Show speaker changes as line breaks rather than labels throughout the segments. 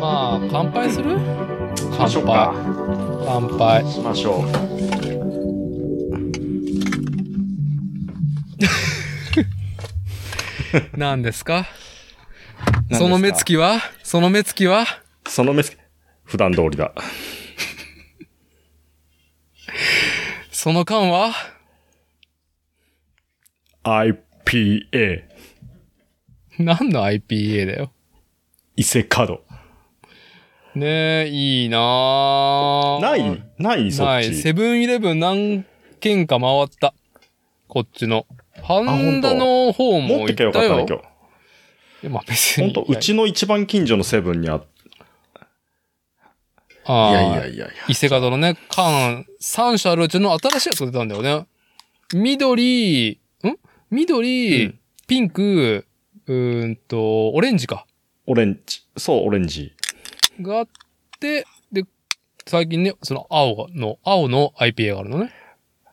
まあ乾杯する
しましょうか。
乾杯
しましょう。
何ですか
すか
その目つきはその目つきは
その目つき、普段通りだ。
その間は
IPA、
何の IPA だよ
伊勢角。
ねえいいなあ
ないないそ
な
っ
い
ち
セ。ブンイレブン何軒か回ったこっちのハンダの方
持
も
って
行
きゃよ
っ
か
た
っ
よ
たね、今日。
いやまあ別
ほ
に
んと、うちの一番近所のセブンにあっい
ああ
やいやいやいや。
伊勢方のね、缶、3社あるうちの新しいやつが出たんだよね。緑、ん緑、
うん
ピンク、うーんと、オレンジか。
オレンジ。そう、オレンジ。
があって、で、最近ね、その青がの、青の IPA があるのね。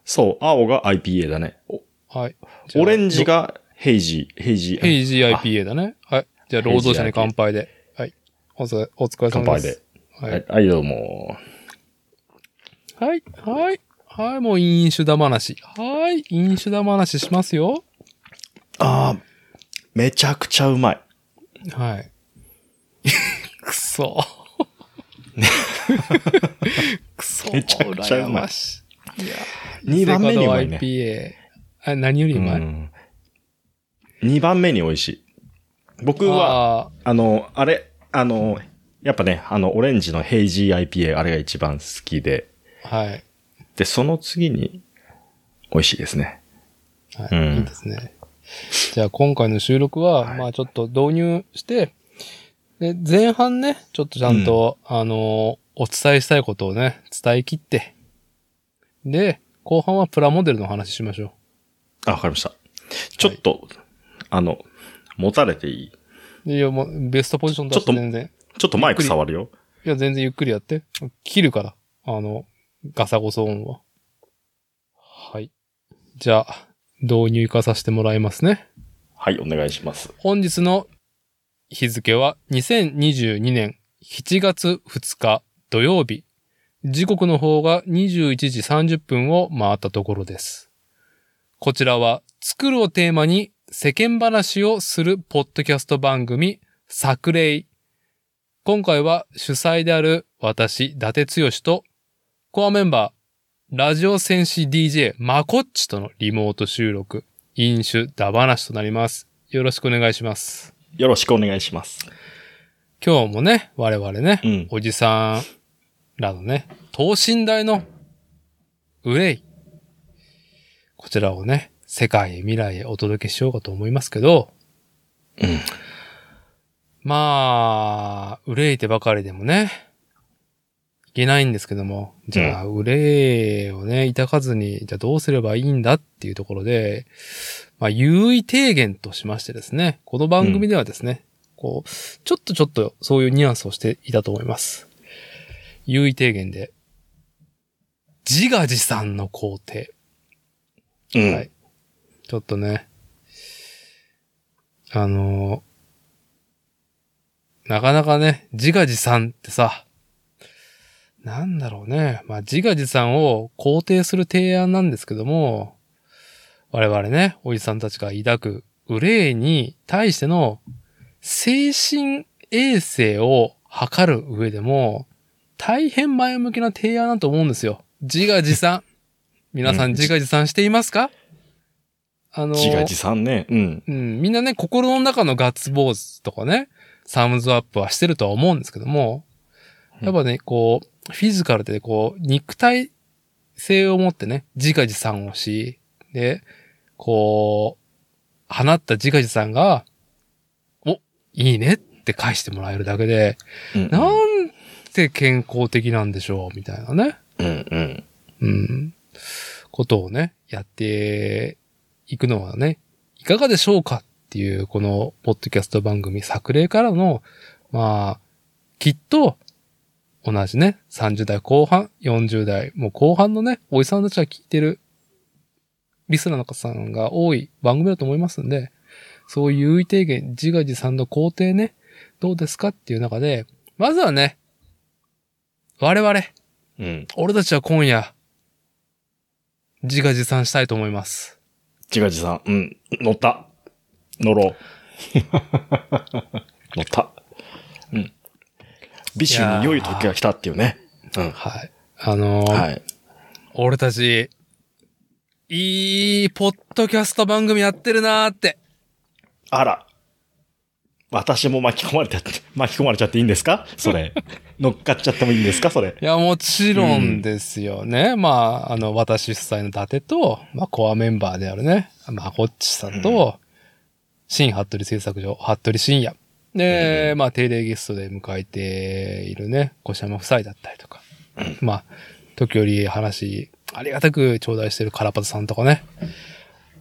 そう、青が IPA だね。お
はい。じゃあ
オレンジ。がヘイジー、ヘイジ
ヘ
ー。
イジー IPA だね。はい。じゃあ、労働者に乾杯で。はい。おつお疲れ様です。
乾杯で。。
はい
はい、はい、どうも。
はい、はい、はい、もう飲酒だ話。はい、飲酒だ話しますよ。
ああ、めちゃくちゃうまい。
はい。 くそ。くそ。
めちゃくちゃうまい
羨しい。いや、
2番目にうまい
ね。
ね。
IPA。あ何よりうまい。
2番目に美味しい。僕は、
は、
あの、あれ、あの、やっぱね、あの、オレンジのヘイジー IPA、あれが一番好きで、
はい。
で、その次に、美味しいですね。
はい、
うん
いいですね。じゃあ今回の収録は、
はい
まあちょっと導入して、で、前半ね、ちょっとちゃんと、あのーお伝えしたいことをね、伝え切って、で、後半はプラモデルの話しましょ
あ、わかりました。ちょっと、あの、持たれていい
いう。いや、もう、ベストポジション出して
ちょっと
全然。
ちょっとマイク触るよ。
いや、全然ゆっくりやって。切るから。あの、ガサゴソ音は。はい。じゃあ、導入いかさせてもらいますね。
はい、お願いします。
本日の日付は2022年7月2日土曜日。時刻の方が21時30分を回ったところです。こちらは作るをテーマに世間話をするポッドキャスト番組作例。今回は主催である私、伊達剛とコアメンバー、ラジオ戦士 DJ マコッチとのリモート収録、飲酒ダ話となります。よろしくお願いします。
よろしくお願いします。
今日もね、我々ね、
うん
おじさんらのね、等身大の憂い。こちらをね、世界へ未来へお届けしようかと思いますけど、
うん
まあ、憂いてばかりでもね、いけないんですけども、じゃあ、憂いをね、抱かずに、じゃあどうすればいいんだっていうところで、まあ、優位提言としましてですね、この番組ではですね、こう、ちょっとちょっとそういうニュアンスをしていたと思います。優位提言で、自画自賛の工程。
うん。
はいちょっとね、あのーなかなかね、自画自賛ってさ、なんだろうね。まあ、自画自賛を肯定する提案なんですけども、我々ね、おじさんたちが抱く憂いに対しての精神衛生を図る上でも、大変前向きな提案だと思うんですよ。自画自賛。皆さん自画自賛していますかあのー
自画自賛ね。うん。
うん、みんなね、心の中のガッツポーズとかね、サムズアップはしてるとは思うんですけども、やっぱね、こう、フィジカルでこう、肉体性を持ってね、自画自賛をし、で、こう、放った自画自賛が、お、いいねって返してもらえるだけで、
うん
なんて健康的なんでしょう、みたいなね。
うんうん。
うん。ことをね、やっていくのはね、いかがでしょうかっていう、この、ポッドキャスト番組、作例からの、まあ、きっと、同じね、30代後半、40代、もう後半のね、おじさんたちが聞いてる、リスナーの方さんが多い番組だと思いますんで、そういう優位提言、自画自賛の工程ね、どうですかっていう中で、まずはね、我々、
うん。
俺たちは今夜、自画自賛したいと思います。
自画自賛。うん。乗った。乗ろう。 乗った。うん。ビシュに良い時が来たっていうね。うん。
はい。あのー
はい。
俺たち、いい、ポッドキャスト番組やってるなーって。
あら。私も巻き込まれて、巻き込まれちゃっていいんですか それ。乗っかっちゃってもいいんですかそれ。
いや、もちろんですよね。まあ、あの、私主催の伊達と、まあ、コアメンバーであるね、まあ、ホッチさんと、新服部製作所、服部深夜。で、まあ、定例ゲストで迎えているね、小山夫妻だったりとか。まあ、時折話、ありがたく頂戴してるカラパタさんとかね。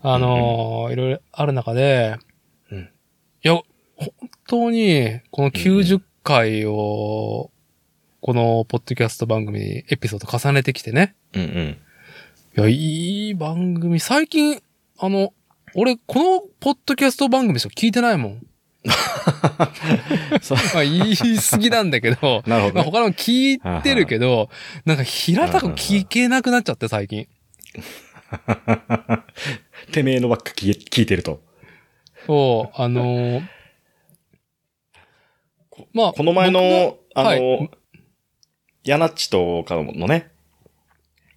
あのーいろいろある中で、
うん
いや、本当に、この90回を、このポッドキャスト番組にエピソード重ねてきてね。
うんうん。
いや、いい番組。最近、あの、俺、このポッドキャスト番組しか聞いてないもん。
そ
まあ、言い過ぎなんだ
、
けど
なるほど
まあ、
ね。
他のも聞いてるけど、なんか平たく聞けなくなっちゃって、最近。
てめえのばっか聞い聞いてると。
そう、あのーまあ、
この前の、
僕が
あ
はい
の、ヤナッチとかのね、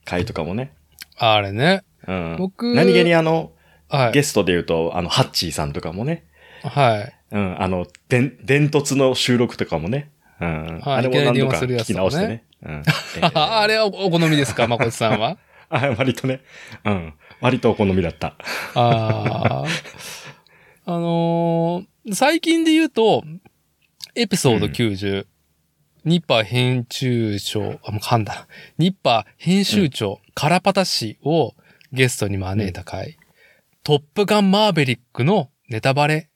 会とかもね。
あれね。
うん。
僕
何気にあの、
はい。
ゲストで言うと、あの、ハッチーさんとかもね。
はい。
うん、あの、でん、伝突の収録とかもね。うん。
はい
あれも何度か
いきなり電話
聞
す
き
るや
直
つ
し
とかね
てね。うん。
ああれはお好みですか、まこさんは。
あ割とね。うん。割とお好みだった。
ああ。あのー最近で言うと、エピソード
うん
90、ニッパー編集長、あ、もう噛んだな。ニッパー編集長、カラパタ氏をゲストに招いた回、トップガンマーベリックのネタバレ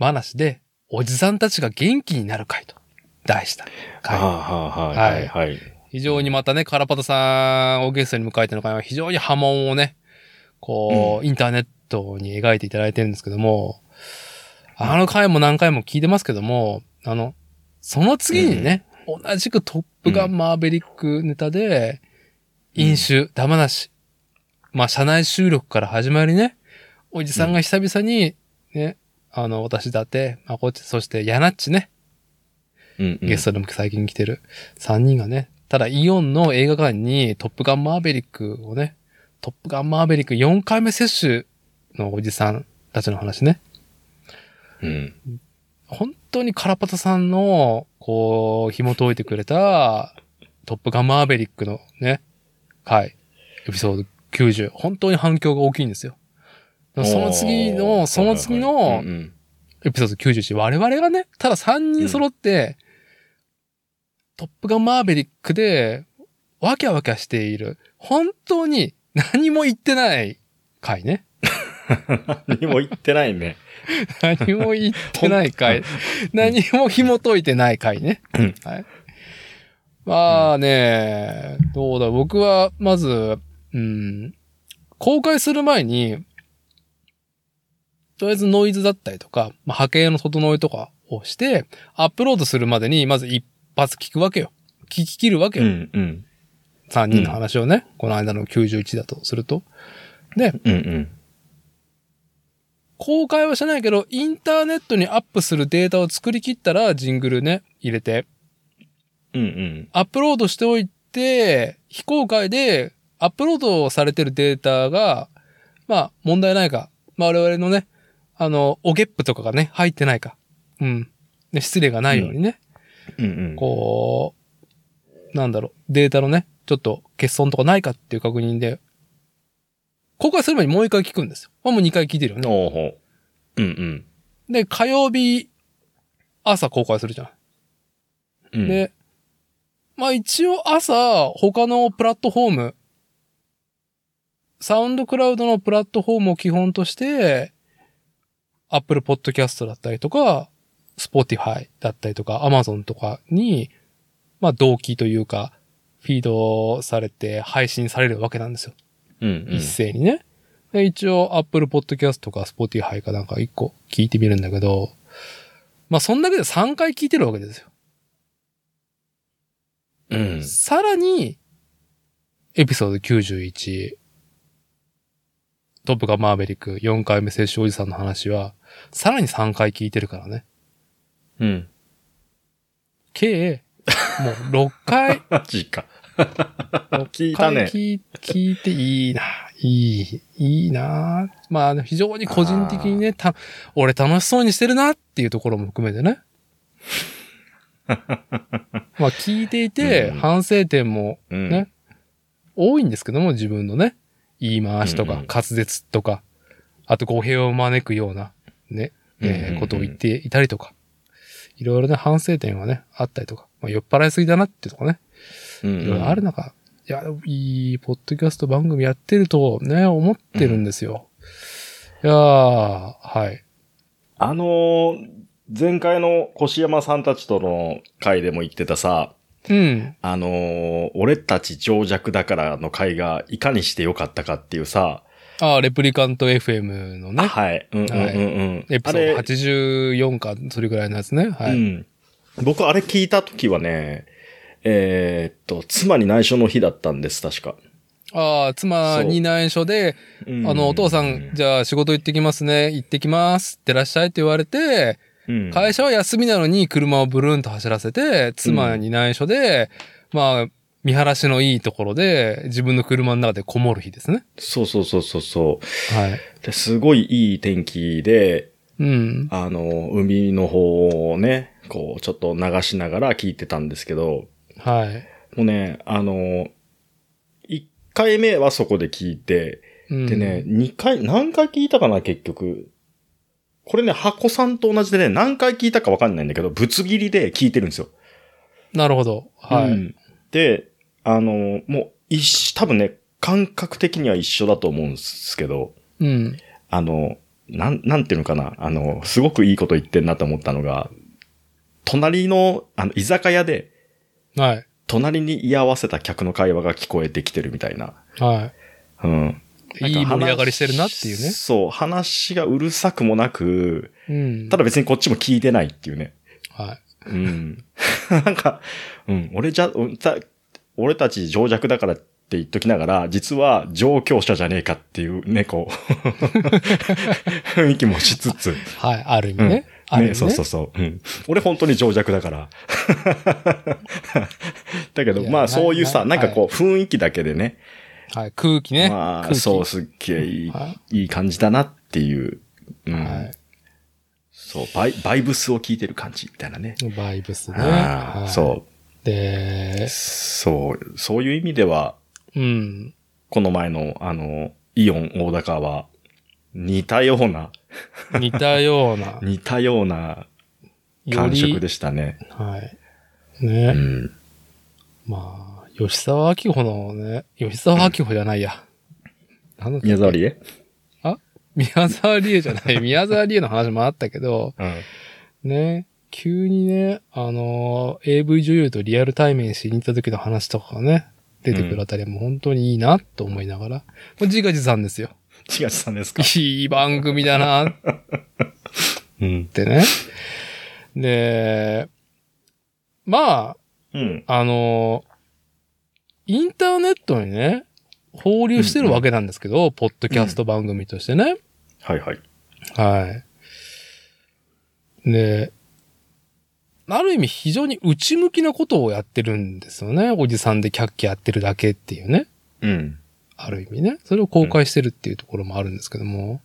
話で、おじさんたちが元気になる回と題した回。
は
あはい
はい。はい。
非常にまたね、カラパタさんをゲストに迎えての会は非常に波紋をね、こう、インターネットに描いていただいてるんですけども、あの回も何回も聞いてますけども、あの、その次にね、同じくトップガンマーベリックネタで、飲酒、ダマなし、まあ、社内収録から始まりね、おじさんが久々に、ね、あの、私だって、まあ、こっち、そして、ヤナッチね、
うん、うん。
ゲストでも最近来てる3人がね、ただイオンの映画館にトップガンマーベリックをね、トップガンマーベリック4回目接種のおじさんたちの話ね、
うん。
本当にカラパタさんの、こう、紐解いてくれたトップガンマーベリックのね、回、エピソード90、本当に反響が大きいんですよ。その次
おー
の、その次の、
はいはいはいうんうん
エピソード91、我々がね、ただ3人揃って、トップガンマーベリックで、わきゃわきゃしている、本当に何も言ってない回ね。
何も言ってないね。
何も言ってない回。何も紐解いてない回ね。
うん
はい、まあね、どうだ、僕は、まず、うん、公開する前に、とりあえずノイズだったりとか、まあ、波形の整えとかをして、アップロードするまでに、まず一発聞くわけよ。聞き切るわけ
う
よ。
んうん。
3人の話をね、この間の91だとすると。
うんうん。
公開はしてないけど、インターネットにアップするデータを作り切ったら、ジングルね、入れて、
うんうん。
アップロードしておいて、非公開でアップロードされてるデータが、まあ問題ないか。まあ我々のね、あの、おゲップとかがね、入ってないか。うん。ね失礼がないようにね、
うんうん。
こう、なんだろう、データのね、ちょっと欠損とかないかっていう確認で、公開する前にもう一回聞くんですよ。まあもう二回聞いてるよね。
おーほう。うん
で、火曜日、朝公開するじゃん。
うん。うん、
で、まあ一応朝、他のプラットフォーム、サウンドクラウドのプラットフォームを基本として、Apple Podcast だったりとか、Spotify だったりとか、Amazon とかに、まあ同期というか、フィードされて配信されるわけなんですよ。
うんうん
一。斉にね。で一応 Apple Podcast とか Spotify かなんか一個聞いてみるんだけど、まあそんだけで3回聞いてるわけですよ。
うん。
さらに、エピソード91、トップガンマーベリック4回目接種おじさんの話は、さらに3回聞いてるからね。
うん。
計、もう6回、
マジか。聞い
一回
たね。
聞い聞いていいな。いい、いいな。まあ、非常に個人的にね、た、俺楽しそうにしてるなっていうところも含めて ね。まあ、聞いていて、
うん
反省点も
うん
ね多いんですけども、自分のね、言い回しと
うん
か
うん、
滑舌とか、あと語弊を招くような、ね、
うんうん
え
う
ー
ん
ことを言っていたりとか、いろいろね、反省点はね、あったりとか、まあ、酔っ払いすぎだなってとかね、
うん
いろいろある中、いや、でもいい、ポッドキャスト番組やってるとね、思ってるんですよ。いやー、はい。
あのー前回の越山さんたちとの会でも言ってたさ、
うん。
あのー俺たち情弱だからの会がいかにしてよかったかっていうさ、
あーレプリカント FM のね、
はい。うんうんうんうん。
エピ
あ
ソード
れ、
84か、それぐらいのやつね。はい。
うん。僕あれ聞いた時はね、えーっと、妻に内緒の日だったんです、確か。
ああ、妻に内緒で、
うん
あの、お父さん、、じゃあ仕事行ってきますね、行ってきます、行ってらっしゃいって言われて、
うん
会社は休みなのに車をブルーンと走らせて、妻に内緒で、まあ、見晴らしのいいところで、自分の車の中でこもる日ですね。
そうそうそうそうそ
はい。
う。ですごいいい天気で、
うん。
あの、海の方をね、こう、ちょっと流しながら聞いてたんですけど、
はい。
もうね、あの、1回目はそこで聞いて、
うん
でね、、2回、何回聞いたかな、結局。これね、箱さんと同じでね、何回聞いたかわかんないんだけど、ぶつ切りで聞いてるんですよ。
なるほど。はい。
うんで、あの、もう、一緒、多分ね、感覚的には一緒だと思うんですけど、
うん。
あの、なん、なんていうのかな、あの、すごくいいこと言ってんなと思ったのが、隣の、あの、居酒居で、
はい。
隣に居合わせた客の会話が聞こえてきてるみたいな。
は
うん。
い。いい盛り上がりしてるなっていうね。
そう、話がうるさくもなく、
うん。
ただ別にこっちも聞いてないっていうね。
はい。
うん。 なんか、うん、俺じゃ、うんた俺たち情弱だからって言っときながら、実は上京者じゃねえかっていう ね、こう、雰囲気もしつつ。
はい。ある意味
うん
ね。ある意味ね。
そうそうそう。うん、俺本当に情弱だから。 だけ
い
ど、
や
ま
な
あそういうさ、
な
なんかこ
は
う雰囲気だけでね、
はい。空気ね。
ま
空
あ
気
そうすっげえいい,、、
はい
い感じだなっていう、うん
はい。
そうバイ、バイブスを聞いてる感じみたいなね。
バイブスね。
ああ
はい。
そう
で
う、、そう、そういう意味では、
うん。
この前のあの、イオン大高は、似たような、。
似たような
似たよ うな
よ
感触
り
でしたね。
はい。
う
ね。
ん。
まあ、吉沢明穂のね、吉沢明穂じゃないや。なんだっけ
宮沢りえ
宮沢りえじゃ ない。宮沢りえの話もあったけど、
うん。
ね、急にね、あのー AV 女優とリアル対面しに行った時の話とかがね、出てくるあたりも本当にいいなと思いながら、もう自画自賛 ですよ。
違さんですか
いい番組だなっ
うん。
てね。で、ま
うん。
あ、あのーインターネットにね、放流してるわけなんですけど、ポッドキャスト番組としてね。
はいはい。
はい。で、ある意味非常に内向きなことをやってるんですよね。おじさんでキャッキャやってるだけっていうね。
うん。
ある意味ね。それを公開してるっていうところもあるんですけども。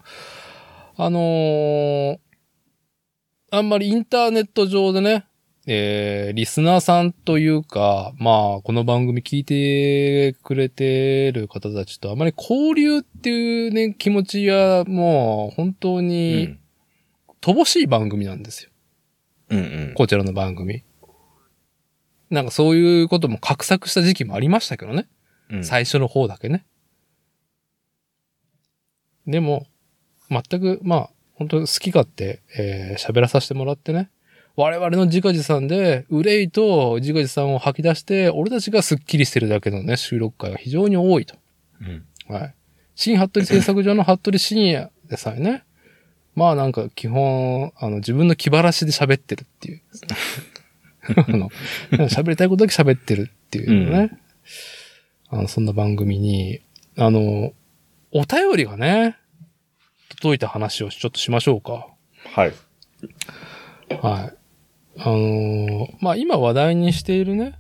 あのーあんまりインターネット上でね、えー、リスナーさんというか、まあ、この番組聞いてくれてる方たちとあまり交流っていうね、気持ちはもう本当
う
に、
ん。
乏しい番組なんですよ。
うんうん。
こちらの番組。なんかそういうことも画策した時期もありましたけどね。
うん
最初の方だけね。でも、全く、まあ、本当好き勝手、えー喋らさせてもらってね。我々の自画自賛で、憂いと自画自賛を吐き出して、俺たちがスッキリしてるだけのね、収録回が非常に多いと。
うん。
はい。新服部製作所の服部深夜でさえね、 まあなんか基本、あの自分の気晴らしで喋ってるっていう。あの、喋りたいことだけ喋ってるっていうね。あの、そんな番組に、あの、お便りがね、届いた話をちょっとしましょうか。
はい。
はい。あのーまあ、今話題にしているね、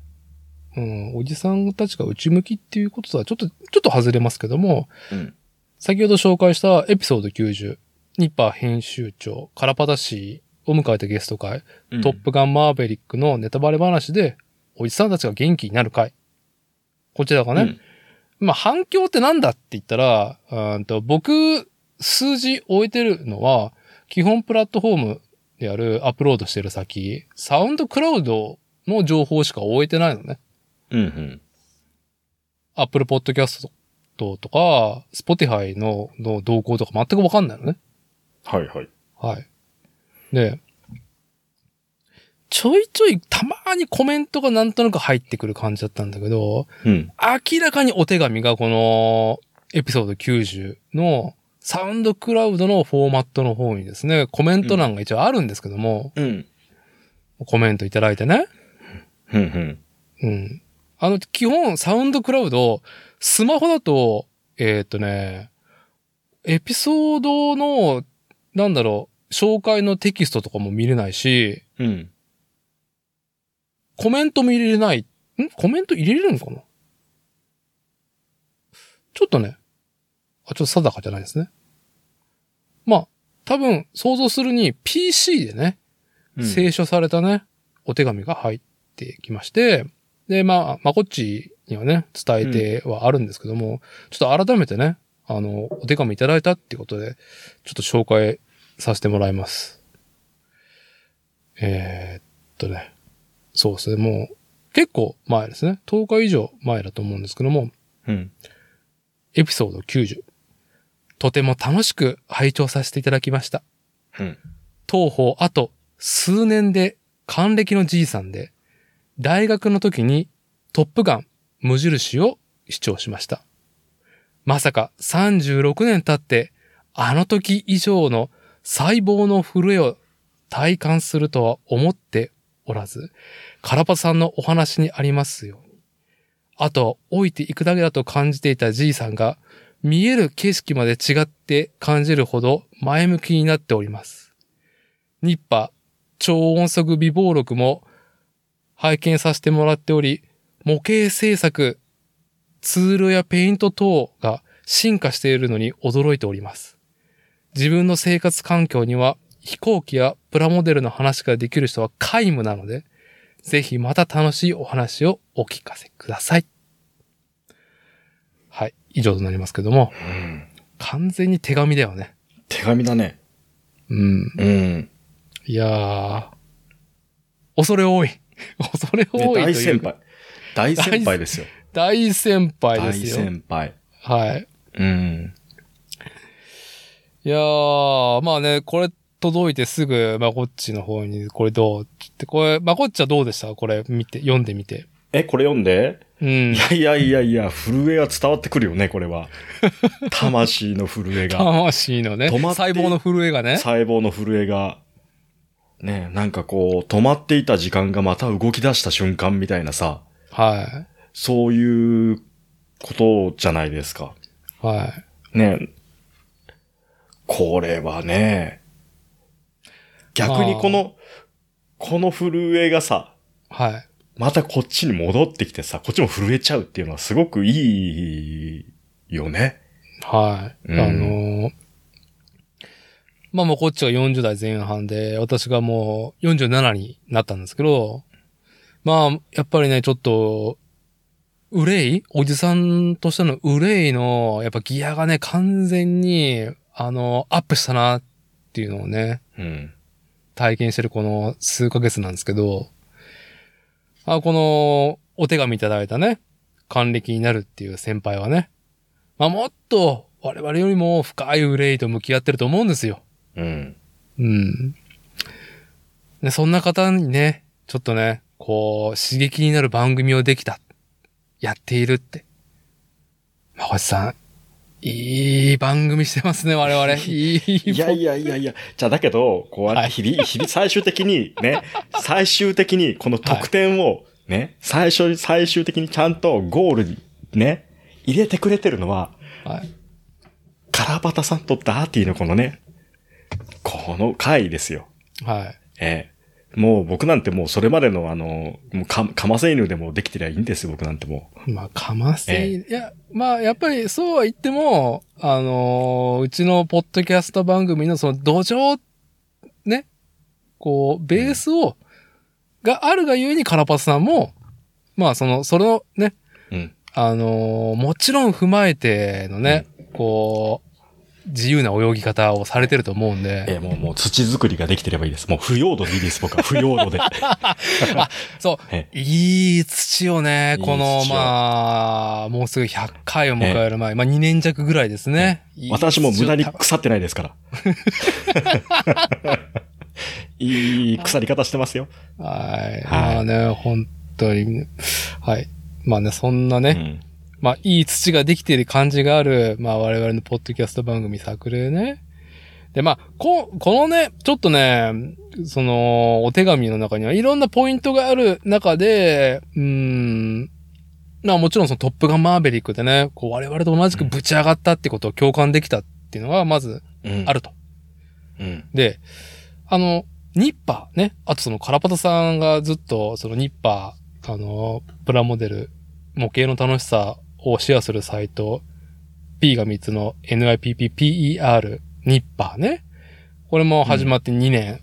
うん、おじさんたちが内向きっていうこととはちょっと、ちょっと外れますけども、
うん
先ほど紹介したエピソード90、ニッパー編集長、カラパタ氏を迎えたゲスト会、トップガンマーベリックのネタバレ話で、おじさんたちが元気になる回。こちらがね、まあ、反響ってなんだって言ったら、うーんと僕、数字置いてるのは、基本プラットフォームであるアップロードしてる先、サウンドクラウドの情報しか置いてないのね。
うん。うん。
Apple Podcast とか、Spotify のの動向とか全くわかんないのね。
はいはい。
はい。で、ちょいちょいたまーにコメントがなんとなく入ってくる感じだったんだけど、
うん。
明らかにお手紙がこのエピソード90のサウンドクラウドのフォーマットの方にですね、コメント欄が一応あるんですけども、
うん。
コメントいただいてね。
うんう
う
ん。
ん。あの、基本サウンドクラウド、スマホだと、えーっとね、エピソードの、なんだろう、紹介のテキストとかも見れないし、
うん。
コメントも入れれない。んコメント入れれるのかなちょっとね。あ、ちょっと定かじゃないですね。まあ、多分、想像するに PC でね、
うん
清書されたね、お手紙が入ってきまして、で、まあ、まこっちにはね、伝えてはあるんですけども、ちょっと改めてね、あの、お手紙いただいたっていうことで、ちょっと紹介させてもらいます。えーっとね、そうですね、もう、結構前ですね、10日以上前だと思うんですけども、
うん。
エピソード90。とても楽しく拝聴させていただきました。
うん
当方あと数年で還暦のじいさんで、大学の時にトップガン無印を視聴しました。まさか36年経ってあの時以上の細胞の震えを体感するとは思っておらず、カラパさんのお話にありますようにあとは置いていくだけだと感じていたじいさんが、見える景色まで違って感じるほど前向きになっております。ニッパ、超音速微暴録も拝見させてもらっており、模型制作、ツールやペイント等が進化しているのに驚いております。自分の生活環境には飛行機やプラモデルの話ができる人は皆無なので、ぜひまた楽しいお話をお聞かせください。はい。以上となりますけども、
うん。
完全に手紙だよね。
手紙だね。
うん。
うん。
いやー。恐れ多い。 恐れ多い
ね
という。
大先。輩。大先輩ですよ。
大先輩で
大
すよ。
先輩。
はい。
うん。
いやー、まあね、これ届いてすぐ、まこっちの方に、これどうって言って、これ、まこっちはどうでしたこれ見て、読んでみて。
え、これ読んで
うん
い。やいやいやいや、震えは伝わってくるよね、これ は。魂の震えが。
魂のね、
止ま
細
って
胞の震えがね。
細胞の震えが。ねえなんかこう、止まっていた時間がまた動き出した瞬間みたいなさ、
は
そういうことじゃないですか。
い。はい。
ねえこれはね、逆にこの、この震えがさ、
はい。
またこっちに戻ってきてさ、こっちも震えちゃうっていうのはすごくいいよね。
はい。
うん
あのーまあもうこっちは40代前半で、私がもう47になったんですけど、まあ、やっぱりね、ちょっと、憂いおじさんとしての憂いの、やっぱギアがね、完全に、あの、アップしたなっていうのをね、
うん。
体験してるこの数ヶ月なんですけど、あこのお手紙いただいたね、還暦になるっていう先輩はね、まあ、もっと我々よりも深い憂いと向き合ってると思うんですよ。
うん。
うん。ね、そんな方にね、ちょっとね、こう、刺激になる番組をできた。やっているって。まこちさん、いい番組してますね、我 々。いい
いやいやいやいや。じゃあだけど、こうやっ
は
て
い
日々、日々最終的に ね、最終的にこの得点をね、最初に、最終的にちゃんとゴールにね、入れてくれてるのは、
はい。
カラバタさんとダーティのこのね、この回ですよ。
はい。
ええもう僕なんてもうそれまでのあの、もうか、かませ犬でもできてりゃいいんですよ、僕なんてもう。
まあ、かませい、いや、まあ、やっぱりそうは言っても、あのーうちのポッドキャスト番組のその土壌、ね、こう、ベースを、があるがゆえにカラパスさんも、まあ、その、それをね、
うん。
あのーもちろん踏まえてのね、こう、自由な泳ぎ方をされてると思うん
ええ
で、
もう、もう土作りができてればいいです。もう不要度でいいです、 僕は。不要度で。
そう、
え
いい土をね、この
いい、土を
まあ、もうすぐ100回を迎える前、まあ2年弱ぐらいですね。いい土を
私も無駄に
た
腐ってないですから。 いい腐り方してますよ。
はい。
はい
まあね、本当に。はい。まあね、そんなね、
うん
まあいい土ができている感じがある、まあ我々のポッドキャスト番組作例ね。で、まあ、こ、このね、ちょっとね、その、お手紙の中にはいろんなポイントがある中で、うーん、まあもちろんそのトップガンマーベリックでね、こう我々と同じくぶち上がったってことを共感できたっていうのがまずあると。
うん。
で、あの、ニッパーね、あとそのカラパタさんがずっとそのニッパー、あの、プラモデル、模型の楽しさをシェアするサイト、P が3つの NIPPPER ニッパーね。これも始まって2年、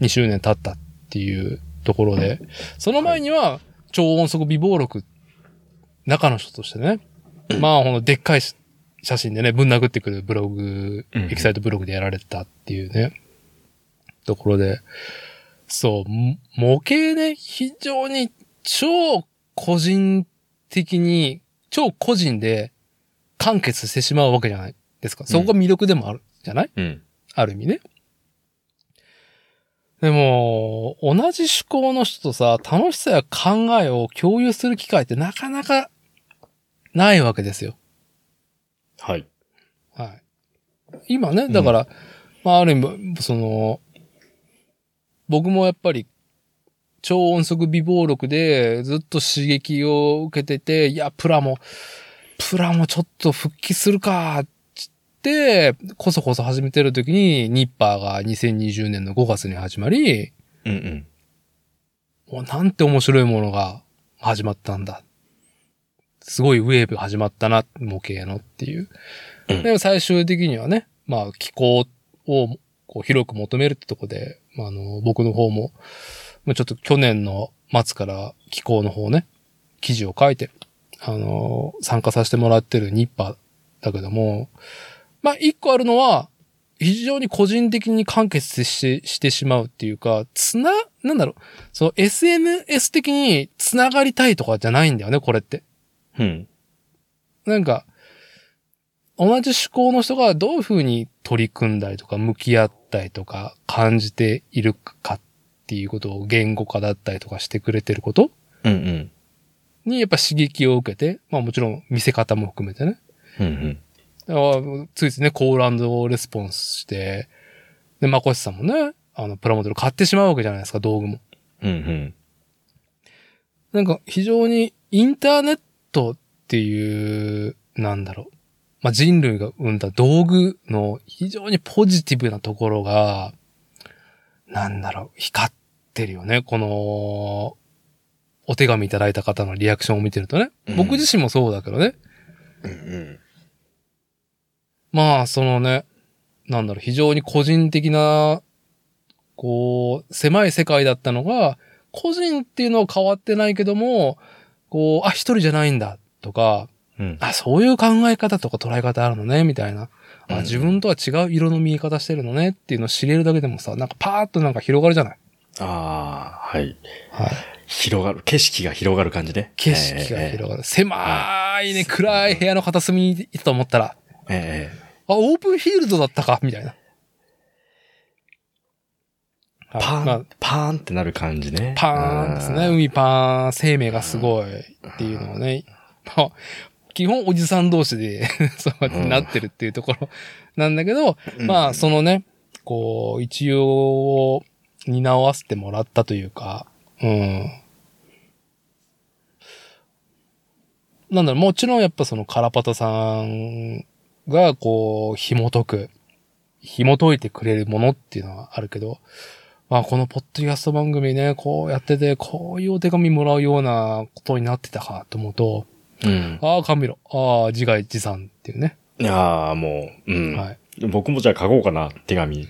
2周年経ったっていうところで、その前には超音速微暴録、中の人としてね、まあほんとでっかいし写真でね、ぶん殴ってくるブログ、
うん
エキサイトブログでやられてたっていうね、ところで、そう、も模型ね、非常に超個人的に、超個人で完結してしまうわけじゃないですか。そこが魅力でもある、じゃない
うん。
ある意味ね。でも、同じ趣向の人とさ、楽しさや考えを共有する機会ってなかなかないわけですよ。
はい。
はい。今ね、だから、まあ、ある意味、その、僕もやっぱり、超音速微暴力でずっと刺激を受けてて、いや、プラも、プラもちょっと復帰するか、つって、こそこそ始めてる時に、ニッパーが2020年の5月に始まり、
うんうん。
おなんて面白いものが始まったんだ。すごいウェーブ始まったな、模型のっていう。
うん
でも最終的にはね、まあ気候をこう広く求めるってとこで、まあ、あの僕の方も、まあちょっと去年の末から気候の方ね、記事を書いて、あの、参加させてもらってるニッパーだけども、まあ一個あるのは、非常に個人的に完結してしてしまうっていうか、つな、なんだろう、その SNS 的に繋がりたいとかじゃないんだよね、これって。
うん。
なんか、同じ趣向の人がどういうふうに取り組んだりとか、向き合ったりとか、感じているかっていうことを言語化だったりとかしてくれてること
うんうん。
にやっぱ刺激を受けて、まあもちろん見せ方も含めてね。
うんうん。
だからついついね、コールレスポンスして、で、まこしさんもね、あの、プラモデル買ってしまうわけじゃないですか、道具も。
うんうん。
なんか非常にインターネットっていう、なんだろう。まあ、人類が生んだ道具の非常にポジティブなところが、なんだろう、光ってるよね。この、お手紙いただいた方のリアクションを見てるとね
うん。
僕自身もそうだけどね。
うん
まあ、そのね、なんだろう、非常に個人的な、こう、狭い世界だったのが、個人っていうのは変わってないけども、こう、あ、一人じゃないんだ、とか、
うん。
あ、そういう考え方とか捉え方あるのね、みたいな。
う
あ、
ん
自分とは違う色の見え方してるのねっていうのを知れるだけでもさ、なんかパーッとなんか広がるじゃない
ああ、はい。
はい。
広がる、景色が広がる感じね。
景色が広がる。狭い
は
ね、
い
暗い部屋の片隅にいたと思ったら、
ええええ
あ、オープンフィールドだったか、みたいな。はい
パ
ま
ー
あ
ン、パーンってなる感じね。
パーンですね。
うん。
海パーン、生命がすごいっていうのをね。まあ基本おじさん同士で そうやってなってるっていうところなんだけど、まあ、そのね、こう、一応を担わせてもらったというか、うん。なんだろう、もちろんやっぱそのカラパタさんが、こう、紐解く、紐解いてくれるものっていうのはあるけど、まあこのポッドキャスト番組ね、こうやってて、こういうお手紙もらうようなことになってたかと思うと、
うん。
ああ、カミロ、ああ、自害自賛っていうね。
いやーもう、うん。
はい。
僕もじゃあ書こうかな、手紙。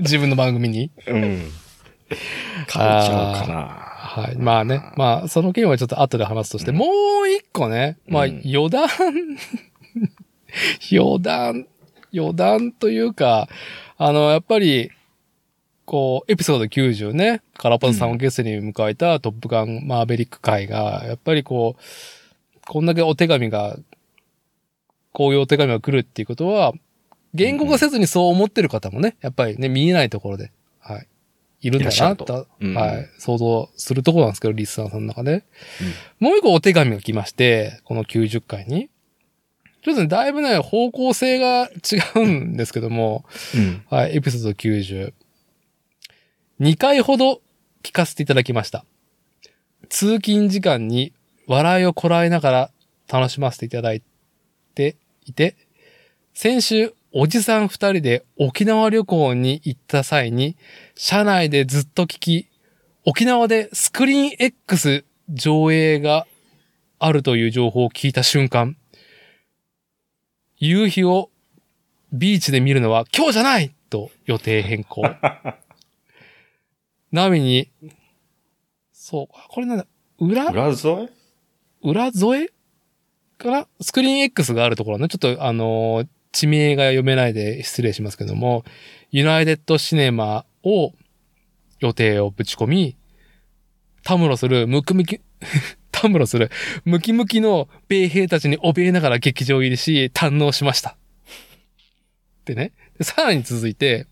自分の番組に。
うん。書いちゃうかな。
はい。まあね。まあ、その件はちょっと後で話すとして、もう一個ね。まあ、
うん
余談、 余談、余談というか、あの、やっぱり、こう、エピソード90ね、カラパズさんをゲストに迎えたトップガンマーベリック会が、やっぱりこう、こんだけお手紙が、こういうお手紙が来るっていうことは、言語化せずにそう思ってる方もね、やっぱりね、見えないところで、はい、いるんだ
いらっしゃ
な
ると
と、
うん
はい、想像するところなんですけど、リスナーさんの中で。もう一個お手紙が来まして、この90回に。ちょっとね、だいぶね、方向性が違うんですけども、
うん。
はい、エピソード90。2回ほど聞かせていただきました。通勤時間に笑いをこらえながら楽しませていただいていて、先週、おじさん二人で沖縄旅行に行った際に、車内でずっと聞き、沖縄でスクリーン X 上映があるという情報を聞いた瞬間、夕日をビーチで見るのは今日じゃないと予定変更。なみに、そう、あこれなんだ、裏
裏添え
裏添えからスクリーン X があるところね、ちょっとあのー地名が読めないで失礼しますけども、ユナイテッドシネマを予定をぶち込み、たむろするムキムキ、 たむろするムキムキの米兵たちに怯えながら劇場入りし、堪能しました。でね、でさらに続いて、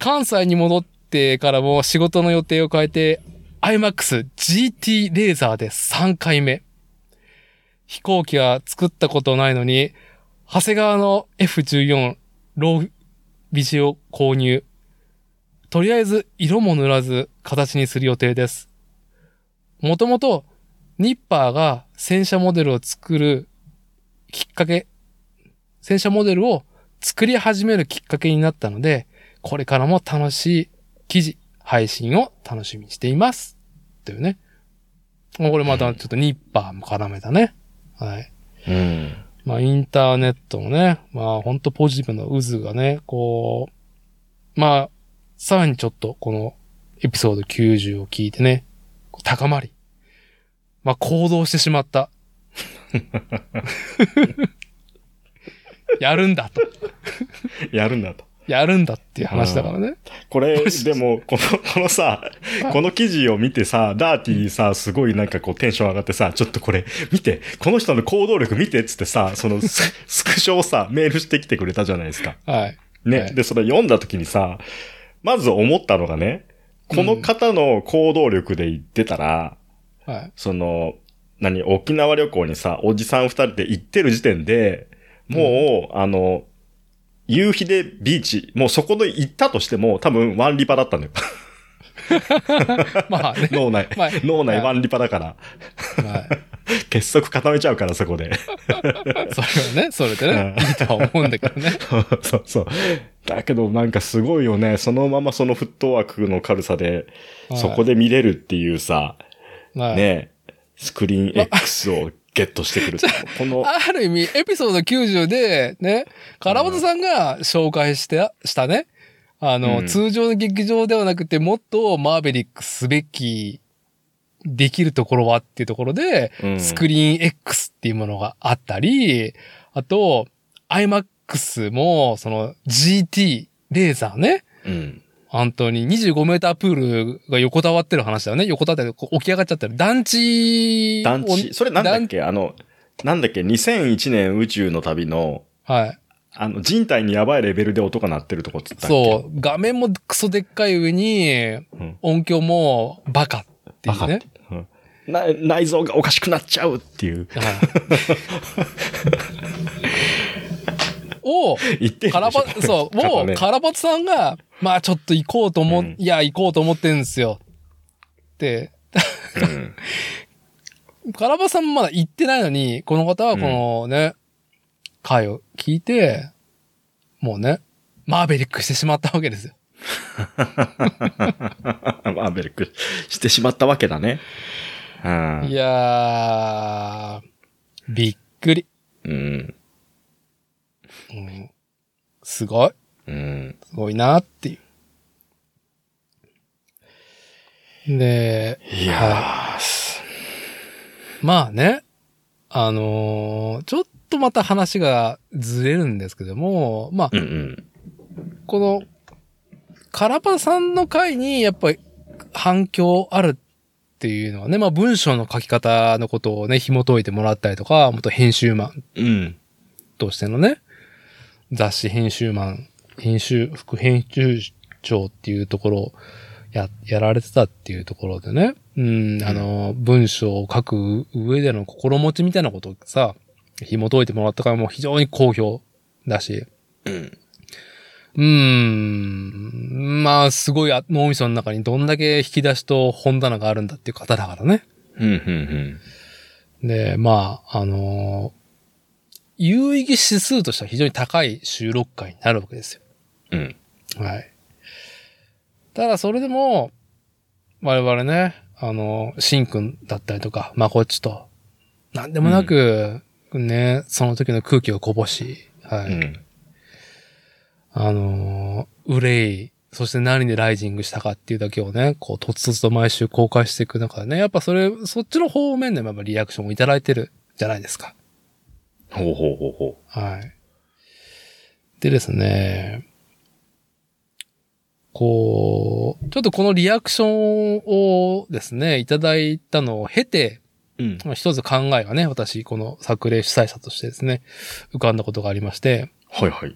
関西に戻ってからも仕事の予定を変えて、IMAX GT レーザーで3回目。飛行機は作ったことないのに、長谷川の F14 ロービジを購入。とりあえず色も塗らず形にする予定です。もともとニッパーが戦車モデルを作るきっかけ、戦車モデルを作り始めるきっかけになったので、これからも楽しい記事、配信を楽しみにしています。というね。もうこれまたちょっとニッパーも絡めたね。はい。
うん。
まあ、インターネットのね、まあ、ほんとポジティブな渦がね、こう、まあ、さらにちょっと、この、エピソード90を聞いてね、こう高まり、まあ、行動してしま った。やるんだと。
やるんだと。
やるんだっていう話だからね。
これ、でも、この、こ のさ、この記事を見てさ、ダーティーさ、すごいなんかこうテンション上がってさ、ちょっとこれ、見て、この人の行動力見てっつってさ、その ス、スクショをさ、メールしてきてくれたじゃないですか。
はい。
ね。
はい
で、それ読んだ時にさ、まず思ったのがね、この方の行動力で言ってたら、
はい。
その、何、沖縄旅行にさ、おじさん二人で行ってる時点で、もう、あの、夕日でビーチ、もうそこで行ったとしても、多分ワンリパだった んだよ。
まあね。
脳内
はい。
脳内
はい
ワンリパだから、
はい。
結束固めちゃうから、そ こで。
それはね、それでね、いいとは思うんだけど ね。
そうそう。だけどなんかすごいよね。そのままそのフットワークの軽さで、
はい
そこで見れるっていうさ、
はい
ね、スクリーン X をゲットしてくる。 この、
ある意味、エピソード90で、ね、カラバトさんが紹介して、したね。あの、
うん
通常の劇場ではなくて、もっとマーベリックすべき、できるところはっていうところで、
うん
スクリーン X っていうものがあったり、あと、IMAX も、その GT レーザーね。
うん。
本当に25メータープールが横たわってる話だよね。横たわってる、こう起き上がっちゃってる。団地を。
団地、それなんだっ
団
けあの、なんだっけ ?2001 年宇宙の旅の、
はい。
あの、人体にやばいレベルで音が鳴ってるとこっつったっけ
そう。画面もクソでっかい上に、
ん
音響もバカってい
バカ
う
って
ね。
うんな内臓がおかしくなっちゃうっていう。
を、
言って
カラバ、そう、もう、カラバツさんが、まあちょっと行こうと思、
うん
いや、行こうと思ってんすよ。って、
うん
カラバさんもまだ行ってないのに、この方はこのね、回を聞いて、もうね、マーベリックしてしまったわけですよ。
マーベリックしてしまったわけだね。うん
いやー、びっくり。
うん。
うんすごい。
うん。
すごいなっていう。で、
いやーす
まあね、あのーちょっとまた話がずれるんですけども、まあ、
うんうん。
この、カラパさんの回にやっぱり反響あるっていうのはね、まあ文章の書き方のことをね、紐解いてもらったりとか、元編集マン
うん。
としてのね、雑誌編集マン、編集、副編集長っていうところをや、やられてたっていうところでね、うん、あの、文章を書く上での心持ちみたいなことをさ、紐解いてもらったからもう非常に好評だし、
うん。
うーん。まあ、すごいあ脳みその中にどんだけ引き出しと本棚があるんだっていう方だからね。
うん。うん。
で、まあ、あのー有意義指数としては非常に高い収録回になるわけです
うん。うん。
よ。はい。ただ、それでも、我々ね、あのー、しんくんだったりとか、まこっちと、なんでもなく、ね、その時の空気をこぼし、はい。
うん。
あのー、憂い、そして何でライジングしたかっていうだけをね、こう、とつとつと毎週公開していく中でね、やっぱそれ、そっちの方面でもやっぱリアクションをいただいてるじゃないですか。
ほうほうほうほ
はい。でですね、こう、ちょっとこのリアクションをですね、いただいたのを経て、
う。うん。
まあ一つ考えがね、私、この作例主催者としてですね、浮かんだことがありまして、
はいはい。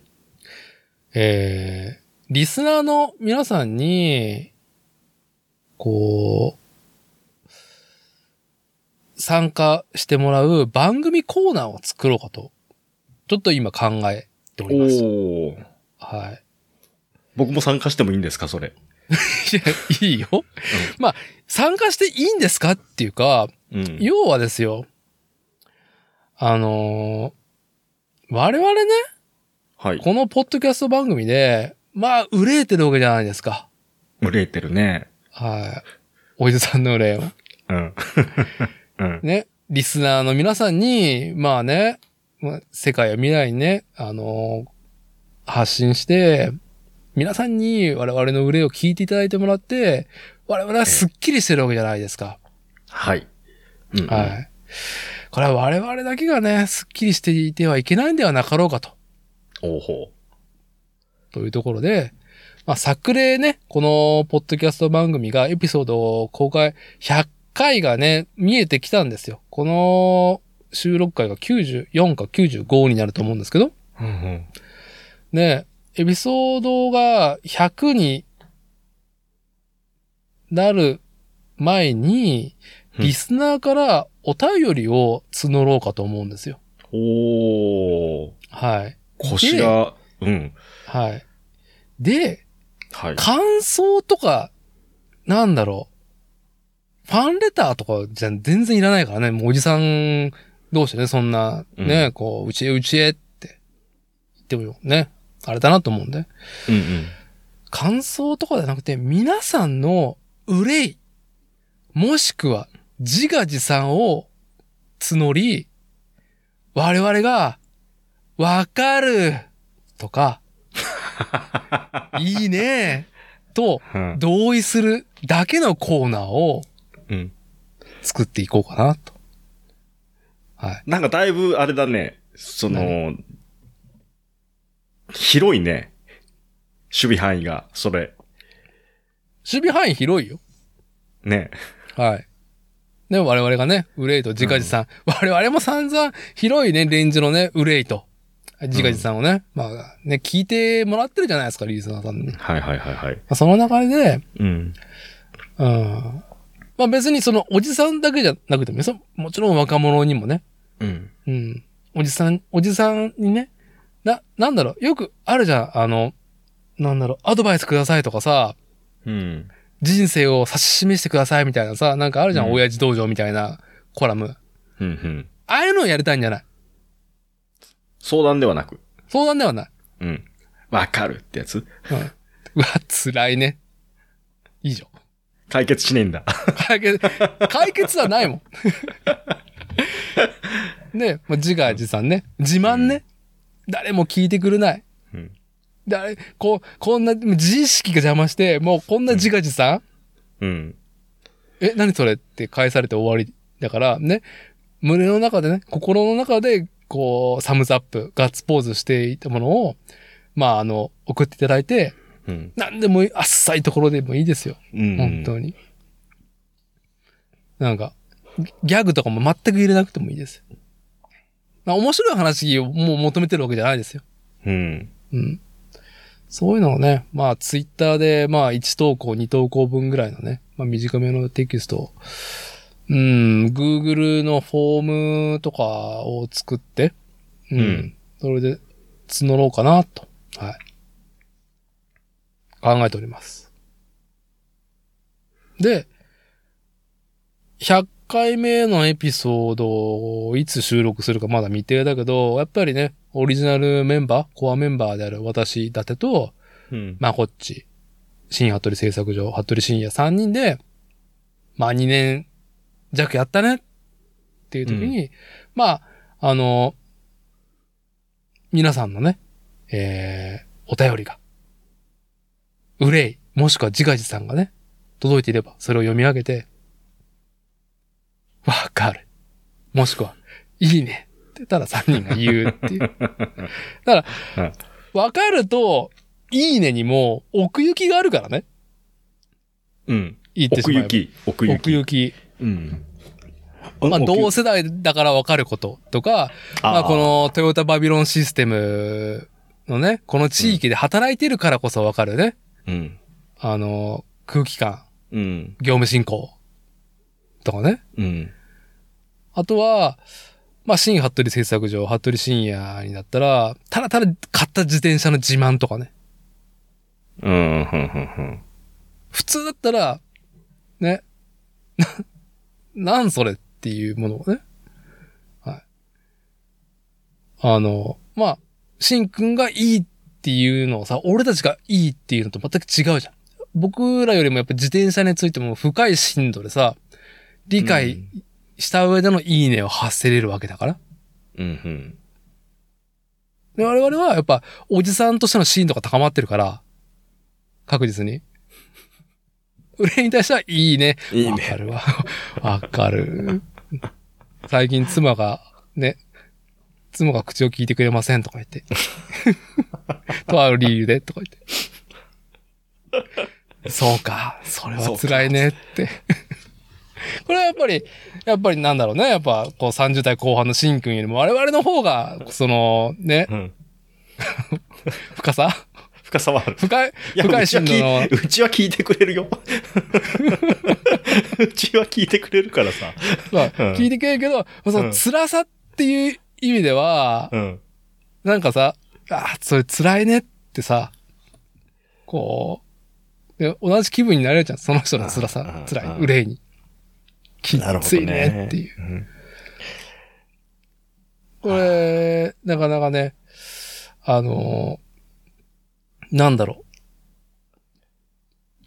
えー、リスナーの皆さんに、こう、参加してもらう番組コーナーを作ろうかと、ちょっと今考えております。
おー。
はい。
僕も参加してもいいんですか、それ。
いやいいよ。まあ、参加していいんですかっていうか、
うん。
要はですよ、あのー我々ね、
はい。
このポッドキャスト番組で、まあ、憂えてるわけじゃないですか。
憂えてるね。
はい。おじさんの憂いを。
うん。うん。
ね。リスナーの皆さんに、まあね、まあ世界や未来にね、あのー発信して、皆さんに我々の憂いを聞いていただいてもらって、我々はスッキリしてるわけじゃないですか。
はい。うん
は。い。これは我々だけがね、スッキリしていてはいけないんではなかろうかと。
おうほ
というところで、まあ、昨例ね、このポッドキャスト番組がエピソードを公開100回がね、見えてきたんですよ。この収録回が94か95になると思うんですけど、
う。うんうん。
ね、エピソードが100になる前に、
うん
リスナーからお便りを募ろうかと思うんですよ。
おー。
はい。
腰が、うん。
はい。で、
はい。
感想とか、なんだろう。ファンレターとかじゃ全然いらないからね。もうおじさん同士でね、そんな、ね、こう、うちへうちへって言ってもね、あれだなと思うんで。
うんうん。
感想とかじゃなくて、皆さんの憂い、もしくは自画自賛を募り、我々が、わかるとか、いいねと、
うん
同意するだけのコーナーを
うん。
作っていこうかなと。はい。
なんかだいぶ、あれだね。その、広いね。守備範囲が、それ。
守備範囲広いよ。
ね。
はい。で、我々がね、憂いと自画自賛。 我々も散々広いね、レンジのね、憂いと自画自賛をね、まあね、聞いてもらってるじゃないですか、リスナーさんに。ま
はいはいはいはい。
あその中で、う
うん。
ん。まあ別にそのおじさんだけじゃなくてもね、そもちろん若者にもね、
うん。
うん。おじさん、おじさんにね、な、なんだろう、よくあるじゃん、あの、なんだろう、アドバイスくださいとかさ、
うん。
人生を指し示してくださいみたいなさ、なんかあるじゃん、
うん
親父道場みたいなコラム。
うん。うん。
ああいうのをやりたいんじゃない
相談ではなく。
相談ではない。
うん。わかるってやつ
うん。うわ、辛いね。いいじゃん。
解決しねえんだ。
解決、解決はないもん。 ねまあ、自画自賛ね。自慢ね。誰も聞いてくれない。
うん。
誰、こう、こんな、自意識が邪魔して、もうこんな自画自賛、
うん。
え、何それって返されて終わりだから、ね。胸の中でね、心の中で、こう、サムズアップ、ガッツポーズしていたものを、まあ、あの、送っていただいて、
うん。
何でもいい、あっさいところでもいいですよ。
うん
本当に。なんか、ギギャグとかも全く入れなくてもいいです。まあ面白い話をもう求めてるわけじゃないですよ。
うん。
うん。そういうのをね、まあツイッターでまあ1投稿2投稿分ぐらいのね、まあ短めのテキストを、うん、Google のフォームとかを作って、うん、
うん
それで募ろうかなと、はい。考えております。で、100回目のエピソードをいつ収録するかまだ未定だけど、やっぱりね、オリジナルメンバー、コアメンバーである私だてと、
うん。
まあこっち、新服部製作所、服部深夜3人で、まあ2年弱やったねっていう時に、まあ、あの、皆さんのね、えー、お便りが、憂い、もしくは自画自賛がね、届いていれば、それを読み上げて、わかる。もしくは、いいね。ってただ3人が言うって いう。だから
はい、
わかると、いいねにも奥行きがあるからね。
うん。
言ってし
奥
まえば
行。き。奥行
奥
き。
行き。
うん。
まあ、同
う
世代だからわかることとか、まあ、こ、のトヨタバビロンシステムのね、この地域で働いてるからこそわかるね。
うん。
あの、空気感、
うん。
業務進行とかね。
うん。
あとは、まあ、新服部製作所、服部深夜になったら、ただただ買った自転車の自慢とかね。
うん。うん。
普通だったら、ね、 な、なんそれっていうものをね。はい。あの、まあ、しんくんがいいっていうのをさ、俺たちがいいっていうのと全く違うじゃん。僕らよりもやっぱ自転車についても深い深度でさ、理解した上でのいいねを発せれるわけだから。
うん。
で、我々はやっぱおじさんとしてのシーンとか高まってるから、確実に。 俺に対してはいいね。
いい
わ
ね。
かるわ。 わかる。最近妻が、ね、妻が口を聞いてくれませんとか言って。 とある理由でとか言って。そうか、それは辛いねって。 これはやっぱり、やっぱりなんだろうね。やっぱ、こう30代後半のシン君よりも我々の方が、その、ね、
うん。
深さ
深さはある。
深い、
いや、
深いう
ちは
深度の
聞い、うちは聞いてくれるよ。 うちは聞いてくれるからさ。
まあ、
うん
聞いてくれるけど、その辛さっていう意味では、
うん。
なんかさ、あーそれ辛いねってさ、こう、で同じ気分になれるじゃん。その人の辛
あ
さ
あ、
辛
あ
い、憂いに。き
なるほ
つ
ど
いね
ね。
っていう。
うん。
これ、なかなかね、あのーなんだろう。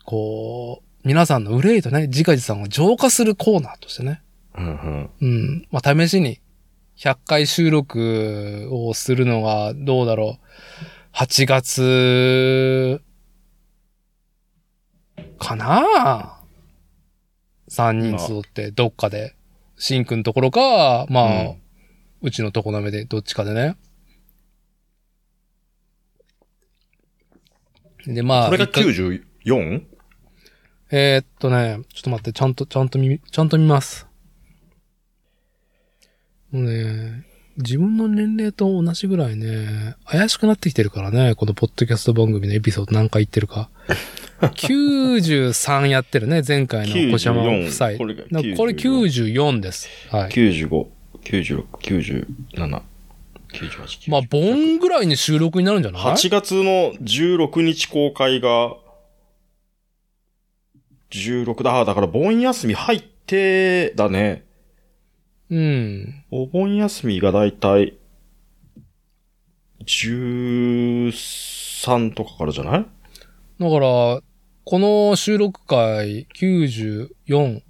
こう、皆さんの憂いとね、自画自賛を浄化するコーナーとしてね。
うん。
うん。まあ、試しに、100回収録をするのがどうだろう。8月、かな ?3 人集ってどっかで、しんくんところか、まあ、う
うん
ちのとこなめでどっちかでね。で、まあ、
これが
一回
94?
えーっとね、ちょっと待って、ちゃんと、ちゃんと見、ちゃんと見ます。もうね、自分の年齢と同じぐらいね、怪しくなってきてるからね、このポッドキャスト番組のエピソード何回言ってるか。 93やってるね、前回の小山夫妻。
94これが
なこれ94です。はい。
95、96、97、98。
まあ、盆ぐらいに収録になるんじゃない
8月の16日公開が、16だ。あだから、盆休み入って、だね。
うん。
お盆休みがだいたい、13とかからじゃない
だから、この収録回94、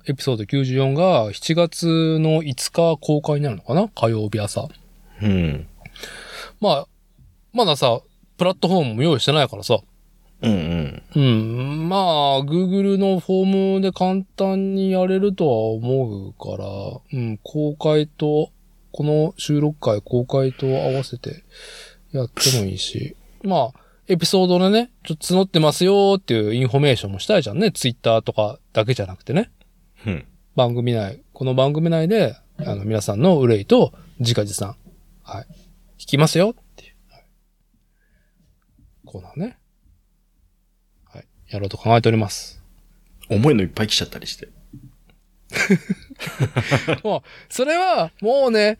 エピソード94が7月の5日公開になるのかな火曜日朝。
うん。
まあ、まださ、プラットフォームも用意してないからさ。
うんうん。
うん。まあ、Google のフォームで簡単にやれるとは思うから、うん、公開と、この収録回公開と合わせてやってもいいし、 まあ、エピソードでね、ちょっと募ってますよっていうインフォメーションもしたいじゃんね。Twitter とかだけじゃなくてね。
うん。
番組内、この番組内で、あの、皆さんの憂いと、直々さん、はい、聞きますよっていう、はいコーナーね。はい、やろうと考えております。
重いのいっぱい来ちゃったりして。
もう、それは、もうね、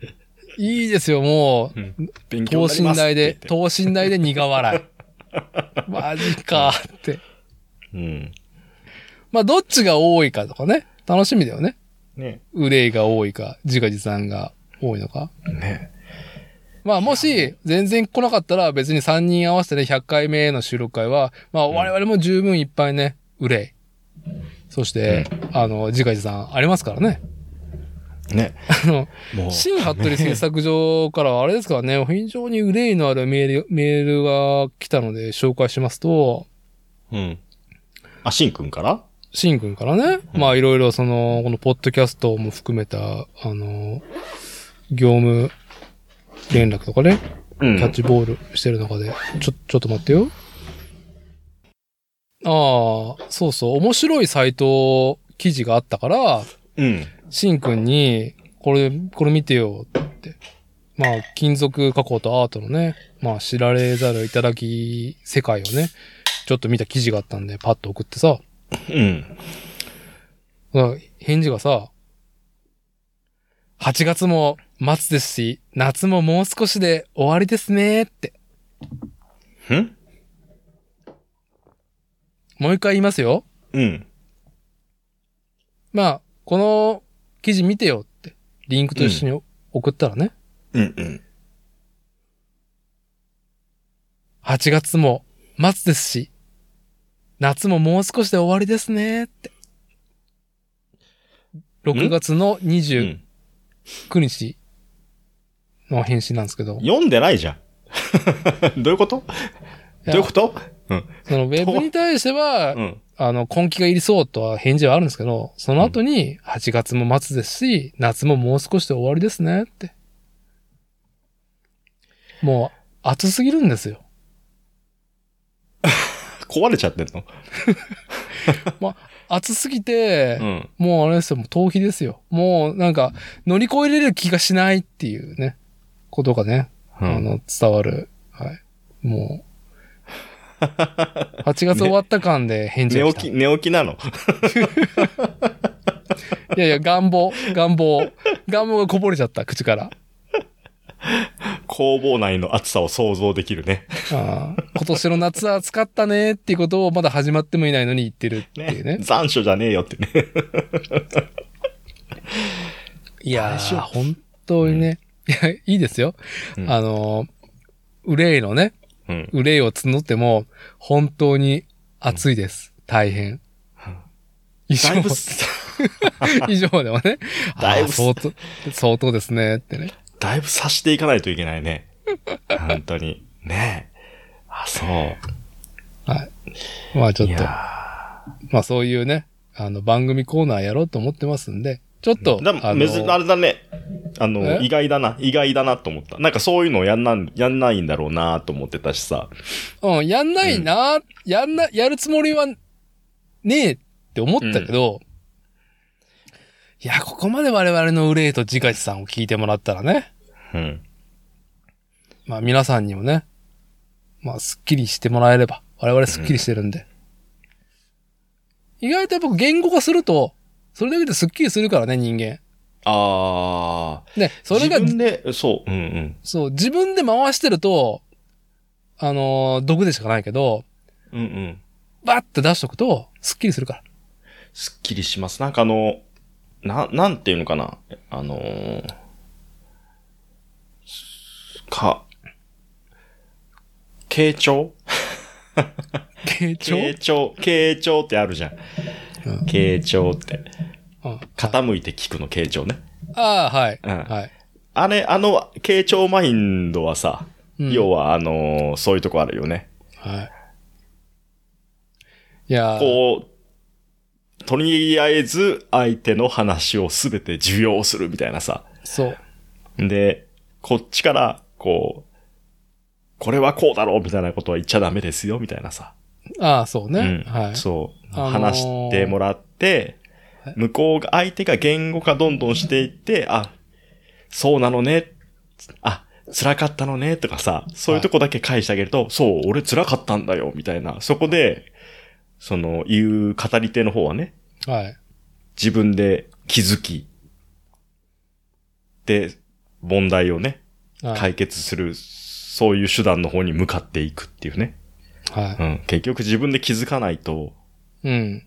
いいですよ、もう、
勉強
等身
になりますって
大
言っ
で
て、
等身大で苦笑 い。マジかーって。
うん。
まあ、どっちが多いかとかね、楽しみだよね。
ね。
憂いが多いか、自画自賛が多いのか。
ね。
まあもし、全然来なかったら別に3人合わせてね、100回目の収録会は、まあ我々も十分いっぱいね、憂い。そして、あの、自画自賛ありますからね。
ね。
あの、
もう。
新服部製作所からはあれですからね、 非常に憂いのあるメール、メールが来たので紹介しますと、
うん。あ、しんくんから
シンくんからね、まあいろいろその、このポッドキャストも含めた、あの、業務連絡とかね、
う
キャッチボールしてる中で、ちょ、ちょっと待ってよ。ああ、そうそう、面白いサイト記事があったから、
うん。
しんくんに、これ、これ見てよって。まあ、金属加工とアートのね、まあ、知られざるいただき世界をね、ちょっと見た記事があったんで、パッと送ってさ、
うん。
まあ返事がさ、8月も末ですし、夏ももう少しで終わりですねって。
ん
もう一回言いますよ。
うん。
まあ、この記事見てよって、リンクと一緒に送ったらね、
うんうん。
8月も末ですし、夏ももう少しで終わりですねって。6月の
う
29
ん。
日の返信なんですけど、
読んでないじゃん。 どういうことどういうことうん。
そのウェブに対しては
う、ん。
あの、根気がいりそうとは返事はあるんですけど、その後に8月も末ですし、夏ももう少しで終わりですねって。もう、暑すぎるんですよ。
壊れちゃってんの
暑すぎて、
ん。
もうあれですよ、もう逃避ですよ。もうなんか、乗り越えれる気がしないっていうね、ことがね、
う
あ
ん。
の、伝わる。はい。も う、8月終わった感で返事
寝
が
起
来た。
き、寝起きなの。
いやいや、願望、願望、願望がこぼれちゃった、口から。
工房内の暑さを想像できるね。
ああ今年の夏は暑かったねっていうことをまだ始まってもいないのに言ってるっていうね。
残暑じゃねえよってね。
いや
大丈
ー、
夫
本当にね。いや、いいですよ。
うん
あのー、憂いのね、
うん。
憂いを募っても、本当に暑いです。大変。以上
だいぶ、
以上でもね。
だいぶ
あー相当、相当ですねってね。
だいぶ察していかないといけな いね。本当に。ねえ。あ、そう。
まあちょっ
い
と、
や
まあそういうね、あの番組コーナーやろうと思ってますんで、ちょっと、
ーだ、
あの
めず、あれだね。あ
え
の、意外だな。意外だなと思った。なんかそういうのやんなん、やんないんだろうなと思ってたしさ。
うん、やんないな、やんな、やるつもりはねえって思ったけど、いや、ここまで我々の憂いと自画自賛を聞いてもらったらね、
うん。
まあ皆さんにもね、まあスッキリしてもらえれば、我々スッキリしてるんで、意外とやっぱ言語化すると、それだけでスッキリするからね、人間。
ああ。
ね、それが、
自分で、そう。うんうん。
そう、自分で回してると、あのー毒でしかないけど、
うんうん。
バッて出しとくと、スッキリするから。
すっきりします。なんかあの、な、なんていうのかな。あのーか、傾聴
傾聴
傾聴、傾聴ってあるじゃん。
うん
傾聴って。
うん
傾いて聞くの傾聴ね。
ああ、はい。
うん
はい。
あれ、あの、傾聴マインドはさ、
うん
要はあのーそういうとこあるよね。
はい。いやー
こう、とりあえず相手の話をすべて受容するみたいなさ。
そう。
で、こっちから、こう、これはこうだろうみたいなことは言っちゃダメですよみたいなさ。
ああ、そう
う
ね
ん。。
はい。
そう。
あのー
話してもらって
はい、
向こうが、相手が言語化どんどんしていって、あ、そうなのね。あ、辛かったのね。とかさ、そういうとこだけ返してあげると、そう、俺辛かったんだよ。みたいな。そこで、その、言う語り手の方はね、
はい。
自分で気づき、で、問題をね、
はい。
解決する、そういう手段の方に向かっていくっていうね。
は
うん。結局自分で気づかないと、
い。うん。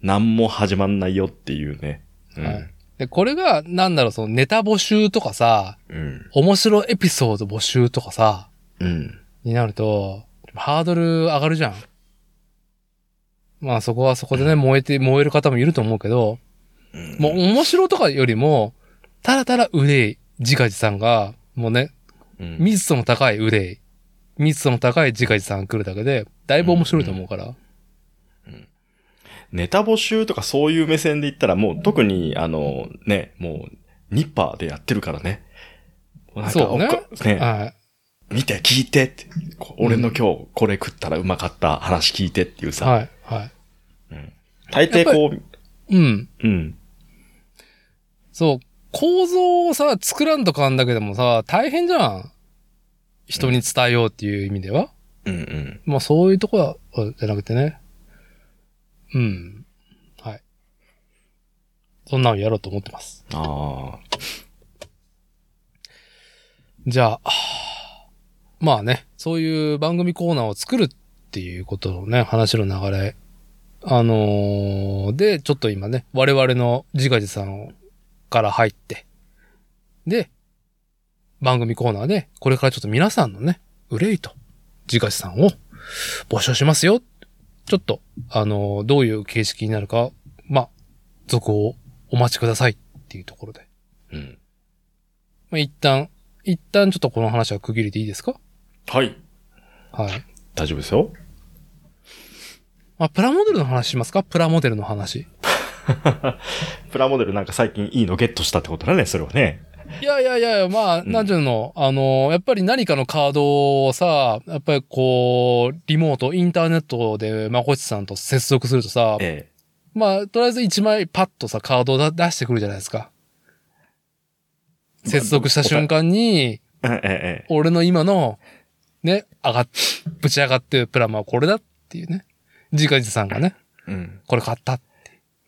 何も始まんないよっていうね。うん。
はいで、これが、なんだろう、そのネタ募集とかさ、
うん。
面白エピソード募集とかさ、
うん。
になると、ハードル上がるじゃん。まあそこはそこでね、燃えて、燃える方もいると思うけど、もう面白とかよりも、ただただ憂い、ジカジさんが、もうね、
うん。
密度の高い憂い、密度の高いジカジさん来るだけで、だいぶ面白いと思うから。
ネタ募集とかそういう目線で言ったら、もう特に、あの、ね、もう、ニッパーでやってるからね。なんか
そうね
おかね
はい。
見て、聞いてって。こ俺の今日これ食ったらうまかった話聞いてっていうさ。
はい。は
大抵こう、
い。うん。
うん。
そう。構造をさ、作らんとかんだけでもさ、大変じゃん。人に伝えようっていう意味では。
うんうん。
まあそういうとこは、じゃなくてね。うん。はい。そんなのやろうと思ってます。
あ
じゃあ、まあね、そういう番組コーナーを作るっていうことのね、話の流れ。あのーで、ちょっと今ね、我々のジガジさんから入って、で、番組コーナーで、これからちょっと皆さんのね、憂いと、ジガジさんを募集しますよ。ちょっと、あのーどういう形式になるか、まあ、続報をお待ちくださいっていうところで。
あ。うん。
まあ、一旦、一旦ちょっとこの話は区切りでいいですか
はい。
はい。
大丈夫ですよ。
まあ、プラモデルの話しますかプラモデルの話。
プラモデルなんか最近いいのゲットしたってことだね、それはね。
いやいやいやいや、まあ、
うん
なんちゅうの、あの、やっぱり何かのカードをさ、やっぱりこう、リモート、インターネットで、まこちさんと接続するとさ、
え
まあ、とりあえず1枚パッとさ、カードをだ出してくるじゃないですか。
あ
接続した瞬間に、
え。ええ。
俺の今の、ね、上がっ、ぶち上がってるプラマはこれだっていうね。ジカジさんがね、
うん。
これ買った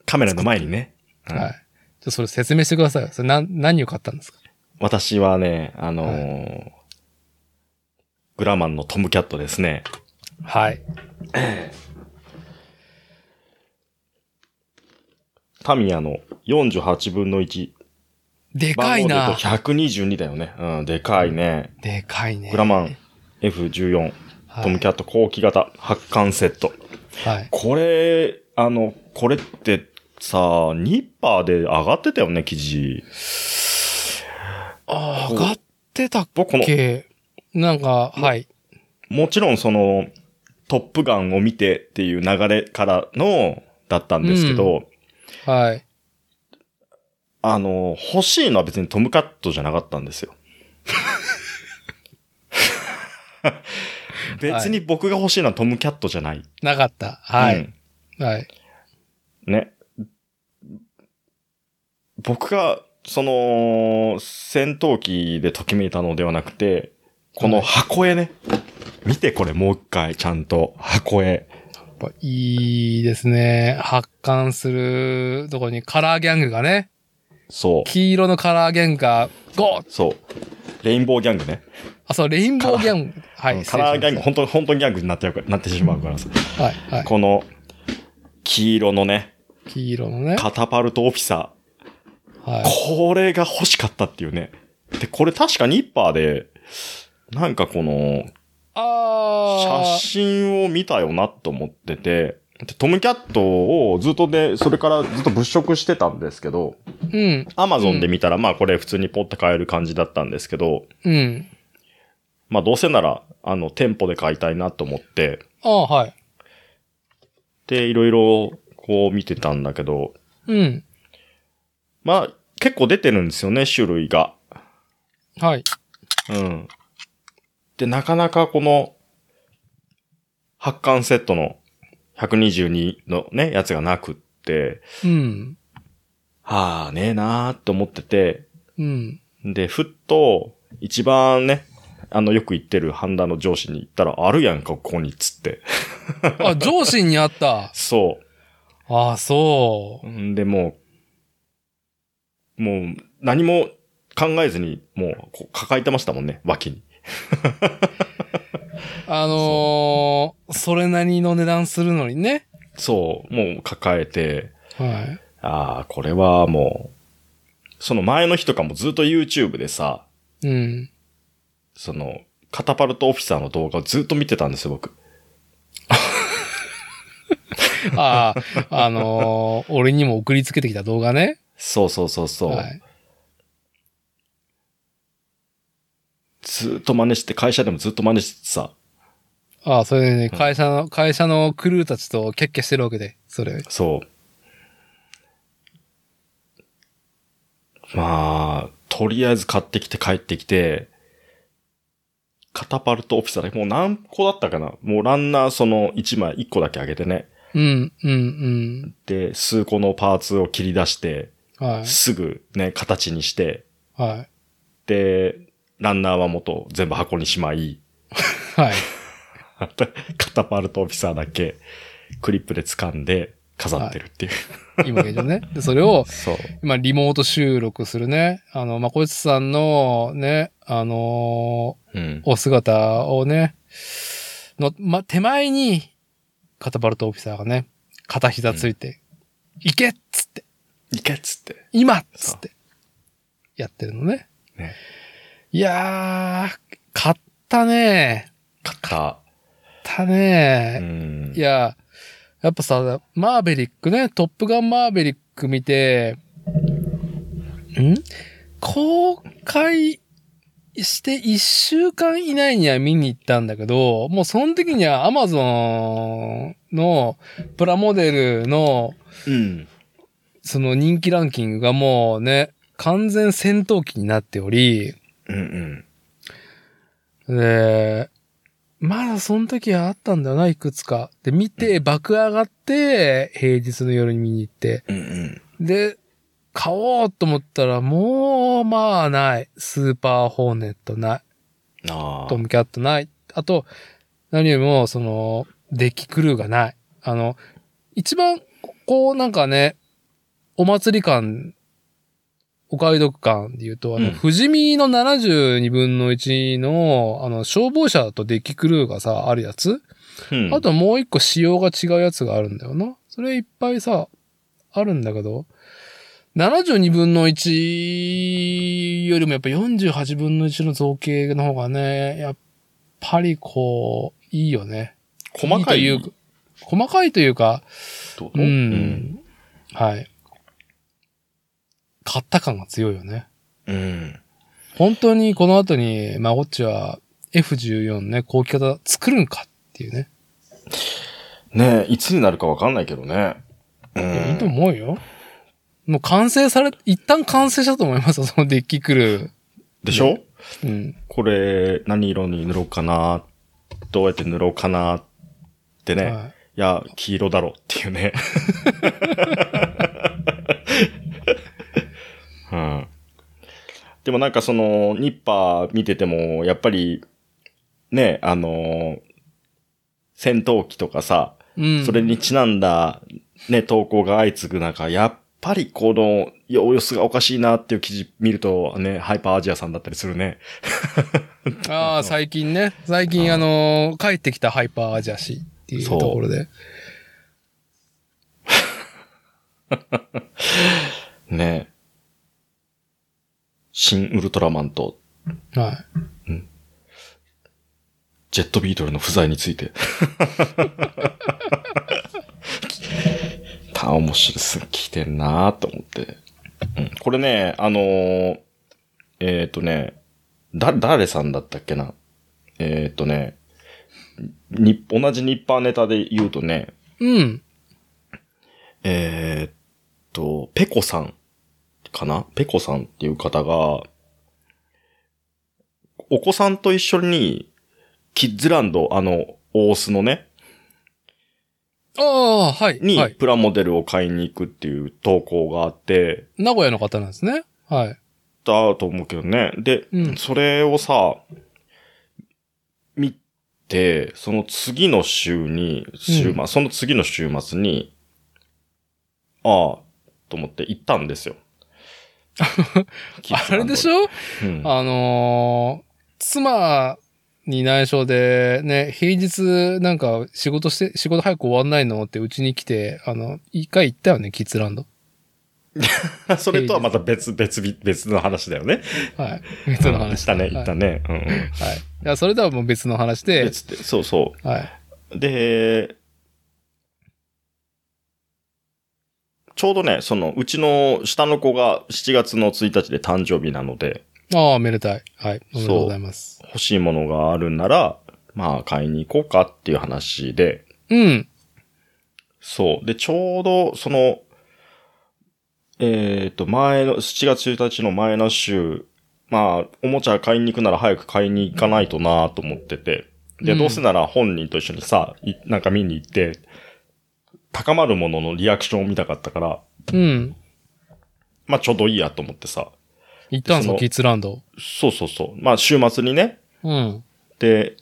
カメラの前にね。うん
はい。じゃあそれ説明してください。それな、何を買ったんですか
私はね、あのーグラマンのトムキャットですね。
はい。
タミヤの48分の1。
でかい
番
な
号。で言うと122だよね。うん、でかいね。
でかいね。
グラマン F14、
はい
トムキャット後期型発艦セット。
はい。
これ、あの、これってさ、ニッパーで上がってたよね、記事。
ああ、
こう
上がってたっ
僕この、
けなんか、はい。
もちろんその、トップガンを見てっていう流れからの、だったんですけど、
はい。
あの、欲しいのは別にトムカットじゃなかったんですよ。別に僕が欲しいのはトムキャットじゃない。
なかった。は
う
い。
ん
はい。
ね。僕が、その、戦闘機でときめいたのではなくて、この箱絵ね。見てこれもう一回、ちゃんと。箱絵。
ぱいいですね。発汗するとこにカラーギャングがね、
そう。
黄色のカラーギャングが、ゴー
そう。レインボーギャングね。
あ、そう、レインボーギャング。は
うん
い。
カラーギャング、
失
本当に、本当にギャングになっちゃうからなってしまうからさ。
礼しましたはい、はい。
この、黄色のね、
黄色のね。
カタパルトオフィサ
は
ー。
い。
これが欲しかったっていうね。で、これ確かニッパーで、なんかこの、写
あ
真を見たよなと思ってて、でトムキャットをずっとで、それからずっと物色してたんですけど、
ー。うん。
アマゾンで見たら、まあこれ普通にポッと買える感じだったんですけど、
うん。
まあどうせなら、あの、店舗で買いたいなと思って、
ああ、はい。
で、いろいろこう見てたんだけど、
うん。
まあ結構出てるんですよね、種類が。
はい。
うん。で、なかなかこの、発汗セットの122のね、やつがなくって、
うん。
はあ、ねえなーって思ってて、
うん。
で、ふっと、一番ね、あの、よく言ってるハンダの上司に行ったら、あるやんか、ここに、つって。
あ、上司に あった。
そ。
ああ、そう
んで、もう、もう、何も考えずに、もう、こう抱えてましたもんね、脇に。
う。あのー、それなりの値段するのにね。
そう、もう抱えて、
はい。
ああ、これはもう、その前の日とかもずっと YouTube でさ、
うん。
その、カタパルトオフィサーの動画をずっと見てたんですよ、僕。
ああ、あのー、俺にも送りつけてきた動画ね。
そうそうそうそう。
はい。
ずーっと真似して、会社でもずっと真似してさ、
ああ、それでね、
うん
会社の、会社のクルーたちとキャッキャしてるわけで、それ。
そう。まあ、とりあえず買ってきて帰ってきて、カタパルトオフィサーだけもう何個だったかなもうランナーその1枚1個だけ上げてね。
うん、うん、
で、数個のパーツを切り出して、
うん。はい。
すぐね、形にして、
はい。
で、ランナーは元全部箱にしまい、
はい。
カタパルトオフィサーだけクリップで掴んで飾ってるっていう。
今現状ね。で、それを、
そう。
今、リモート収録するね。あの、まこいつさんの、ね、あの
うん
ー。お姿をね、の、ま、手前に、カタパルトオフィサーがね、片膝ついて、行けっつって、
いけっつって。
今っつって、やってるのね。
ね
いやー、買ったね。
買った。
買ったね
う。ん
い。や、やっぱさ、マーベリックね、トップガンマーベリック見て、ん公開して1週間以内には見に行ったんだけど、もうその時には Amazon のプラモデルの
うん。
その人気ランキングがもうね、完全戦闘機になっており、
うんうん。
で、まだその時はあったんだよな、いくつか。で、見て、爆上がって、平日の夜に見に行って。
うんうん。
で、買おうと思ったら、もう、まあ、ない。スーパーホーネットない。
ああ
ト。ムキャットない。あと、何よりも、その、デッキクルーがない。あの、一番、こう、なんかね、お祭り感、お買い得感で言うと、あの、
うん
富士見の72分の1の、あの、消防車とデッキクルーがさ、あるやつ。
うん
あともう一個仕様が違うやつがあるんだよな。それいっぱいさ、あるんだけど、72分の1よりもやっぱ48分の1の造形の方がね、やっぱりこう、いいよね。
細かい。
いいというか細かいというか、
ってこ
う
と
ん。
うん。
はい。買った感が強いよね。
うん。
本当にこの後に、マゴッチは F14 ね、後期型作るんかっていうね。
ねえ、いつになるかわかんないけどね。う
いやいいと
ん。
思うよ。もう完成され、一旦完成したと思いますよ、そのデッキクル
でしょ、
ー。うん。
これ、何色に塗ろうかなどうやって塗ろうかなってね。
はい
いや、黄色だろっていうね。 うん、でもなんかその、ニッパー見てても、やっぱり、ね、あのー戦闘機とかさ、
うん。
それにちなんだ、ね、投稿が相次ぐ中、やっぱりこの、様子がおかしいなっていう記事見ると、ね、ハイパーアジアさんだったりするね。
ああ、最近ね。最近、あのー帰ってきたハイパーアジャシっていうところで。
ね。新ウルトラマンと
は
ジェットビートルの不在について。た、面白いっす。来てんなーと思って。うん、これね、あのーえっ、とね、だ、誰さんだったっけなえっ、とね、に、同じニッパーネタで言うとね、
い。うん。
えーっと、ペコさんかなペコさんっていう方が、お子さんと一緒に、キッズランド、あの、大須のね、
ああ、はい。
に
はい。
プラモデルを買いに行くっていう投稿があって、
名古屋の方なんですね。はい。
だと思うけどね。で、
うん
それをさ、見て、その次の週に、週末、その次の週末に、ああ、と思って行ったんですよ。
あれでしょ
うん
あのー妻に内緒で、ね、平日なんか仕事して、仕事早く終わんないのってうちに来て、あの、一回行ったよね、キッズランド。
それとはまた別、別日、別の話だよね。
はい。別の話。
したね、
は
行
い
ったね。うんうん
はい。いや、それとはもう別の話で、
別って、そうそう。
はい。
で、ちょうどね、その、うちの下の子が7月の1日で誕生日なので、
ああ、めでたい。はい。おめ
そう
でとうございます。
欲しいものがあるなら、まあ買いに行こうかっていう話で、
うん。
そう。で、ちょうど、その、えっ、と、前の、7月1日の前の週、まあ、おもちゃ買いに行くなら早く買いに行かないとなと思ってて、で、
うん
どうせなら本人と一緒にさ、いなんか見に行って、高まるもののリアクションを見たかったから、
うん。
まあちょうどいいやと思ってさ、
行ったんす
そ
か、
の
キッズランド。
そうそうそう。まあ週末にね、
うん。
で、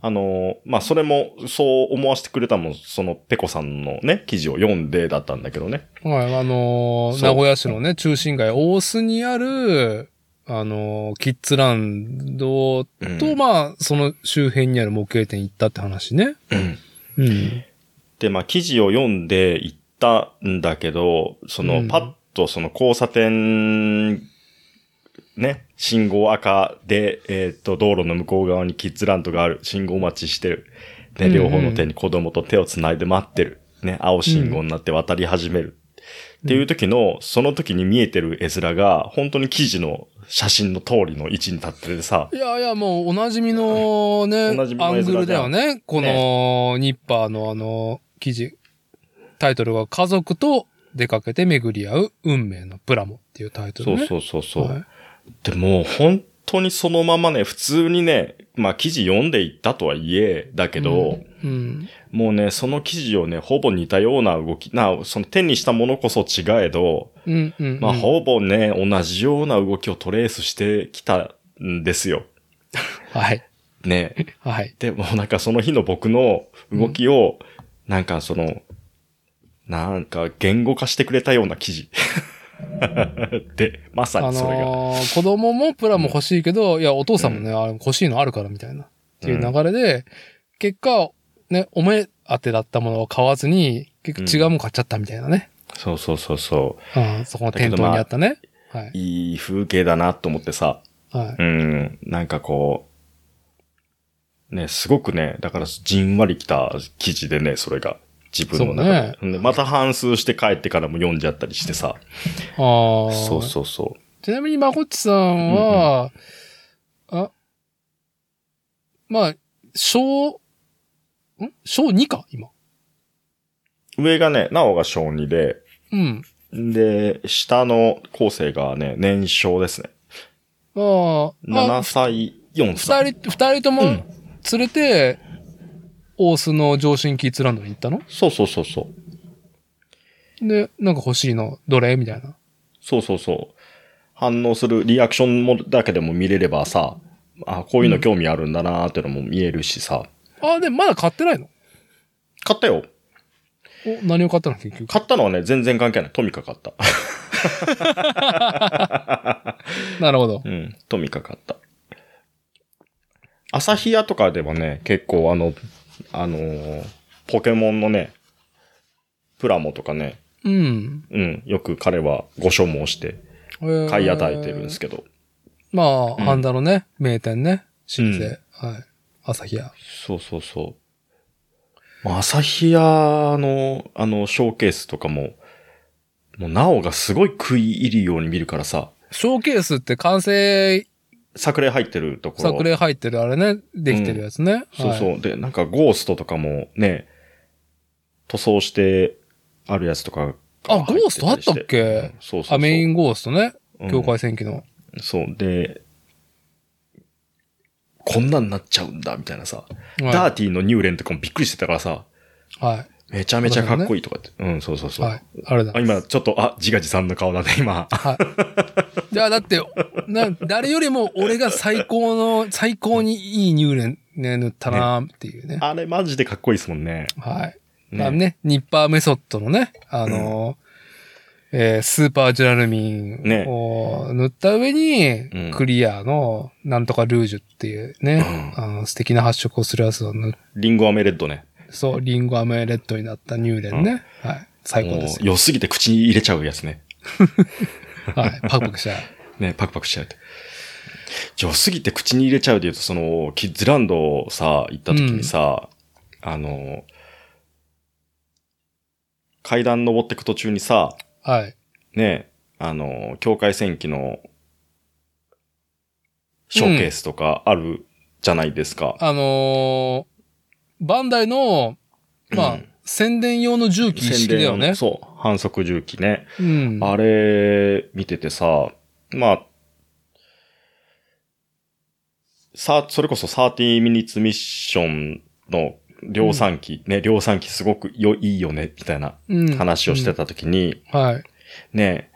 あのーまあ、それも、そう思わせてくれたのも、その、ペコさんのね、記事を読んでだったんだけどね。
はい、あのー
そう
名古屋市のね、中心街、大須にある、あのーキッズランドと、
うん
まあ、その周辺にある模型店行ったって話ね。うん。
で、まあ、記事を読んで行ったんだけど、その
う、ん
パッとその交差点、ね、信号赤で、えっ、と、道路の向こう側にキッズランドがある、信号待ちしてる。ね、
うんうん
両方の手に子供と手を繋いで待ってる。ね、青信号になって渡り始める。っていう時の、その時に見えてる絵面が、本当に記事の写真の通りの位置に立っててさ、
いやいや、もう、おなじみのね、
おなじみ
ア
の絵面
ングルだ
じゃん
よね。この、ニッパーのあの、記事。タイトルが、家族と出かけて巡り合う運命のプラモっていうタイト
そ
ル
う
ね。
そうそうそう。
はい
でも、本当にそのままね、普通にね、まあ記事読んでいったとはいえ、だけど、
うん。
もうね、その記事をね、ほぼ似たような動き、な、その手にしたものこそ違えど、
うん。うん。
まあ
うん
ほぼね、同じような動きをトレースしてきたんですよ。
はい。
ね。
はい。
でもなんかその日の僕の動きを、なんかその、なんか言語化してくれたような記事。 で、まさ
あ
にそれが。
のー子供もプラも欲しいけど、いや、お父さんもね、あれ欲しいのあるからみたいな。っていう流れで、結果、ね、お前当てだったものを買わずに、結局違うもん買っちゃったみたいなね。
そうそうそうそう。
うん、そこの店頭にあったね。はい。
いい風景だなと思ってさ、
はい。
うん、なんかこう、ね、すごくね、だからじんわりきた記事でね、それが。自分の中で。でまた反数して帰ってからも読んじゃったりしてさ。
ああ。
そうそうそ
ちなみに、まこっちさんは、あ、まあ、小、ん小2か、今。
う。上がね、なおが小2で、
うん。
で、下の後世がね、年少ですね。
まあ、
7歳、4歳。
二人、二人とも連れて、大須の上新キッズランドに行ったの
そうそうそうそう。
で、なんか欲しいの、どれみたいな。
そうそうそう。反応するリアクションもだけでも見れればさ、あ、こういうの興味あるんだなーってのも見えるしさ。
あ、でもまだ買ってないの
買ったよ。
お、何を買ったの結局。
買ったのはね、全然関係ない。トミカ買った。
なるほど。
うん、トミカ買った。アサヒアとかではね、結構あの、あのーポケモンのね、プラモとかね、
うん。
うん、よく彼はご所望して
えー
買い与えてるんですけど。
まあ、
うん
ハンダのね、名店ね。老舗。
うん
はい。朝日屋。
そうそうそう。まあアサヒアの、あの、ショーケースとかも、もう、なおがすごい食い入るように見るからさ、
ショーケースって完成
作例入ってるところ。
作例入ってる、あれね、できてるやつね。
そうそう。
はい。
で、なんかゴーストとかもね、塗装してあるやつとかが
あ
入てたりして。
ゴーストあったっけ
うんそうそうそ
ア
う。
メインゴーストね。
うん
境界戦記の。
そう。で、こんなんなっちゃうんだ、みたいなさ。
は
ダーティーのニューレンとかもびっくりしてたからさ、
い。は
めちゃめちゃかっこいいとかって。うん、そうそう
い。
そう。
はい。あれだ
あ。今、ちょっと、あ、自画自賛の顔だね、 今。
はい。じゃあ、だって、な、誰よりも俺が最高の、最高にいい入連ね、塗ったなーっていうね。
あれマジでかっこいいですもんね。
はい。まあ
ね。
ね、ニッパーメソッドのね、あのー、えースーパージュラルミン
ね
を塗った上に、
うん
クリアのなんとかルージュっていうね、あの素敵な発色をするやつを塗っ
リンゴアメレッドね。
そう、リンゴアメレッドになった入連ね。はい。最高です
もう
よ。
良すぎて口に入れちゃうやつね。
はい。パクパクした。
ね、パクパクしちゃうって。じゃあ、すぎて口に入れちゃうで言うと、その、キッズランドをさ、行った時にさ、あの、階段登ってく途中にさ、
はい。
ね、あの、境界戦記の、ショーケースとかあるじゃないですか。
あのーバンダイの、まあ、
うん
宣伝用の重機一式だよね。
そう、反則重機ね。
うん。
あれ、見ててさ、まあ、さ、それこそ30 minutes ミッションの量産機、ね、量産機すごくよいいよね、みたいな
うん
話をしてたときに、
うんはい。
ね、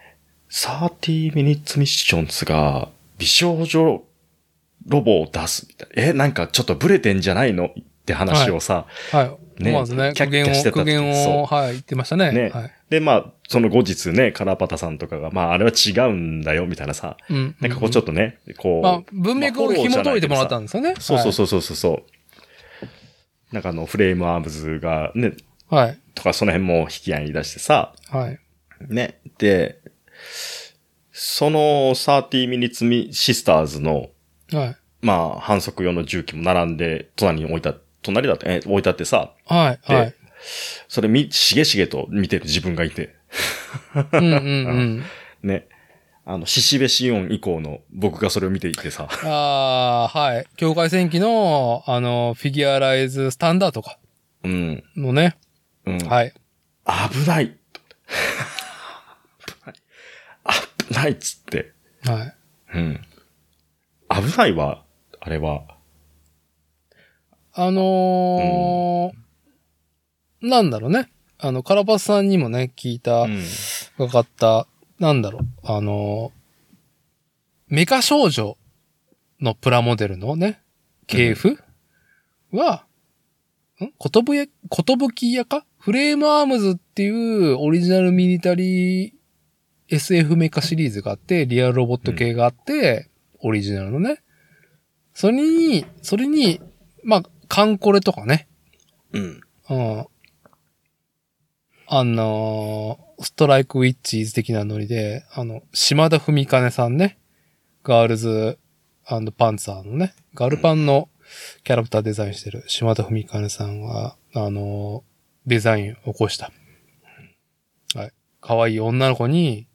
30 minutes ミッションズが美少女ロボを出すみたいな。え、なんかちょっとブレてんじゃないのって話をさ、
はい。
ね
思わずね、
キャ
苦
ッキャ
言
し
を、
てた
苦言
そ
を、
う
はい、言ってましたね。
ね
はい。
で、まあ、その後日ね、カラパタさんとかが、まあ、あれは違うんだよ、みたいなさ、
うん。
なんかこうちょっとね、こう。
まあ、文脈を紐解いてもらったんですよね。
そうそうそうそうそうそう。なんかあの、フレームアームズがね、
う。はい。
とかその辺も引き合いに出してさ、
はい。
ね。で、その30ミニツミシスターズの、
はい。
まあ、反則用の重機も並んで、隣に置いた、隣だって、え、置いたってさ、
はい。
で
はい。
それみ、しげしげと見てる自分がいて、
うんうんうん。
ね。あの、ししべし音以降の僕がそれを見てい てさ、
ああ、はい。境界戦記の、あの、フィギュアライズスタンダーとか
うん。
のね。
うん。
はい。
危ない 危ない。危ないっつって。
はい。
うん。危ないわ、あれは。
あのーなんだろうね。あの、カラパスさんにもね、聞いた、
ん。
かかった、なんだろう、あのーメカ少女のプラモデルのね、系譜は、んことぶや、ことぶきやかフレームアームズっていうオリジナルミリタリー SF メカシリーズがあって、リアルロボット系があって、オリジナルのね。それに、それに、まあ、カンコレとかね、
うん。
うん。あのーストライクウィッチーズ的なノリで、あの、島田文兼さんね、ガールズパンツァーのね、ガルパンのキャラクターデザインしてる島田文兼さんは、あのーデザインを起こした。はい。可愛い女の子に、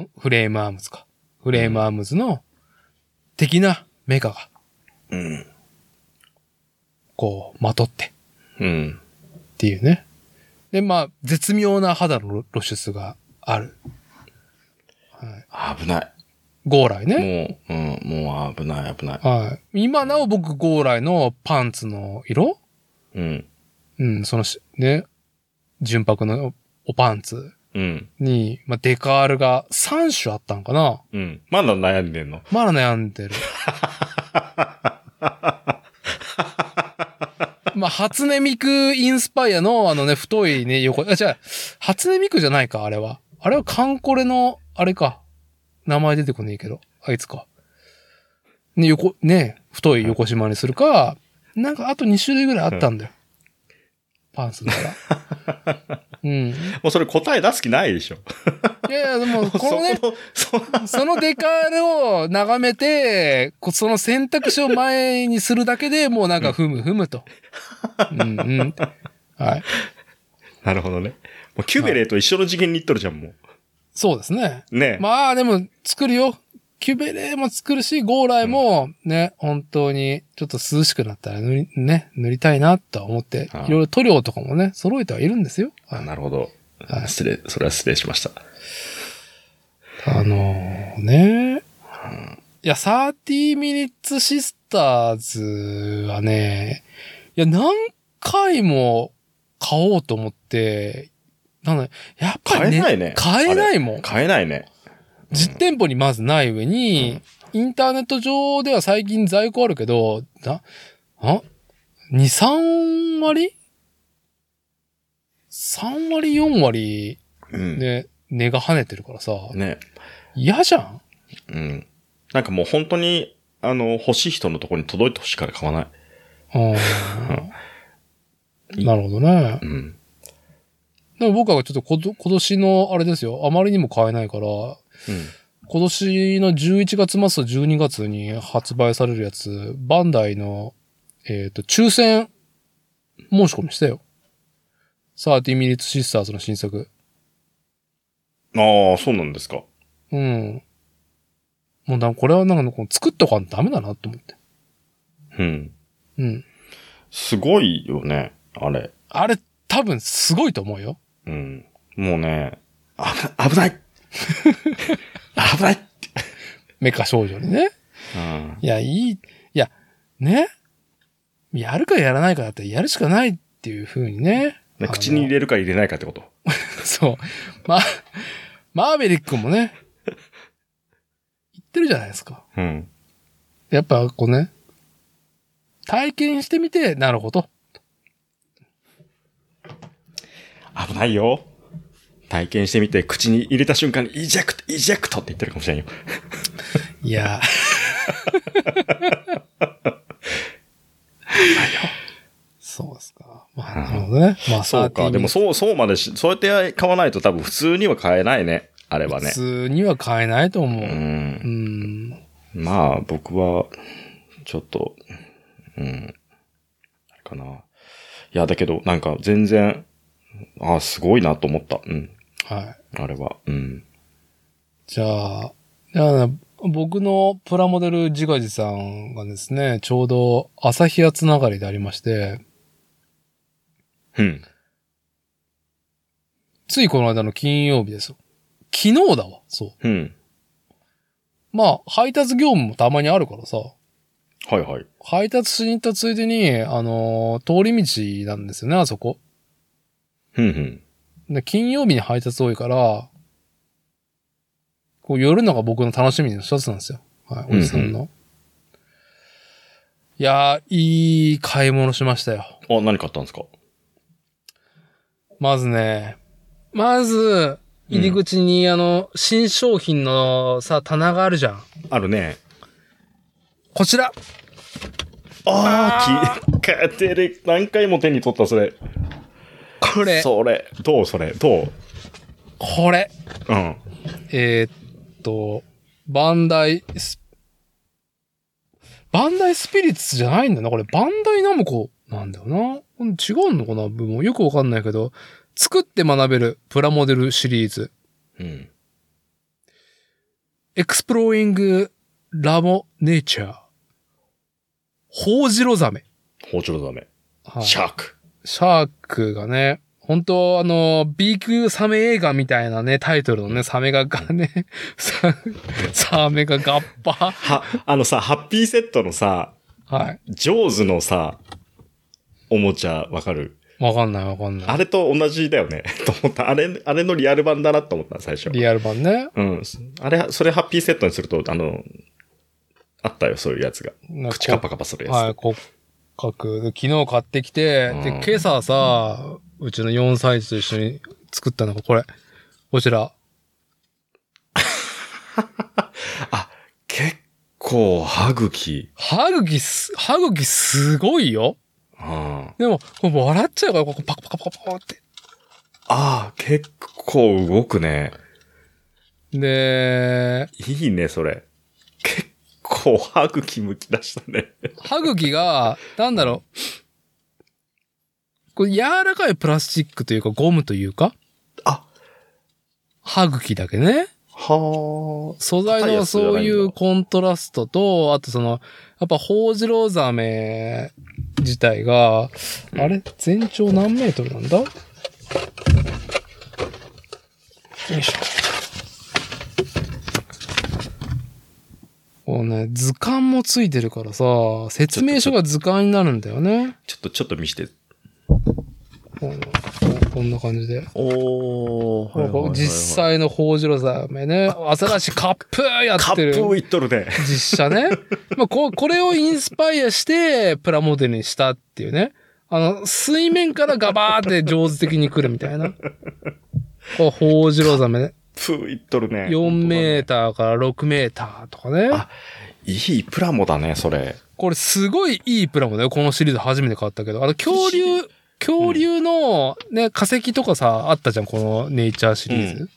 んフレームアームズか。フレームアームズの、的なメカが、
うん。
こう、まとって、
うん。
っていうね。で、まあ、絶妙な肌の露出がある。はい。
危ない。
ゴーライね。
もう、うん、もう危ない、危ない。
はい。今なお僕、ゴーライのパンツの色
うん。
うん、そのし、ね、純白のおパンツ
うん。
に、まあ、デカールが3種あったんかな
うん。まだ悩んでんの。
ま だ悩んでる。ままあ、初音ミクインスパイアのあのね、太いね、横、あ、じゃあ、初音ミクじゃないか、あれは。あれはカンコレの、あれか。名前出てこねえけど、あいつか。ね、横、ね、太い横島にするか、なんかあと2種類ぐらいあったんだよ。パンスなら。うん。い
もうそれ答え出す気ないでしょ。
やいや、で も、このね、
そこの、そ
そのデカールを眺めて、こその選択肢を前にするだけでもうなんかふむふむと。うんうん。はい。
なるほどね。もうキュベレーと一緒の次元に行っとるじゃん、も
そうですね。
う。ねえ。
まあでも作るよ。キュベレーも作るし、ゴーライもね、本当にちょっと涼しくなったら塗り、ね、塗りたいなとは思って、
はい
いろいろ塗料とかもね、揃えてはいるんですよ。
あなるほど
は。い
失礼、それは失礼しました。
あのーね。いや、30 minutes sisters はね、いや、何回も買おうと思って、なんだ、やっぱり
買え
ね、
ないね。
買えないもん
あれ。買えないね。
実店舗にまずない上に、インターネット上では最近在庫あるけど、な、あ ?2、3割 ?3 割、4割
うん。ね
で値が跳ねてるからさ、嫌じゃん
うん。なんかもう本当に、あの、欲しい人のところに届いてほしいから買わない。
うんなるほどね。
うん。
でも僕はちょっとこと今年のあれですよ。あまりにも買えないから、今年の11月末と12月に発売されるやつ、バンダイの、えっ、と、抽選申し込みしたよ。30 minutes sisters の新作。
うん。ああ、そうなんですか。
うん。もうだ、これはなんかこう作っとかんとダメだなと思って。
うん。
うん。
すごいよね、あれ。
あれ、多分すごいと思うよ。
うん。もうね、あ危 ない危ない
メカ少女にね。
うん。
いや、いい、いや、ね。やるかやらないかだってやるしかないっていう風にね。
で口に入れるか入れないかってこと。
そう。ま、マーベリックもね、言ってるじゃないですか。
うん。
やっぱこうね、体験してみて、なるほど。
危ないよ。体験してみて、口に入れた瞬間に、イジェクト、イジェクトって言ってるかもしれんよ。
いや。そうですか。まあ、なるほどね。まあ、
そうか。でも、そう、そうまでし、そうやって買わないと多分普通には買えないね。あれ
う
はね
普。通には買えないと思
う。
う。うんん。
まあ、僕は、ちょっと、うん。あれかな。いや、だけど、なんか全然、あすごいなと思った。うん。
はい。
あれは。うん。
じゃあ、じゃあね僕のプラモデルジガジさんがですね、ちょうど朝日屋つながりでありまして、
うん。
ついこの間の金曜日ですよ。昨日だわ、そう。
うん。
まあ、配達業務もたまにあるからさ、
はいはい。
配達しに行ったついでに、あのー通り道なんですよね、あそこ。
うんうん。
で金曜日に配達多いから、こう寄るのが僕の楽しみの一つなんですよ。はい、おじさんの。いやー、いい買い物しましたよ。
あ、何買ったんですか
まずね、まず、入り口に、あの、新商品のさ、棚があるじゃん。
あるね。
こちら
ああ、き、かてれ、何回も手に取った、それ。
これ
それ。どうそれ。どう
これ
うん。
えーっと、バンダイス、バンダイスピリッツじゃないんだな。これ、バンダイナムコなんだよな。違うのかな部門。よくわかんないけど、作って学べるプラモデルシリーズ。
うん。
エクスプローイングラボネイチャー。ホウジロザメ。
包丁ザメ。
はい
シャーク。
シャークがね、本当あの、B 級サメ映画みたいなね、タイトルのね、サメががね、ササメがガッパ。
は、あのさ、ハッピーセットのさ、
はい。
ジョーズのさ、おもちゃわかる
わかんないわかんな
あ
い。
れと同じだよね。 と思った。あれ、あれのリアル版だなと思った、最初。
リアル版ね。
うん。あれ、それハッピーセットにすると、あの、あったよ、そういうやつが。
なんかこう
口カパカパするやつ。
はい、こ角、昨日買ってきて、で
うん、
今朝さ、うちの4歳児と一緒に作ったのがこれ。こちら。
結構、歯茎。
歯茎す、歯茎すごいよ。
うん。
でも、これ笑っちゃうから、ここパカパカパカパカって。
ああ、結構動くね。
で、
いいね、それ。結構、歯茎むき出したね。
歯茎が、なんだろう。これ柔らかいプラスチックというか、ゴムというか、
あ、
歯茎だけね。
は
素材
硬いや
の
つじゃない
そ
んだ
ういうコントラストと、あとその、やっぱホウジロザメ自体が、
うん
あれ全長何メートルなんだよいしょ。こうね、図鑑もついてるからさ、説明書が図鑑になるんだよね
あ。。ちょっと、ちょっと見して。
こうこんな感じで。
お
実。際のホウジロザメね、アザラシカップーや
カ
って
ッ
る。
プをいっとるね。
実写ね。 まあこ、これをインスパイアして、プラモデルにしたっていうね。あの、水面からガバーって上手的に来るみたいな。こう、ホウジロザメね。
プーいっとるね。
4メーターから6メーターとかね。
あいいプラモだね、それ。
これすごいいいプラモだよ。このシリーズ初めて買ったけど。あの、恐竜、恐竜のね、化石とかさ、あったじゃん。このネイチャーシリーズ。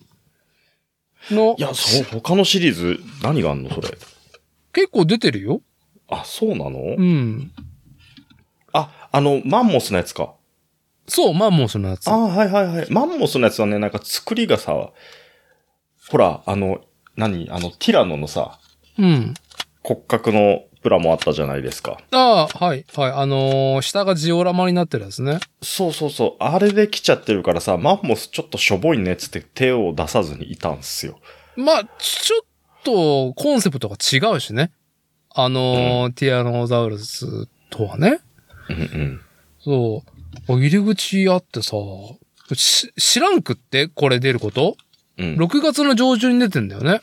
の
い、や、そう、他のシリーズ、何があんの、それ。
結構出てるよ。
あ、そうなの
うん。
あ、あの、マンモスのやつか。
そう、マンモスのやつ。
あはいはいはい。マンモスのやつはね、なんか作りがさ、ほら、あの、何あの、ティラノのさ、
うん。
骨格のプラもあったじゃないですか。
ああ、はい、はい。あのー下がジオラマになってるやつね。
そうそうそう。あれで来ちゃってるからさ、マンモスちょっとしょぼいねっつって手を出さずにいたんすよ。
まあ、ちょっと、コンセプトが違うしね。あのーティアノザウルスとはね。
うんうん。
そう。入り口あってさ、し知らんくってこれ出ること
うん。
?6 月の上旬に出てんだよね。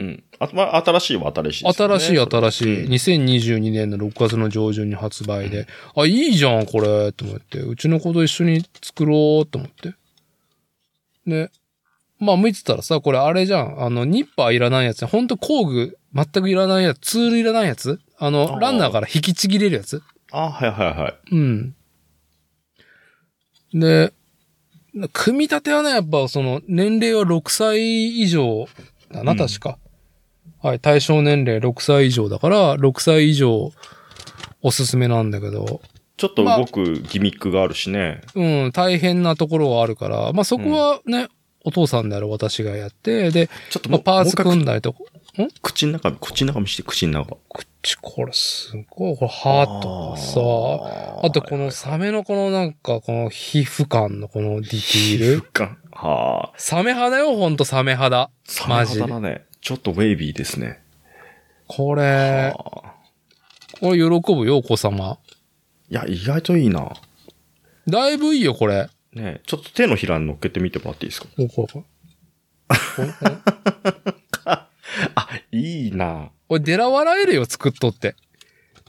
うん。あと、まあ、新しいは新しいですよね、
新しい新しい。
うん
2022年の6月の上旬に発売で。あ、いいじゃん、これ、と思って。うちの子と一緒に作ろう、と思って。で、まあ、見てたらさ、これあれじゃん。あの、ニッパーいらないやつ。ほんと工具、全くいらないやつ。ツールいらないやつ。あ
あ
の、
ー
ランナーから引きちぎれるやつ。
あ、はいはいはい。
うん。で、組み立てはね、やっぱその、年齢は6歳以上だな、
うん
確か。はい、対象年齢6歳以上だから、6歳以上おすすめなんだけど、
ちょっと動くギミックがあるしね。
うん、大変なところはあるから、まあそこはね、お父さんである私がやって、で、
ちょっと
ま
も
あ、
う、
パーツ
もう一
組んだりとか、
回口の中、口の中見して、口の中。
こっちこれすごい、これハートがさ、あとこのサメのこのなんか、この皮膚感のこのディティール。
感。はあ。
サメ肌よ、ほんとサメ肌。
サメ
マジ
肌だね。ちょっとウェイビーですね。
これ、
はあ
これ喜ぶよ、お子様。
いや、意外といいな。
だいぶいいよ、これ。
ねちょっと手のひらに乗っけてみてもらっていいですか
こうこうこうこう
あ、いいな。
これ、デラ笑えるよ、作っとって。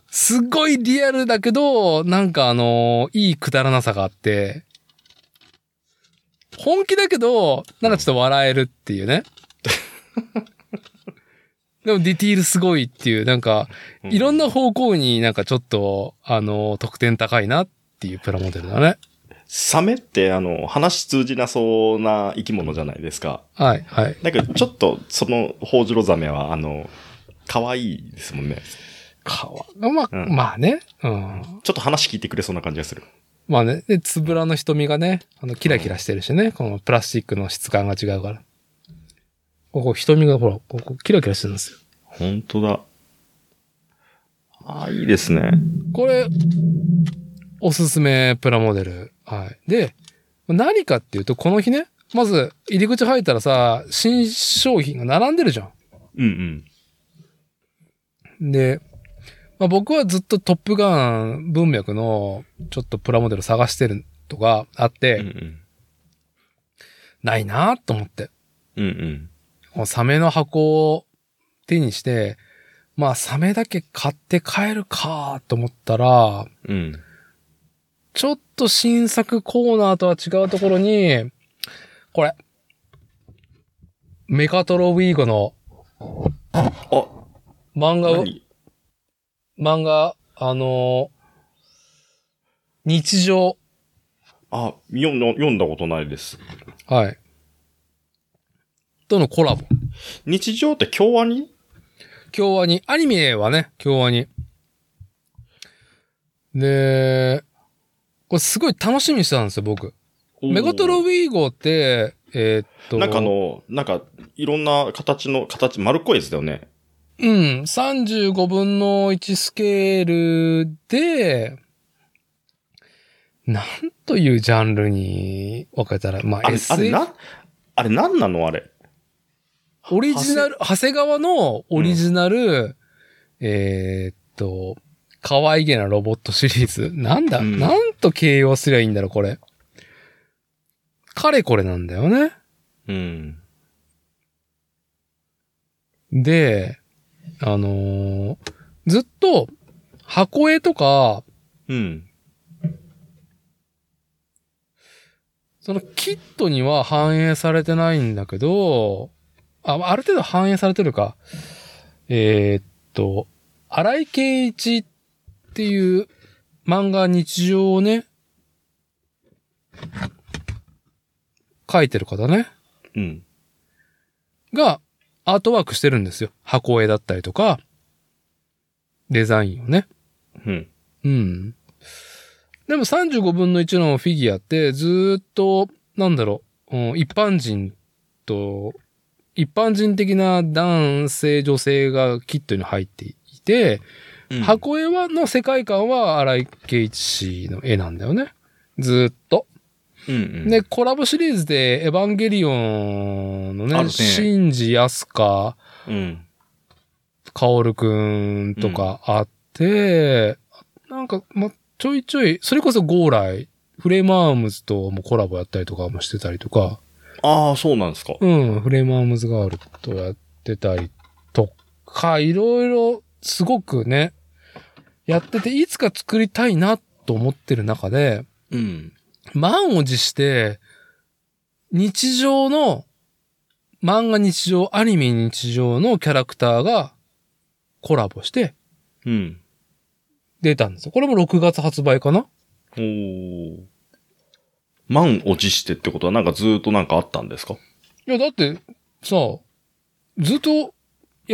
すっごいリアルだけど、なんかあのーいいくだらなさがあって、本気だけど、なんかちょっと笑えるっていうね。でもディティールすごいっていう、なんか、いろんな方向になんかちょっと、あのー得点高いなっていうプラモデルだね。
サメって、あの、話通じなそうな生き物じゃないですか。
はい、はい。
だけど、ちょっと、その、ホウジロザメは、あの、可愛いですもんね。
かわ、まあ、
うん
まあね。うん。
ちょっと話聞いてくれそうな感じがする。
まあね。で、つぶらの瞳がね、あの、キラキラしてるしね。このプラスチックの質感が違うから。ここ、瞳がほら、ここ、キラキラしてるんですよ。
本当だ。あ、いいですね。
これ、おすすめプラモデル。はい。で、何かっていうと、この日ね、まず、入り口入ったらさ、新商品が並んでるじゃ
うん
ん。で、まあ僕はずっとトップガン文脈の、ちょっとプラモデル探してるとかあっ
うん。う
て、
んうん。
ないなと思って。
うんうん。
このサメの箱を手にして、まあ、サメだけ買って帰るかと思ったら、
うん。
ちょっと新作コーナーとは違うところに、これ、メカトロウィーゴの
あ、
漫画を、
何
漫画、あのー日常、
あ、読んだ、読んだことないです。
はい。とのコラボ。
日常って京アニ
京アニ、アニメはね、京アニ。で、これすごい楽しみにしてたんですよ、僕。メガトロウ
ウ
ィーゴって、えーっと、
なんかあの、なんか、いろんな形の、形、丸っこいですよね。
うん、35分の1スケールで、なんというジャンルに分けたら、まあ、
あれ、あれ
SF、
な、あれなんなのあれ。
オリジナル、長谷川のオリジナル、えーっと、可愛げなロボットシリーズ。なんだ、
うん
なんと形容すりゃいいんだろう、これ。かれこれなんだよね。
うん。
で、あのーずっと、箱絵とか、
うん。
そのキットには反映されてないんだけど、あ、ある程度反映されてるか。えーっと、荒井圭一っていう漫画日常をね、書いてる方ね、
うん。
がアートワークしてるんですよ。箱絵だったりとか、デザインをね。
うん。
うん。でも35分の1のフィギュアってずーっと、なんだろう、うん一般人と、一般人的な男性、女性がキットに入っていて、
うん、
箱絵はの世界観は荒井圭一氏の絵なんだよね。ずーっと。
うん、うん。
で、コラボシリーズでエヴァンゲリオンの
あ
ね、
るね
シンジ・アスカ、
うん。
カオルくんとかあって、なんか、ま、ちょいちょい、それこそゴーライ、フレームアームズともコラボやったりとかもしてたりとか、
ああ、そうなんですか。
うん、フレームアームズガールとやってたりとか、いろいろすごくね、やってて、いつか作りたいなと思ってる中で、
うん。
満を持して、日常の、漫画日常、アニメ日常のキャラクターがコラボして、
うん。
出たんですよ。これも6月発売かな
おー。満を持してってことはなんかずーっとなんかあったんですか
いや、だって、さ、ずっと、い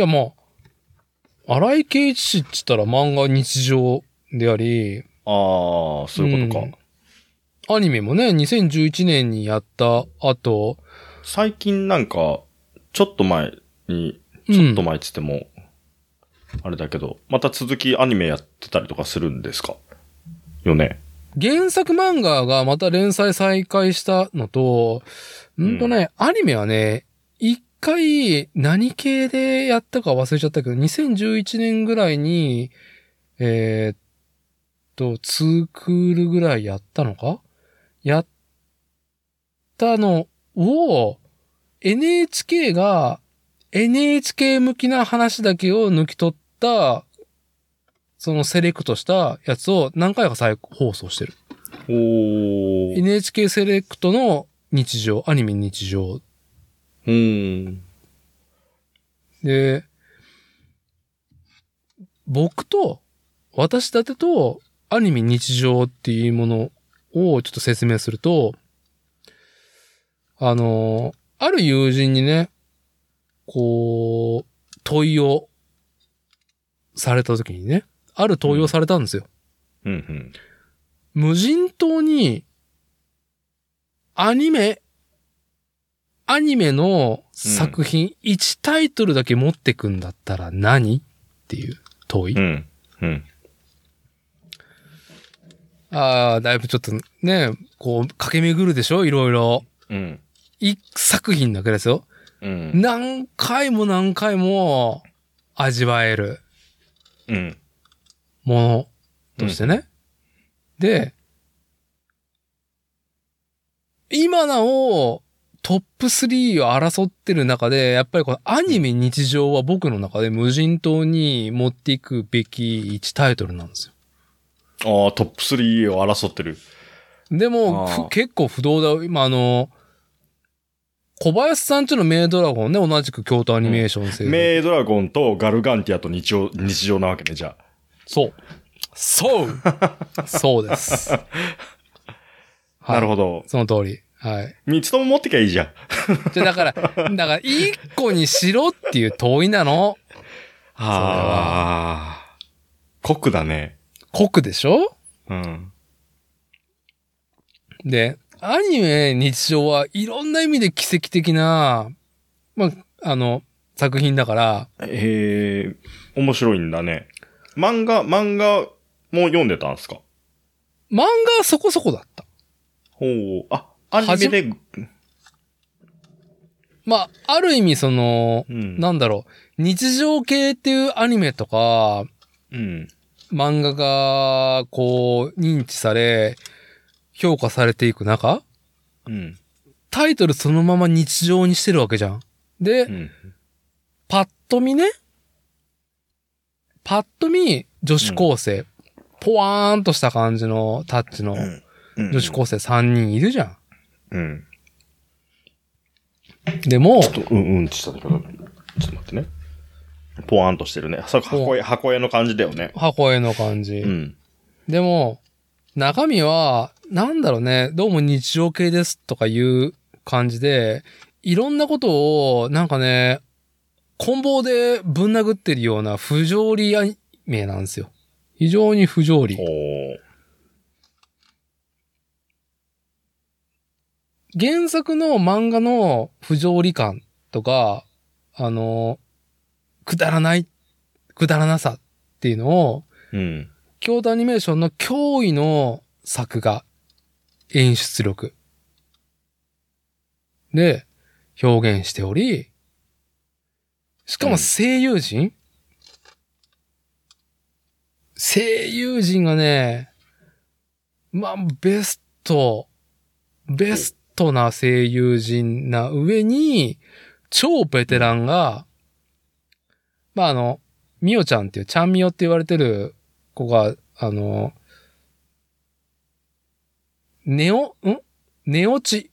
や、まあ、荒井圭一氏って言ったら漫画日常であり、
ああ、そういうことか。
うんアニメもね、2011年にやった後、
最近なんか、ちょっと前に、
うん
ちょっと前っつっても、あれだけど、また続きアニメやってたりとかするんですかよね。
原作漫画がまた連載再開したのと、うんとね、アニメはね、一回何系でやったか忘れちゃったけど、2011年ぐらいに、えーっと、ツークールぐらいやったのかやったのを、NHK が NHK 向きな話だけを抜き取った、そのセレクトしたやつを何回か再放送してる。
おー。
NHK セレクトの日常、アニメ日常
うーん。
で、僕と、私だてと、アニメ日常っていうものをちょっと説明すると、あの、ある友人にね、こう、問いをされた時にね、ある問いをされたんですよ。
うんうん。
無人島に、アニメ、アニメの作品、1タイトルだけ持ってくんだったら何っていう問い。
うん。うん。
ああ、だいぶちょっとね、こう、駆け巡るでしょいろいろ。
うん。
一作品だけですよ。
うん。
何回も何回も味わえる
うん。
ものとしてね。で、今なおトップ3を争ってる中で、やっぱりこのアニメ日常は僕の中で無人島に持っていくべき1タイトルなんですよ。
ああ、トップ3を争ってる。
でも、
あー
ふ結構不動だよ。今あの、小林さんちのメイドラゴンね、同じく京都アニメーション制作、
メイドラゴンとガルガンティアと日常、日常なわけね、じゃ
そう。 そうそうです。
あ。なる
ど。
ほど。
その通り。はい。
三つとも持ってきゃいいじゃん。
じゃ、だから、だから、一個にしろっていう問いなの。
ああ。酷だね。
酷でしょ
うん。
で、アニメ日常はいろんな意味で奇跡的な、まあ、あの、作品だから、
ええ、面白いんだね。漫画、漫画も読んでたんですか
漫画はそこそこだった。
ほう。あ、アニメで、
まあ、ある意味その、
うん。
なんだろう、日常系っていうアニメとか、
うん。
漫画が、こう、認知され、評価されていく中、
うん。
タイトルそのまま日常にしてるわけじゃん。で、
うん。
パッと見ね、パッと見、女子高生、ポワーンとした感じのタッチの
ん
女子高生3人いるじゃん。
うん。
でも、
ちょっと、うんうんってしたんだけど、ちょっと待ってね。ポワーンとしてるね。そう箱絵、箱絵の感じだよね。
箱絵の感じ。
うん。
でも、中身は、なんだろうね、どうも日常系ですとかいう感じで、いろんなことを、なんかね、棍棒でぶん殴ってるような不条理アニメなんですよ。非常に不条理
お。ー
原作の漫画の不条理感とか、あの、くだらない、くだらなさっていうのを、
うん。
京都アニメーションの脅威の作画、演出力で表現しており、しか
う
も
ん
声優陣、声優陣がね、まあ、ベスト、ベストな声優陣な上に、超ベテランが、まあ、あの、ミオちゃんっていう、ちゃんみおって言われてる子が、あの、ネオ、ん寝落ち。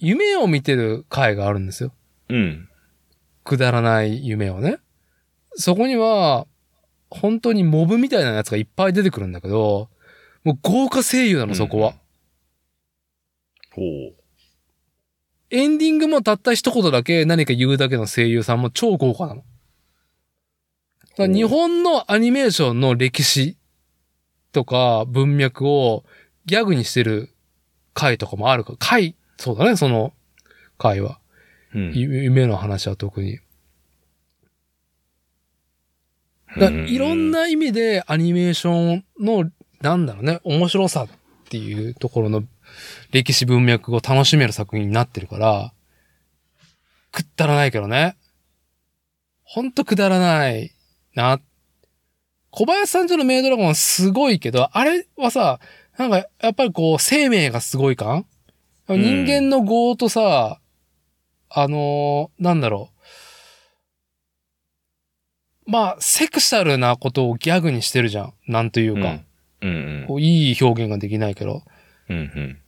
夢を見てる回があるんですよ。
うん。
くだらない夢をね。そこには、本当にモブみたいなやつがいっぱい出てくるんだけど、もう豪華声優なの、そこは。
ほう。
エンディングもたった一言だけ何か言うだけの声優さんも超豪華なの。だから日本のアニメーションの歴史とか文脈をギャグにしてる回とかもあるから、回、そうだね、その回は。
うん
ゆ夢の話は特に。だからいろん。な意味でアニメーションの、なんだろうね、面白さっていうところの歴史文脈を楽しめる作品になってるから、くったらないけどね。ほんとくだらないな。小林さんちのメイドラゴンはすごいけど、あれはさ、なんかやっぱりこう生命がすごい感
ん
人間の業とさ、あのーなんだろう。まあ、セクシャルなことをギャグにしてるじゃん。なんという
うん
か。
うんうん。
こういい表現ができないけど。
うんうん。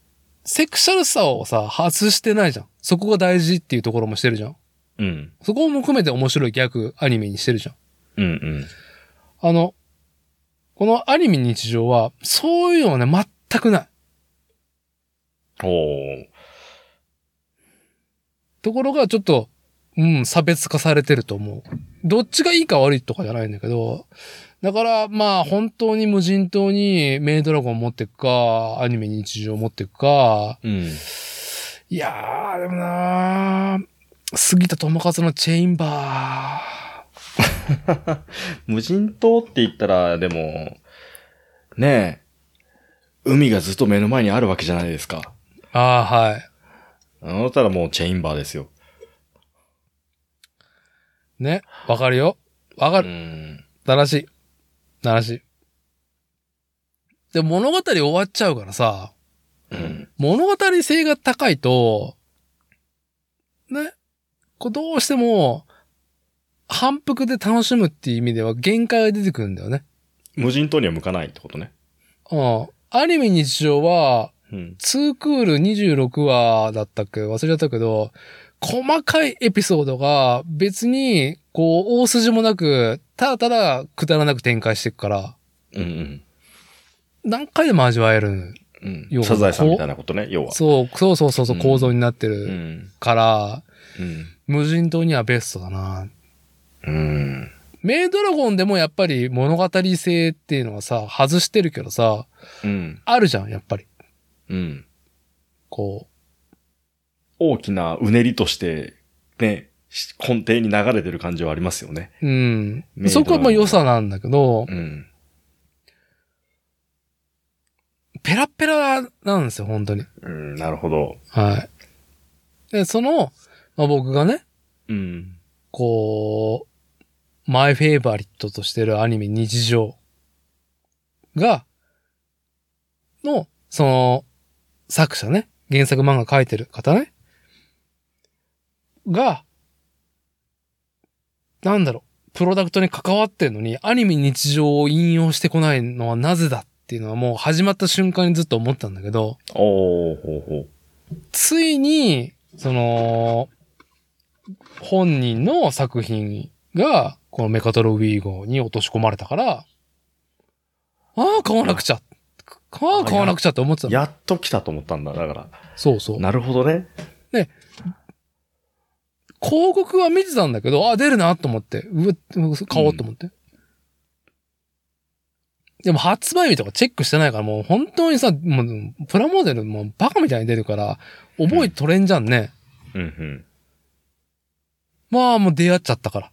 セクシャルさをさ、外してないじゃん。そこが大事っていうところもしてるじゃん。
うん。
そこも含めて面白いギャグアニメにしてるじゃん。
うんうん。
あの、このアニメ日常は、そういうのはね、全くない。
ほう。
ところが、ちょっと、うん、差別化されてると思う。どっちがいいか悪いとかじゃないんだけど、だから、まあ、本当に無人島にメイドラゴン持ってくか、アニメ日常持ってくか、
うん。
いやー、でもなー、杉田智和のチェインバ
無人島って言ったら、でも、ねえ、海がずっと目の前にあるわけじゃないですか。
ー。ああ、はい。
あなたらもうチェインバーですよ。
ね、わかるよ。わか
う
る。
ん。
だらしい。だらしい。で、物語終わっちゃうからさ、
うん。
物語性が高いと、こうどうしても、反復で楽しむっていう意味では限界が出てくるんだよね。
無人島には向かないってことね。
うん。アニメ日常は、
うん。
2クール26話だったっけ忘れちゃったけど、細かいエピソードが別に、こう、大筋もなく、ただただくだらなく展開していくから、
うん
何回でも味わえる。
うん。う
要
ん。
は
サザエさんみたいなことね、要は。
そう、そうそうそうそう、
うん
構造になってる
ん。
から、
うん。
無人島にはベストだな。
うん。
メイドラゴンでもやっぱり物語性っていうのはさ、外してるけどさ、
うん。
あるじゃん、やっぱり。
うん。
こ
大きなうねりとして、ね、し根底に流れてる感じはありますよね。
う、うん
メ。イドラゴ
そ
ン
こはまあ良さなんだけど、
うん。
ペラペラなんですよ、本当に。
うん、なるほど。
はい。で、その、まあ、僕がね、
うん。
こう、マイフェイバリットとしてるアニメ日常が、の、その、作者ね、原作漫画書いてる方ね、が、なんだろう、プロダクトに関わってんのに、アニメ日常を引用してこないのはなぜだっていうのはもう始まった瞬間にずっと思ったんだけど、
おー、ほうほ
ついに、その、本人の作品が、このメカトロウィーゴに落とし込まれたから、ああ、買わなくちゃ。ああ、買わなくちゃって思ってた
う。
の。
やっと来たと思ったんだ、だから。
そうそう。
なるほどね。
広告は見てたんだけど、あ、出るなと思って、うわ、買おうと思って。でも発売日とかチェックしてないから、もう本当にさ、もうプラモデルもうバカみたいに出るから、覚えとれんじゃんね。
うんうん。
まあもう出会っちゃったから。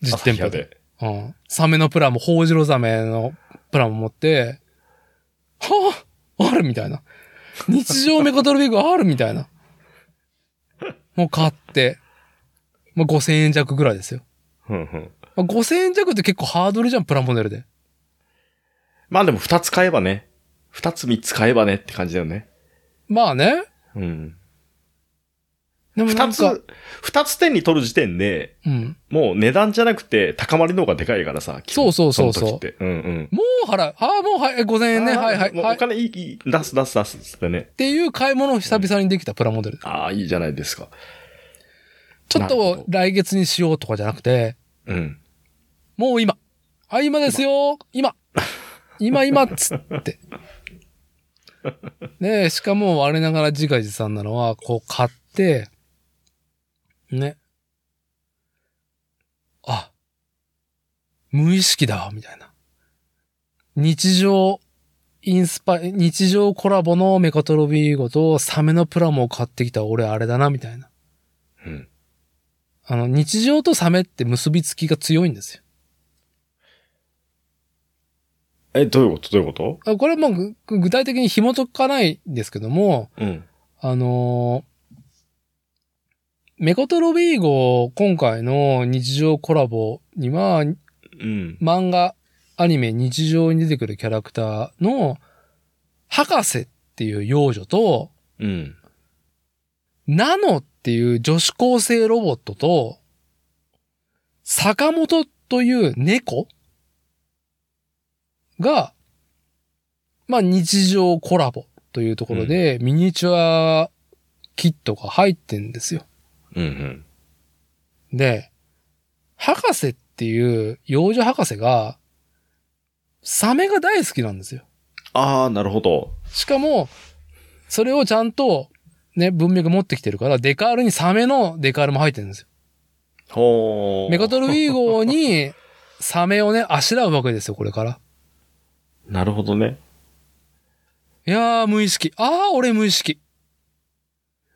実店舗
朝日屋
で。。うん。サメのプラも、ホウジロザメのプラも持って、はぁあるみたいな。日常メカトロビッグあるみたいな。もう買って、まあ、5000円弱ぐらいですよ。
うんうん。
まあ、5000円弱って結構ハードルじゃん、プラモデルで。
まあでも二つ買えばね。二つ三つ買えばねって感じだよね。
まあね。
うん。
でもな
二
んか、
つ、二つ手に取る時点で、
うん。
もう値段じゃなくて高まりの方がでかいからさ。基本
そうそうそうそう
の時ってうんうん。
もう払う。ああ、もうはい、え5000円ね。
あー
はいはい。
もう
はい。
お
っ
金いい、いい出す出す出すっつってね。
ていう買い物を久々にできたプラモデル。
ああ、いいじゃないですか。
ちょっ
なるほ
と
ど
来月にしようとかじゃなくて、
うん。
もう今。あ、今ですよ。今。今、今、っつって。ねしかも我ながら自画自賛なのは、こう買って、ね。あ、無意識だわ、みたいな。日常、インスパイ、日常コラボのメカトロビーゴとサメのプラモを買ってきた俺あれだな、みたいな。
うん。
あの、日常とサメって結びつきが強いんですよ。
え、どういうことどういうこと
あこれはもうぐぐ具体的に紐解かないんですけども、
うん。
あのーメコトロビーゴ今回の日常コラボには
うん。
漫画、アニメ、日常に出てくるキャラクターの博士っていう幼女と
うん。
ナノっていう女子高生ロボットと坂本という猫が、まあ日常コラボというところで、ミニチュアキットが入ってんですよ。
うん。うん。
で、博士っていう幼女博士が、サメが大好きなんですよ。
ああ、なるほど。
しかも、それをちゃんと、ね、文脈持ってきてるから、デカールにサメのデカールも入ってるんですよ。
ほー。
メカトルウィーゴ に、サメをね、あしらうわけですよ、これから。
なるほどね。
いやー、無意識。あー、俺無意識。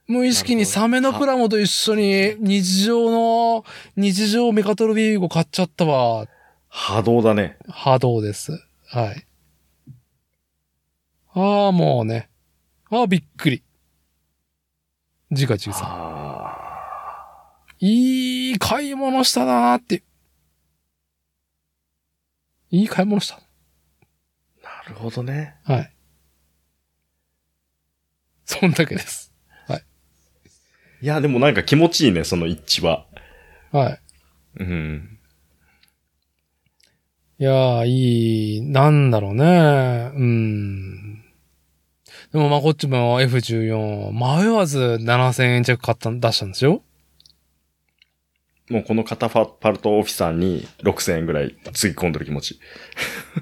無意識にサメのプラモと一緒に、日常の、日常メカトルウィーゴ買っちゃったわ。
波動だね。
波動です。はい。あー、もうね。あー、びっくり。次回中さん。
あ
いい買い物したなーって。いい買い物した。
あ。なるほどね。
はい。そんだけです。はい。
いや、でもなんか気持ちいいね、その一致は。
はい。
うん。
いやー、いい、なんだろうね。うん。でも、まあ、こっちも F14、迷わず7000円弱買った、出したんです よ。
もうこの肩パルトオフィサーに6000円ぐらいつぎ込んでる気持ち。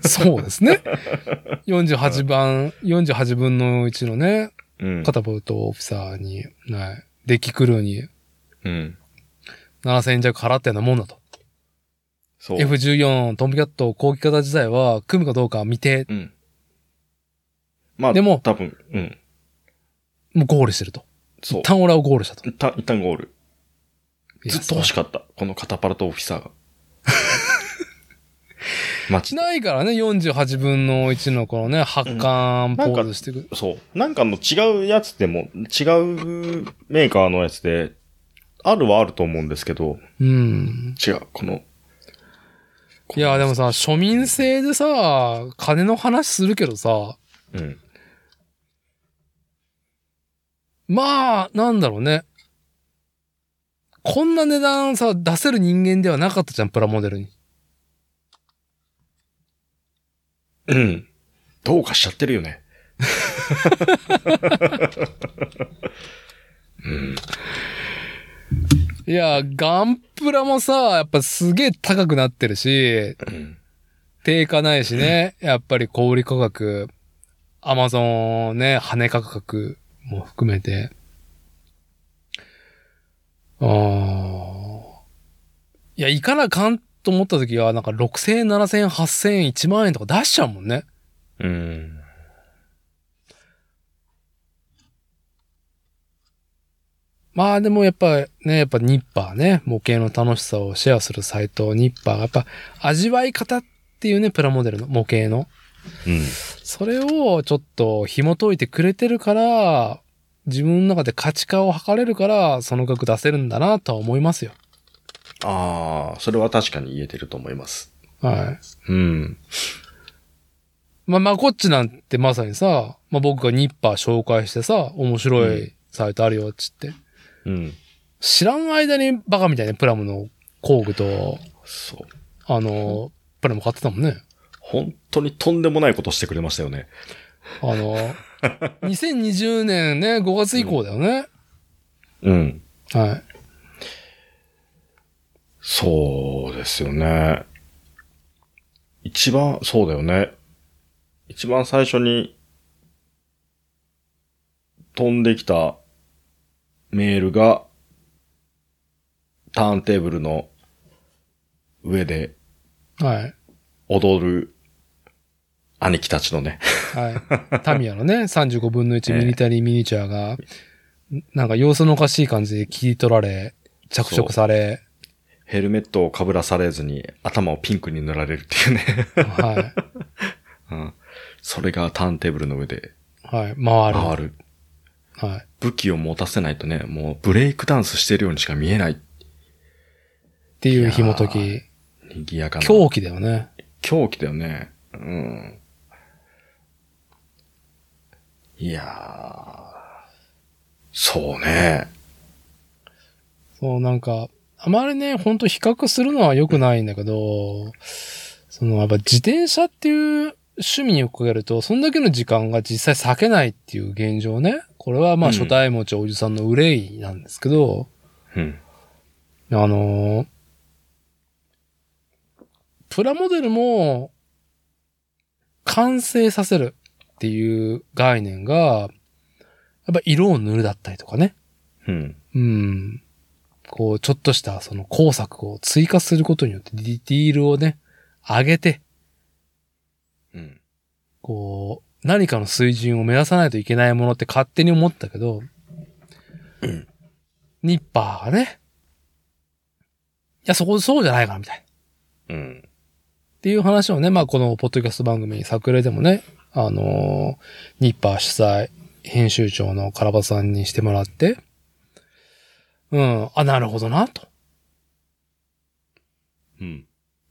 そうですね。48番、48分の1のね、
うん。
カタボルトオフィサーに、はい、デッキクルーに
うん。
7000円弱払ったようなもんだと。
そう。
F14、トンビキャット、攻撃型自体は、組むかどうか見て、
うん。まあ、
でも
多分、うん。
もうゴールしてると。
そう
一。旦オラをゴールしたと。
一旦、一旦ゴール。ずっと欲し
く
かった。このカタパルトオフィサ ーが。マジで
ないからね、48分の1のこのね、発汗ポーズしてく。
そう。なんかの違うやつでも、違うメーカーのやつで、あるはあると思うんですけど、
うん。
違う、この。
いや、でもさ、庶民性でさ、金の話するけどさ、
うん。
まあ、なんだろうね。こんな値段さ、出せる人間ではなかったじゃん、プラモデルに。
うん。どうかしちゃってるよね。うん。
いや、ガンプラもさ、やっぱすげえ高くなってるし、
うん。
定価ないしね、やっぱり小売価格、アマゾンね、羽価格も含めて。あーいや、いかなあかんと思った時は、なんか6000円、7000円、8000円、1万円とか出しちゃうもんね。
うん。
まあでもやっぱね、やっぱニッパーね、模型の楽しさをシェアするサイト、ニッパーがやっぱ味わい方っていうね、プラモデルの模型の。
うん。
それをちょっと紐解いてくれてるから、自分の中で価値化を測れるから、その額出せるんだなとは思いますよ。
ああ、それは確かに言えてると思います。
はい。
うん。
まあ、まこっちなんてまさにさ、まあ、僕がニッパー紹介してさ、面白いサイトあるよっつって。
うん。
知らん間にバカみたいなプラムの工具と、
そう。
あの、プラム買ってたもんね。
本当にとんでもないことしてくれましたよね。
あの、2020年ね、5月以降だよね。
うん。
はい。
そうですよね。一番、そうだよね。一番最初に飛んできたメールがターンテーブルの上で
はい。
踊る兄貴たちのね。
はい。タミヤのね、35分の1ミリタリーミニチュアが、なんか様子のおかしい感じで切り取られ、着色され、
ヘルメットを被らされずに頭をピンクに塗られるっていうね。
は
うん、それがターンテーブルの上で
い。はい。回る。
回る。
はい。
武器を持たせないとね、もうブレイクダンスしてるようにしか見えない。
っていう紐解き。
賑やかな。
狂気だよね。
狂気だよね。うん。いやー。そうね。
そう、なんか、あまりね、ほんと比較するのは良くないんだけど、その、やっぱ自転車っていう趣味にかけると、そんだけの時間が実際割けないっていう現状ね。これはまあ
うん
初代持ちおじさんの憂いなんですけど、
うん。
あのープラモデルも完成させるっていう概念が、やっぱ色を塗るだったりとかね。
うん。
うん。こう、ちょっとしたその工作を追加することによってディティールをね、上げて、
うん。
こう、何かの水準を目指さないといけないものって勝手に思ったけど、ニッパーがね、いや、そこそうじゃないかな、みたいな。
うん。
っていう話をね、まあ、このポッドキャスト番組、桜でもね、あのーニッパー主催、編集長のカラバさんにしてもらって、うん、あ、なるほどな、と。
うん。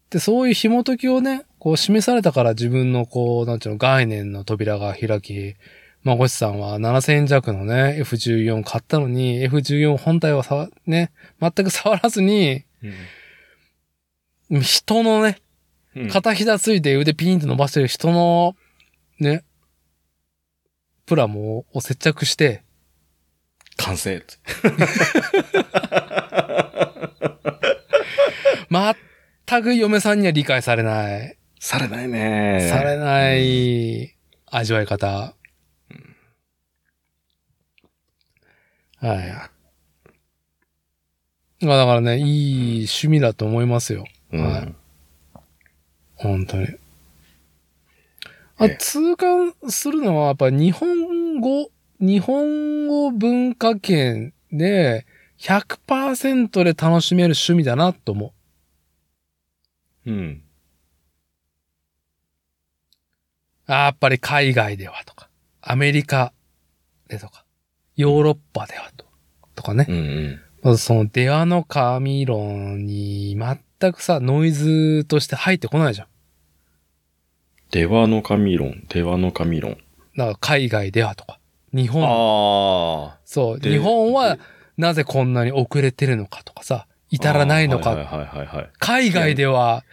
で、そういう紐解きをね、こう示されたから自分のこう、なんていうの、概念の扉が開き、まごしさんは7000円弱のね、F14 買ったのに、F14 本体はさわ、ね、全く触らずに、人のね、
うん
片膝ついて腕ピンと伸ばしてる人の、ね、プラモを接着して、
完成って。
全く嫁さんには理解されない、
されないね。
されない味わい方。はい。まあだからね、いい趣味だと思いますよ。
うん。
はい本当に。
え
あ、
え
痛感するのは、やっぱ日本語、日本語文化圏で100%で楽しめる趣味だなと思う。
うん。
あやっぱり海外ではとか、アメリカでとか、ヨーロッパではととかね。
うんうん。
まずその出話の神論に全くさ、ノイズとして入ってこないじゃん。
出羽の神論、出羽の神論。
だから海外ではとか、日本、
ああ。
そう、
で
日本は、なぜこんなに遅れてるのかとかさ、至らないの
あー
か、
はいはいはいはいはい。
海外では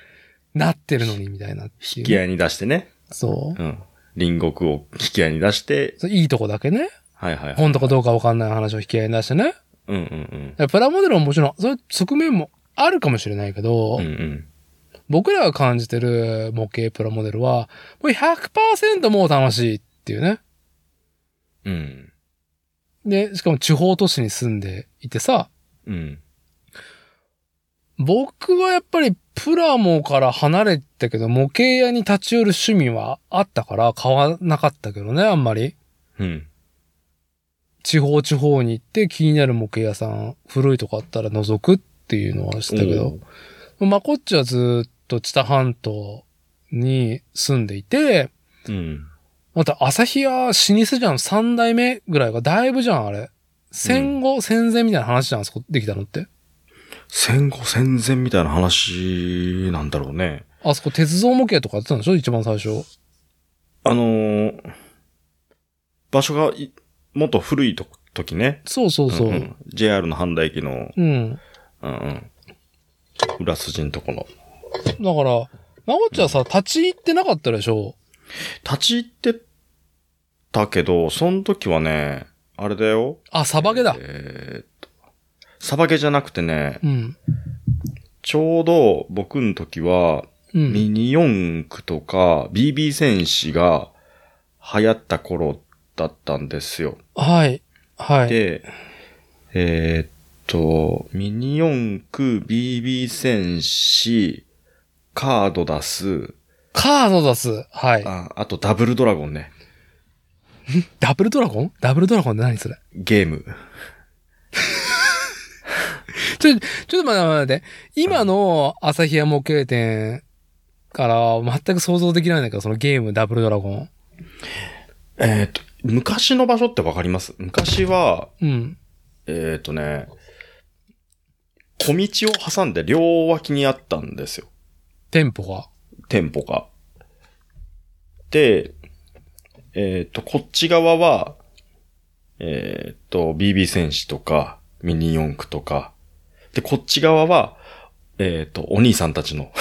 なってるのにみたいなって
引
い
き
う。
合いに出してね。
そう。
うん。隣国を引き合いに出して、
そういいとこだけね。
はいはいはい。
本とかどうかわかんない話を引き合いに出してね。
うんうん
プラモデルももちろん、そういう側面もあるかもしれないけど、
うん。うんうん。
僕らが感じてる模型プラモデルは、これ100%もう楽しいっていうね。
うん。
で、しかも地方都市に住んでいてさ、
うん。
僕はやっぱりプラモから離れてたけど、模型屋に立ち寄る趣味はあったから買わなかったけどね、あんまり。
うん。
地方地方に行って気になる模型屋さん、古いとこあったら覗くっていうのはしてたけど、まあ、こっちはずっと知多半島に住んでいて、
うん。
また旭屋老舗じゃん、三代目ぐらいがだいぶじゃん、あれ。戦後、戦前みたいな話じゃん、そこできたのって。
戦後戦前みたいな話なんだろうね。
あそこ鉄道模型とかやってたんでしょ一番最初。
あのー場所がいもっと古いと時ね。
そうそうそう。うん
ん JR の半田駅の、
ん、
うんうん、裏筋のところ。
だから、まこっちはさ、立ち入ってなかったでしょ
立ち入ってたけど、その時はね、あれだよ。
あ、サバゲだ。
えーっと、サバゲじゃなくてね、
うん。
ちょうど僕の時は、
うん。
ミニ四駆とか BB 戦士が流行った頃だったんですよ。
はい。はい。
で、えーっと、ミニ四駆 BB 戦士、カード出す、
カード出す。はい。
ああとダブルドラゴンね。
ダブルドラゴンダブルドラゴンって何それ
ゲーム。
ちょ、ちょっと待って待って待って。今の朝日屋模型店から全く想像できないんだけど、そのゲームダブルドラゴン。
えーっと、昔の場所ってわかります昔は、
うん。
えーっとね、小道を挟んで両脇にあったんですよ。
店舗が。
店舗が。で、えっ、と、こっち側は、えっ、と、BB 戦士とか、ミニ四駆とか、で、こっち側は、えっ、と、お兄さんたちの、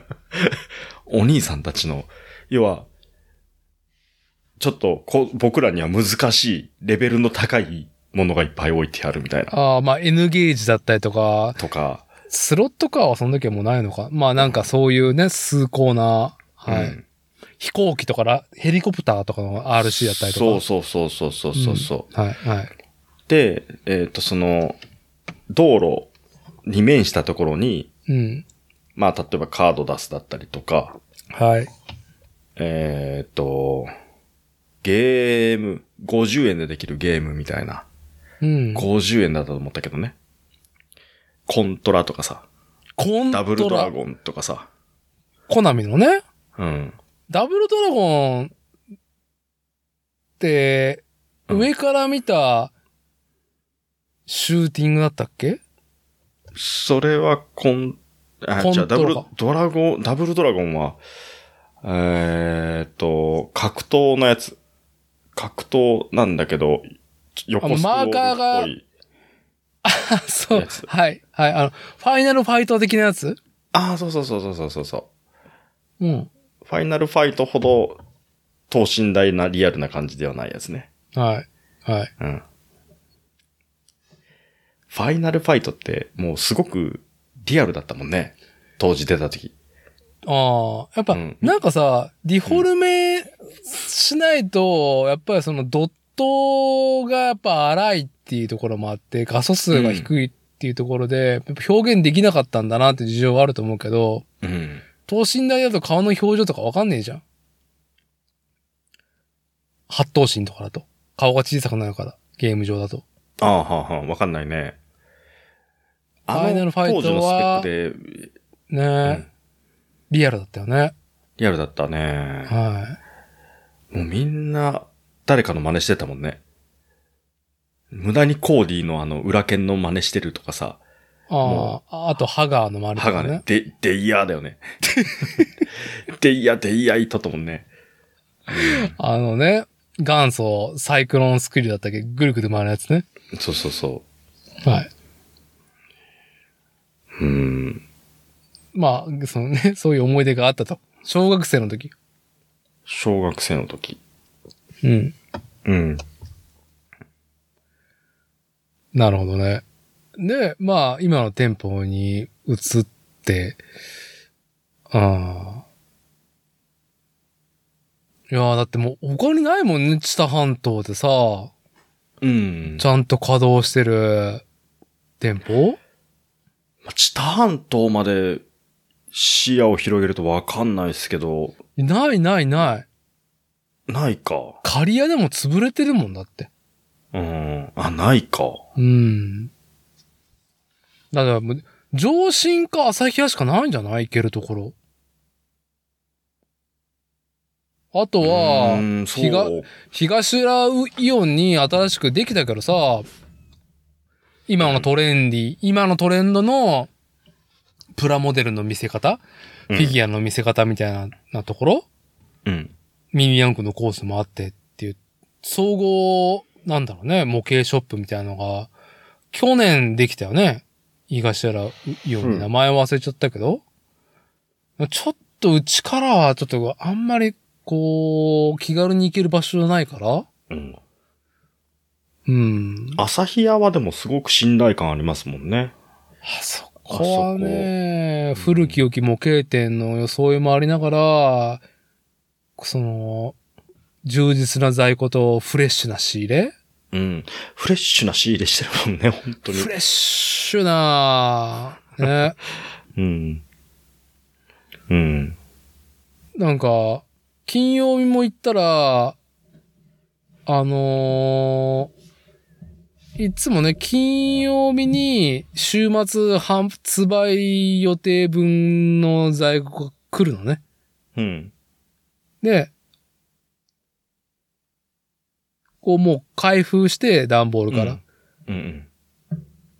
お兄さんたちの、要は、ちょっとこう、僕らには難しい、レベルの高いものがいっぱい置いてあるみたいな、
ああ、まあ N ゲージだったりとか、
とか、
スロットカーはその時はもうないのか。まあなんかそういうね、崇高な、はい。
うん
飛行機とかラヘリコプターとかの RC だったりとか。
そうそうそうそうそうそうそう。
はい、はい。
で、えっ、と、その、道路に面したところに、
うん。
まあ、例えばカード出すだったりとか、
はい。
えっ、と、ゲーム、50円でできるゲームみたいな。
うん。
50円だったと思ったけどね。コントラとかさ、
コン
ダブル
ト
ドラ
ラ、
ゴンとかさ。
コナミのね、
うん。
ダブルドラゴンって、
うん
上から見たシューティングだったっけ
それはコン、あ、
コン
じゃあダ
ト
ブ
ラ
ルドラゴン、ダブルドラゴンは、えっ、と、格闘のやつ。格闘なんだけど、横スクロールっぽい。
あマーカーがあそう
やつ。
はい。はい。あの、ファイナルファイト的なやつ
ああ、そうそうそうそうそうそう。
うん。
ファイナルファイトほど、等身大なリアルな感じではないやつね。
はい。はい。
うん。ファイナルファイトって、もうすごくリアルだったもんね。当時出た時。
ああ、やっぱ、
うん
なんかさ、ディフォルメしないと、やっぱりそのドットがやっぱ荒いっていうところもあって、画素数が低いっていうところで、やっぱ表現できなかったんだなっていう事情はあると思うけど、
うん。
等身大だと顔の表情とかわかんねえじゃん。八頭身とかだと。顔が小さくなるから、ゲーム上だと。
ああ、はあ、はあ、わかんないね。あの
ファイナルファイトは
当時のスペックで、
ねえ、
うん
リアルだったよね。
リアルだったね。
は
もうみんな、誰かの真似してたもんね。無駄にコーディのあの、裏剣の真似してるとかさ、
い。ああ、あとハガーの周りとか
歯が
ね
ね、。で、でいやーだ よね。でいや、でいやいとったもんね。
あのね、元祖サイクロンスクリューだったっけぐるぐる回るやつね。
そうそうそ
はい。
う。うん。
まあ、そのね、そういう思い出があったと。小学生の時。
小学生の時。
うん。
うん。
なるほどね。で、まあ、今の店舗に移って、ああ。いやーだってもう他にないもんね、知多半島でさ、
うん。
ちゃんと稼働してる店舗
まあ知多半島まで視野を広げるとわかんないですけど、
ないないない。
ないか。
借り屋でも潰れてるもんだって。
うん。あ、ないか。
うん。だからもう、上信か旭屋しかないんじゃない行けるところ。あとは
う、ん、そ
日が
う。
東浦イオンに新しくできたけどさ、今のトレンディ、今のトレンドのプラモデルの見せ方、
うん
フィギュアの見せ方みたいななところ
うん。
ミニヤンクのコースもあってっていう、総合、なんだろうね、模型ショップみたいなのが、去年できたよね。東原イオン
う
に
ん
名前忘れちゃったけど、ちょっとうちからはちょっとあんまりこう、気軽に行ける場所じゃないから、
うん。
うん。あ
朝日屋はでもすごく信頼感ありますもんね。
そこはね、古き良き模型店の装いもありながら、その、充実な在庫とフレッシュな仕入れ
うん。フレッシュな仕入れしてるもんね、本当に。
フレッシュな ね。
うん。うん。
なんか、金曜日も行ったら、あのーいつもね、金曜日に週末発売予定分の在庫が来るのね。
うん。
で、こうもう開封して、段ボールから。
うん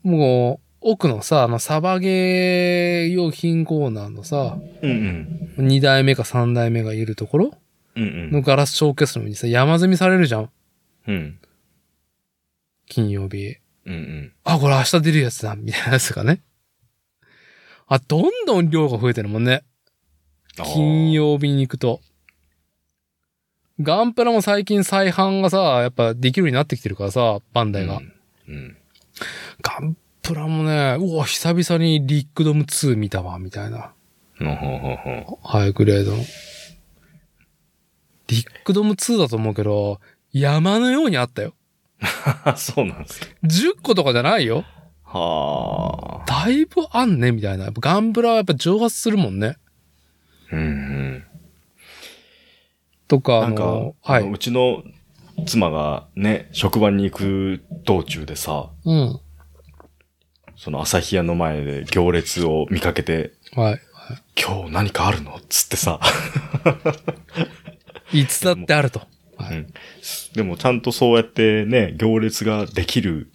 うん。
もう、奥のさ、あの、サバゲー用品コーナーのさ、
うんうん。
2代目か3代目がいるところ
うん
のガラスショーケースの上にさ、山積みされるじゃん。
うん。うん。
金曜日。
うんうん。
あ、これ明日出るやつだ、みたいなやつがね。あ、どんどん量が増えてるもんね。金。曜日に行くと。ガンプラも最近再販がさ、やっぱできるようになってきてるからさ、バンダイが。
うん。
ガンプラもね、うわ、久々にリックドム2見たわ、みたいな。
ほほほほ。
ハイグレードの。リックドム2だと思うけど、山のようにあったよ。
そうなんですね。
10個とかじゃないよ。
はあ。
だいぶあんね、みたいな。やっぱガンブラはやっぱ蒸発するもんね。
うんうん。
とか、
な
あ
んか、
の、は
あの
い。
うちの妻がね、職場に行く道中でさ、
うん。
その朝日屋の前で行列を見かけて、
はい。
今日何かあるのつってさ、
いつだってあると。は
う
い。
んでもちゃんとそうやってね、行列ができる、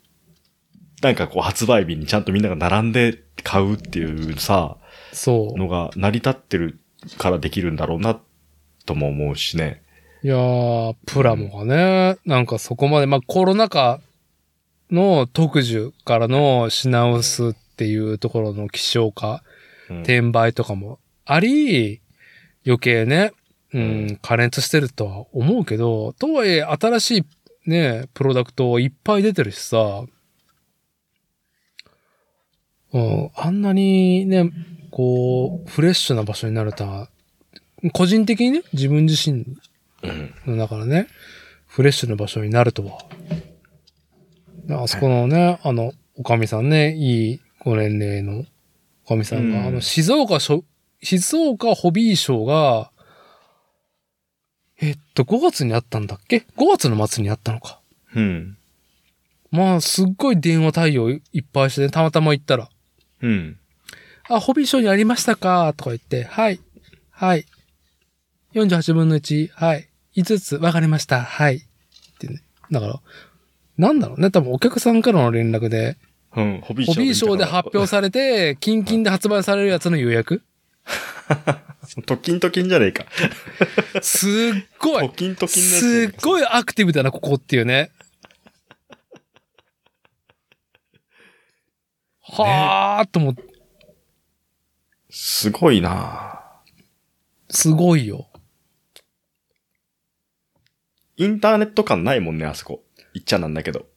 なんかこう発売日にちゃんとみんなが並んで買うっていうさ、
そ
のが成り立ってるからできるんだろうな、とも思うしね。
う。いやー、プラモがね、なんかそこまで、まあコロナ禍の特需からの品薄っていうところの希少化、
うん
転売とかもあり、余計ね、う、
うん
加熱してるとは思うけど、とはいえ新しいね、プロダクトいっぱい出てるしさ、うん、あんなにね、こう、フレッシュな場所になるとは、個人的にね、自分自身
うん
の中でね、フレッシュな場所になるとは。あそこのね、あの、おかみさんね、いいご年齢のおかみさんが、
うん
あの、静岡しょ、静岡ホビーショーが、えっと、5月にあったんだっけ ?5 月の末にあったのか。
うん。
まあ、すっごい電話対応いっぱいしてね、たまたま行ったら、
うん。
あ、ホビーショーにありましたかとか言って、はい。はい。48分の1、はい。5つ、わかりました。はい。ってね。だから、なんだろうね。多分お客さんからの連絡で、
うん。ホビ
ホビーショーで発表
す
されて、キンキンで発売されるやつの予約
る。トキントキンじゃねえか。
すっご
ト
い
キントキンのやつじ
す
ゃねえ
っ
か
ごいアクティブだな、ここっていうね。はーっとも、
すごいな
すごいよ。
インターネット感ないもんね、あそこ。言っちゃなんだけど。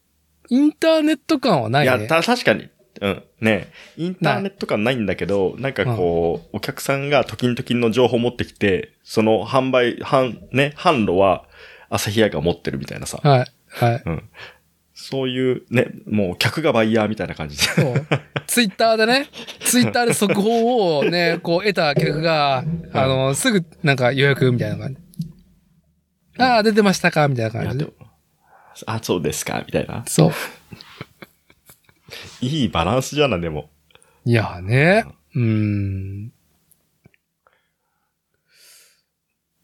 インターネット感はないいね。
や、た、確かに。うん。ねインターネット感ないんだけど、なんかこう、お客さんがトキントキンの情報持ってきて、その販売、販、ね、販路は、朝日屋が持ってるみたいなさ。
はい、はい。
そういう、ね、もう客がバイヤーみたいな感じで。
そう。ツイッターでね、ツイッターで速報をね、こう得た客が、あの、すぐなんか予約みたいな感じ。ああ、出てましたかみたいな感じで。
あ、そうですか、みたいな。
そう。
いいバランスじゃな、でも。
いやね、うん。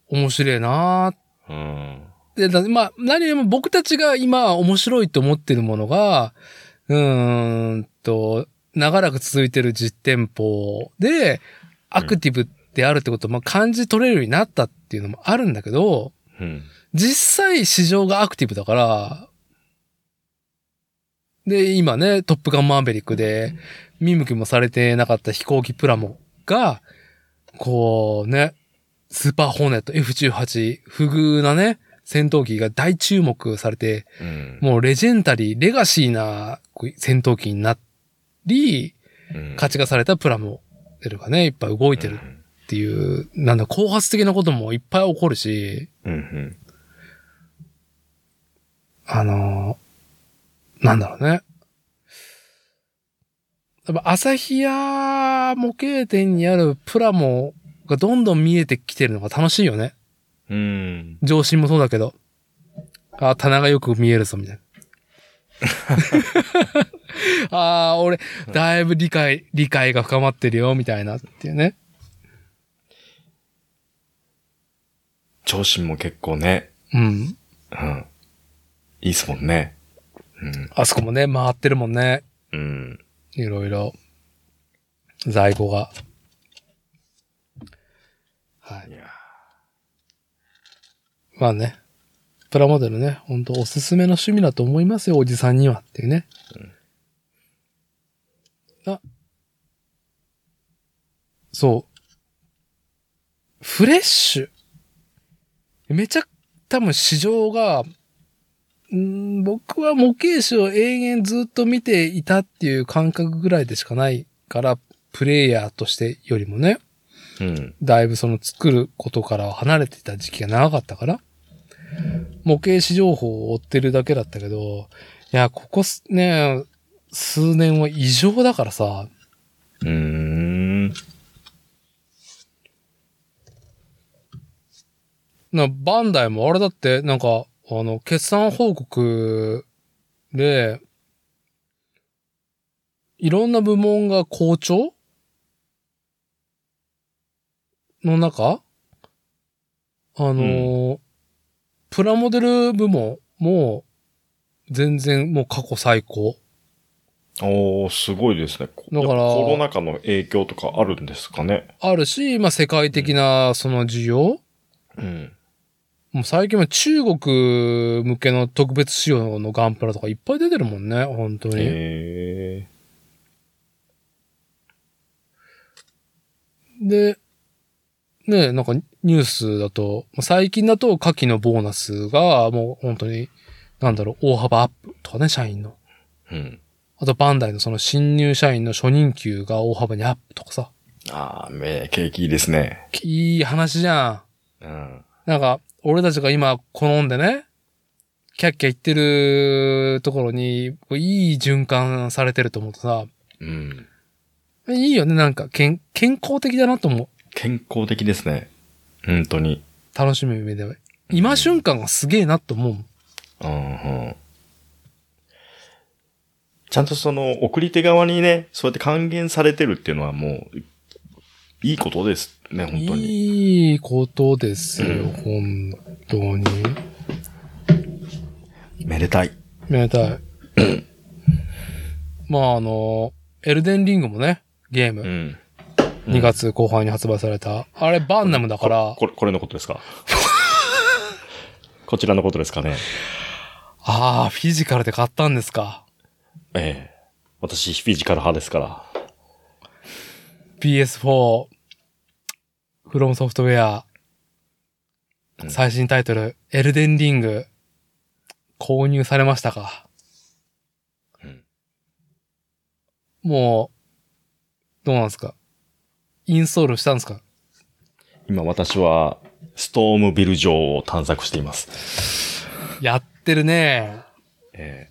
面白いなー
うん。
で、だまあ、何よりも僕たちが今面白いと思ってるものが、うーんと、長らく続いてる実店舗で、アクティブであるってことを、まあ、感じ取れるようになったっていうのもあるんだけど、
うん。
実際市場がアクティブだから、で、今ね、トップガンマーベリックで、見向きもされてなかった飛行機プラモが、こうね、スーパーホーネット F18、不遇なね、戦闘機が大注目されて、
うん。
もうレジェンタリー、レガシーなこう戦闘機になり、
うん
価値化されたプラモデルがね、いっぱい動いてるっていう、なんだ、後発的なこともいっぱい起こるし、
うん。うん。
あのーなんだろうね。やっぱ、朝日屋模型店にあるプラモがどんどん見えてきてるのが楽しいよね。
うん。
上心もそうだけど。あ、棚がよく見えるぞ、みたいな。ああ、俺、だいぶ理解、理解が深まってるよ、みたいなっていうね。
上司も結構ね、
うん。
うん。いいっすもんね。うん。
あそこもね、回ってるもんね。
うん。
いろいろ、在庫が。はい
い。や
まあね。プラモデルね、ほんとおすすめの趣味だと思いますよ、おじさんにはっていうね。あ。そう。フレッシュ。めちゃ、多分市場が、うん僕は模型師を永遠ずっと見ていたっていう感覚ぐらいでしかないから、プレイヤーとしてよりもね。
うん。
だいぶその作ることから離れていた時期が長かったから、模型師情報を追ってるだけだったけど、いや、ここすね、数年は異常だからさ、
うーん。
なバンダイもあれだって、なんか、あの、決算報告で、いろんな部門が好調の中、あのープラモデル部門も、全然もう過去最高。
おー、すごいですね。こ
だから
やっぱコロナ禍の影響とかあるんですかね。
あるし、まあ、世界的なその需要
うん。
もう最近は中国向けの特別仕様のガンプラとかいっぱい出てるもんね、本当に。
え
で、ねえ、なんかニュースだと、まあ最近だと夏季のボーナスがもう本当に、なんだろう、大幅アップとかね、社員の。
えうん。
あとバンダイのその新入社員の初任給が大幅にアップとかさ。
ああ、め、景気いいですね。
いい話じゃん。
うん。
なんか、俺たちが今好んでね、キャッキャ言ってるところに、こういい循環されてると思うとさ、
うん。
いいよね、なんか、健、健康的だなと思う。
健康的ですね。本当に。
楽しみ目で。今瞬間がすげえなと思うもん。
うんうんちゃんとその、送り手側にね、そうやって還元されてるっていうのはもう、いいことですね、本当に。
いいことですよ、
う
本
ん
当に。
めでたい。
めでたい。まあ、あの、エルデンリングもね、ゲーム、
ん。
2月後半に発売された。あれ、バンナムだから、
これ、これのことですか こちらのことですかね。
ああ、フィジカルで買ったんですか。
ええ。私、フィジカル派ですから。
PS4、フロムソフトウェア
う、ん
最新タイトル、エルデンリング、購入されましたか
うん
もう、どうなんですかインストールしたんですか
今、私は、ストームビル城を探索しています。
やってるね。
え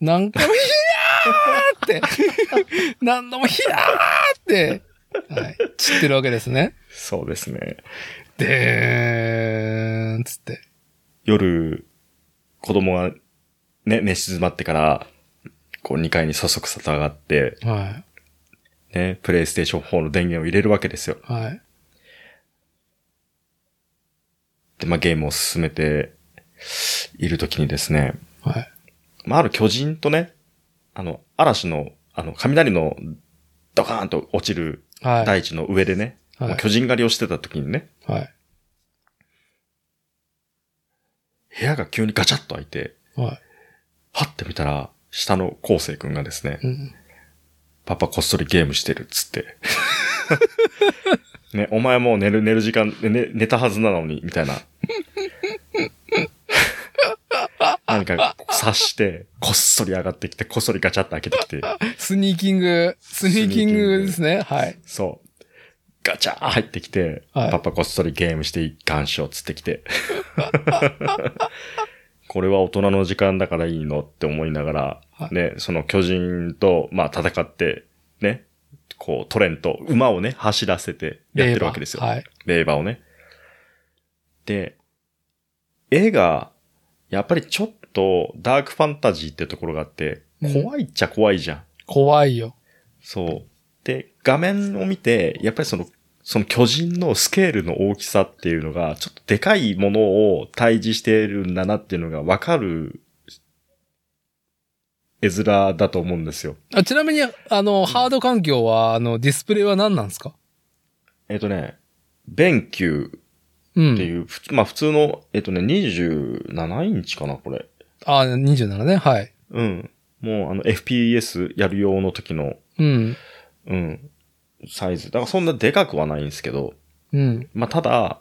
何回も、ひゃーっ て、何度もひゃーって、はい、散ってるわけですね。
え。そうですね。
でーん、つって。
夜、子供が、ね、寝静まってから、こう、2階にそそくさと上がって、
はい。
ね、プレイステーション4の電源を入れるわけですよ。
はい。
で、まあ、ゲームを進めているときにですね、
はい。
まあ、ある巨人とね、あの、嵐の、あの、雷のドカーンと落ちる
はい。
大地の上でね、
はい
もう巨人狩りをしてたときにね、
はい。
部屋が急にガチャッと開いて、
はい。
はって見たら、下の昴生くんがですね、
うん。
パパこっそりゲームしてるっつって。 ね、お前もう寝る、寝る時間、ね、寝たはずなのに、みたいな。 なんか、察して、こっそり上がってきて、こっそりガチャッと開けてきて、
スニーキング、スニーキングですね。はい。
そう。ガチャー入ってきて、
はい
パパこっそりゲームして一貫賞つってきて。 これは大人の時間だからいいのって思いながら、
はい
ね、その巨人と、まあ戦って、ね、こうトレント、馬をね、走らせてやってるわけですよ。
はい。
レーバーをね。で、絵が、やっぱりちょっとダークファンタジーってところがあって、
うん
怖いっちゃ怖いじゃん。
怖いよ。
そう。で、画面を見て、やっぱりその、その巨人のスケールの大きさっていうのが、ちょっとでかいものを対峙してるんだなっていうのがわかる絵面だと思うんですよ。
あちなみに、あの、ハード環境は、あの、ディスプレイは何なんですか
えっ、とね、弁球
う
って
ん。
いう、ふつまあ普通の、えっ、とね、27インチかな、これ。
あ、27ね。はい。
うん。もうあの FPS やる用の時の、
うん。
うん、サイズ。だからそんなでかくはないんですけど、
うん。
まあ、ただ、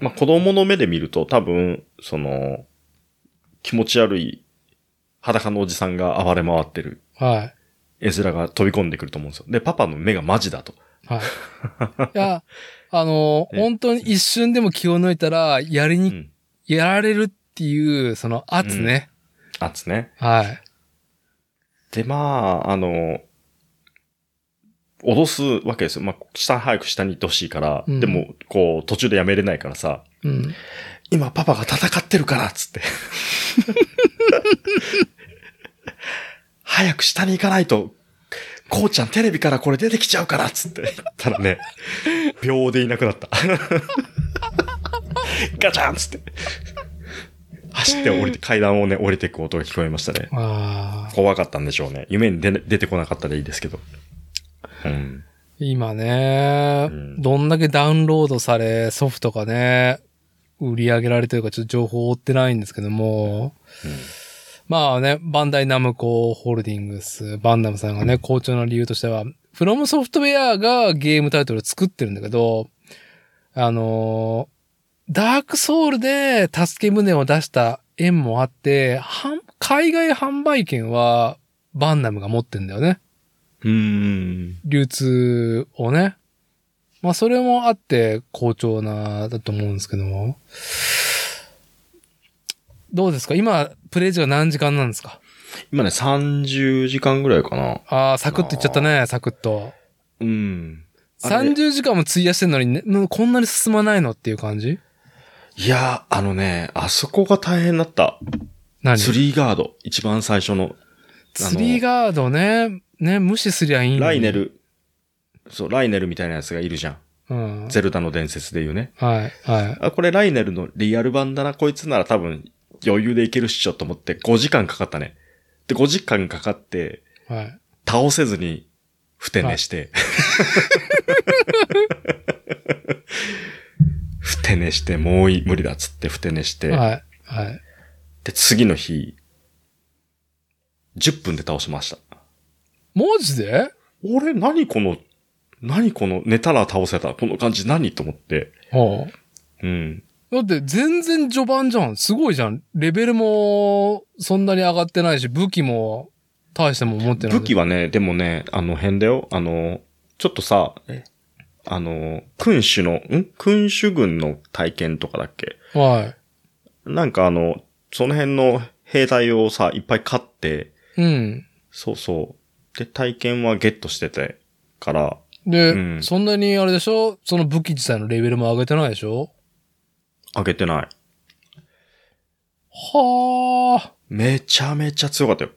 まあ、子供の目で見ると多分、その、気持ち悪い裸のおじさんが暴れ回ってる
はい。
絵面が飛び込んでくると思うんですよ。で、パパの目がマジだと。
はい。いや、あの、
ね
本当に一瞬でも気を抜いたら、やり
う
に、
ん。
やられるっていう、その圧ね。
あつね。
はい。
で、まあ、あの、脅すわけですよ。まあ、下、早く下に行ってほしいから、
うん
でも、こう、途中でやめれないからさ、
うん。
今パパが戦ってるからっつって。 早く下に行かないと、こうちゃんテレビからこれ出てきちゃうからっつって言ったらね、秒でいなくなった。 ガチャンっつって。走って降りて、階段をね、降りていく音が聞こえましたね。
ああ。
怖かったんでしょうね。夢に出出てこなかったらいいですけど。うん。
今ね、
うん
どんだけダウンロードされ、ソフトがね、売り上げられてるかちょっと情報を追ってないんですけども、まあね、バンダイナムコホールディングス、バンダムさんがね、好調な理由としては、フロムソフトウェアがゲームタイトルを作ってるんだけど、あのーダークソウルで助け舟を出した縁もあって、販海外販売権はバンダムが持ってんだよね。
うん。
流通をね。まあそれもあって好調な、だと思うんですけども。どうですか今、プレイ時が何時間なんですか
今ね、30時間ぐらいかな。
ああ、サクッといっちゃったね、サクッと。
うん。あれ
30時間も費やしてんのに、ね、うんこんなに進まないのっていう感じ
いやー、あのね、あそこが大変だった。
何
ツ
釣
リーガード。一番最初の。
りガードね、ね、無視すりゃいいのに
ライネ。ル。そう、ライネルみたいなやつがいるじゃ
うん
ん。。ゼルダの伝説で言うね。
はい、はい。
あ、これライネルのリアル版だな。こいつなら多分余裕でいけるっしょと思って5時間かかったね。で、5時間かかって
はい。
倒せずにふて寝して。 ふて寝して、もういい、無理だっつってふて寝して。
はい。はい。
で、次の日、10分で倒しました。
マジで
俺、何この、何この、寝たら倒せた、この感じ何と思って。
はあ。
うん。
だって全然序盤じゃん。すごいじゃん。レベルもそんなに上がってないし、武器も大しても持ってない。
武器
は
はね、でもね、あの辺だよ。あの、ちょっとさ、あの、君主の、ん君主軍の体験とかだっけ
は
なんかあの、その辺の兵隊をさ、いっぱい勝って、
い。うん。
そうそう。で、体験はゲットしてて、から、
で、
うん
そんなにあれでしょその武器自体のレベルも上げてないでしょ
あげてない。
は
めちゃめちゃ強かったよ。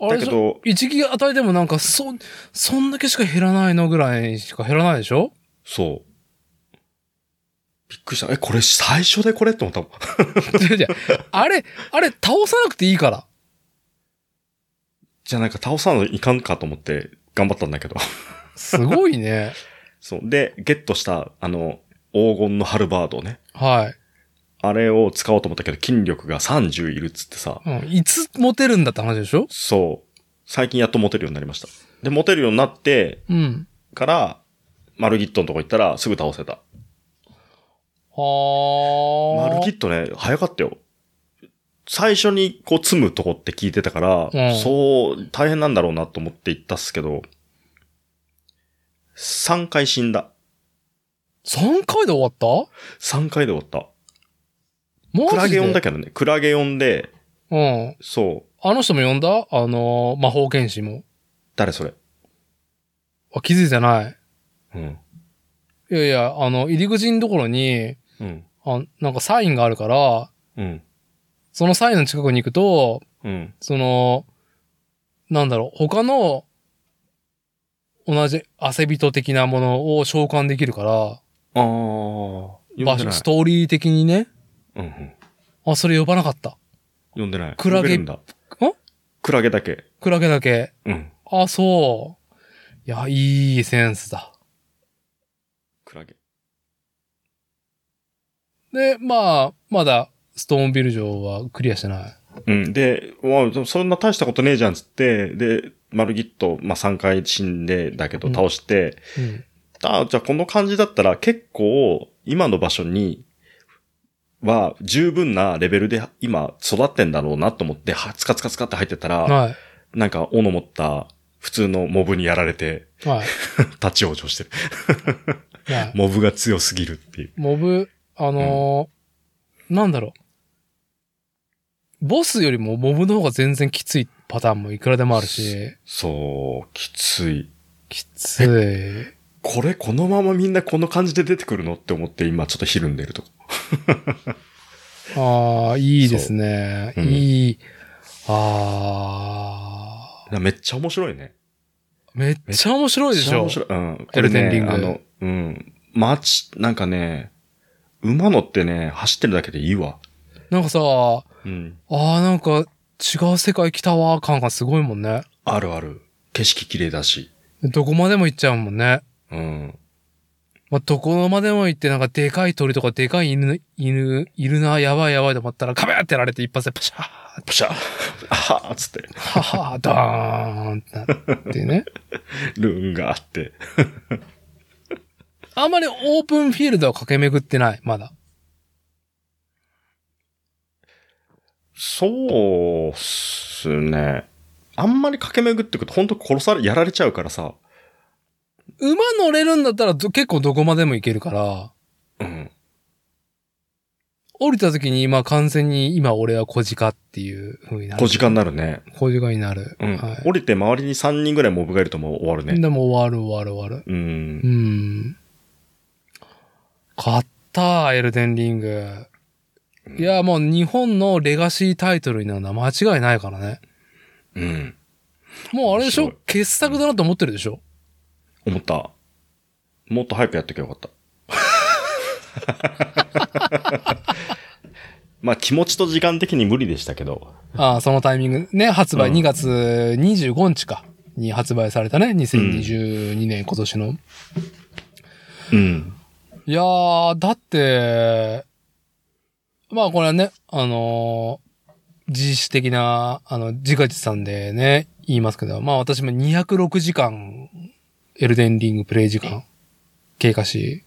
あ。あれ
だ
で
け
しょ
ど、
一撃与えてもなんか、そ、そんだけしか減らないのぐらいしか減らないでしょ
そう。びっくりした。え、これ最初でこれって思ったもん。
いやいやあれ、あれ倒さなくていいから。
じゃあなんか倒さないいかんかと思って頑張ったんだけど。
すごいね。
そう。で、ゲットした、あの、黄金のハルバードね。
はい。
あれを使おうと思ったけど、筋力が30いるっつってさ。
うん。いつ持てるんだって話でしょ
そう。最近やっと持てるようになりました。で、持てるようになって
うん。
から、マルギットのとこ行ったらすぐ倒せ
は
た。マ
あ。
ルギットね、早かったよ。最初にこう積むとこって聞いてたから、
うん
そう、大変なんだろうなと思って行ったっすけど、3回死んだ。
3回で終わった
3回で終わった。
マジで
クラゲ呼んだけどね、クラゲ呼んで、
うん。
そう、
あの人も呼んだあのー魔法剣士も。
誰それ
あ、気づいてない。
うん。
いやいや、あの、入り口のところに、
うん。
あなんかサインがあるから、
うん。
そのサインの近くに行くと、
うん。
その、なんだろう、他の、同じ汗人的なものを召喚できるから、
あー。
場所、ストーリー的にね。
うんうん。
あ、それ呼ばなかった。
呼んでない。
クラゲ
呼べるんだ。クラゲだけ。
クラゲだけ。
うん。
あ、そう。いや、いいセンスだ。
クラゲ。
で、まあ、まだ、ストーンビル城はクリアしてない。
うん。で、わでもそんな大したことねえじゃんっつって、で、マルギット、まあ、3回死んで、だけど倒して、
うん。
ああ、じゃあこの感じだったら結構今の場所には十分なレベルで今育ってんだろうなと思って、はつかつかつかって入ってたら、
は
なんか斧持った普通のモブにやられて
い。はい。
立ち往生してる。
はい、
モブが強すぎるっていう。
モブ、あのーなんだろう。ボスよりもモブの方が全然きついパターンもいくらでもあるし、
そう、きつい。
きつい。
これこのままみんなこの感じで出てくるのって思って今ちょっとひるんでるとこ。
ああ、いいですね。
そううん
いい。ああ。
だからめっちゃ面白いね。
めっちゃ面白いでし
めっ
ょ。
ちゃ面白い。うん。こ
エ
れ
ルデンリン
ね、
グ
あの、うん。街、なんかね、馬乗ってね、走ってるだけでいいわ。
なんかさ、あ
うん。
あ、なんか違う世界来たわ、感がすごいもんね。
あるある。景色綺麗だし。
どこまでも行っちゃうもんね。
うん。
まあ、どこまでも行って、なんかでかい鳥とかでかい犬、犬、いるな、やばいやばいと思ったら、カベーってやられて一発でパシャー
パシャ ーあはーっつって、
ははダーンってなってね。
ルーンがあって。
あんまりオープンフィールドは駆け巡ってない、まだ。
そうっすね。あんまり駆け巡ってくと、本当殺され、やられちゃうからさ。
馬乗れるんだったらど結構どこまでも行けるから、
うん。
降りた時に今完全に今俺は小鹿っていう風になる。
小鹿になるね。
小鹿になる。
うん。
はい
降りて周りに3人ぐらいモブがいるともう終わるね。
でも終わる終わる終わる。
うん。
うん。買ったエルデンリング。いや、もう日本のレガシータイトルになるのは間違いないからね。
うん。
もうあれでし
面
ょ
白
傑作だなと思ってるでしょ
思った。もっと早くやっときゃよかった。 まあ気持ちと時間的に無理でしたけど。
ああ、そのタイミングね、発売
うん
2月25日か、に発売されたね、2022年今年の。
うん。
いやー、だって、まあこれはね、あのー自主的な、あの、自画自賛でね、言いますけど、まあ私も206時間、エルデンリングプレイ時間、経過し、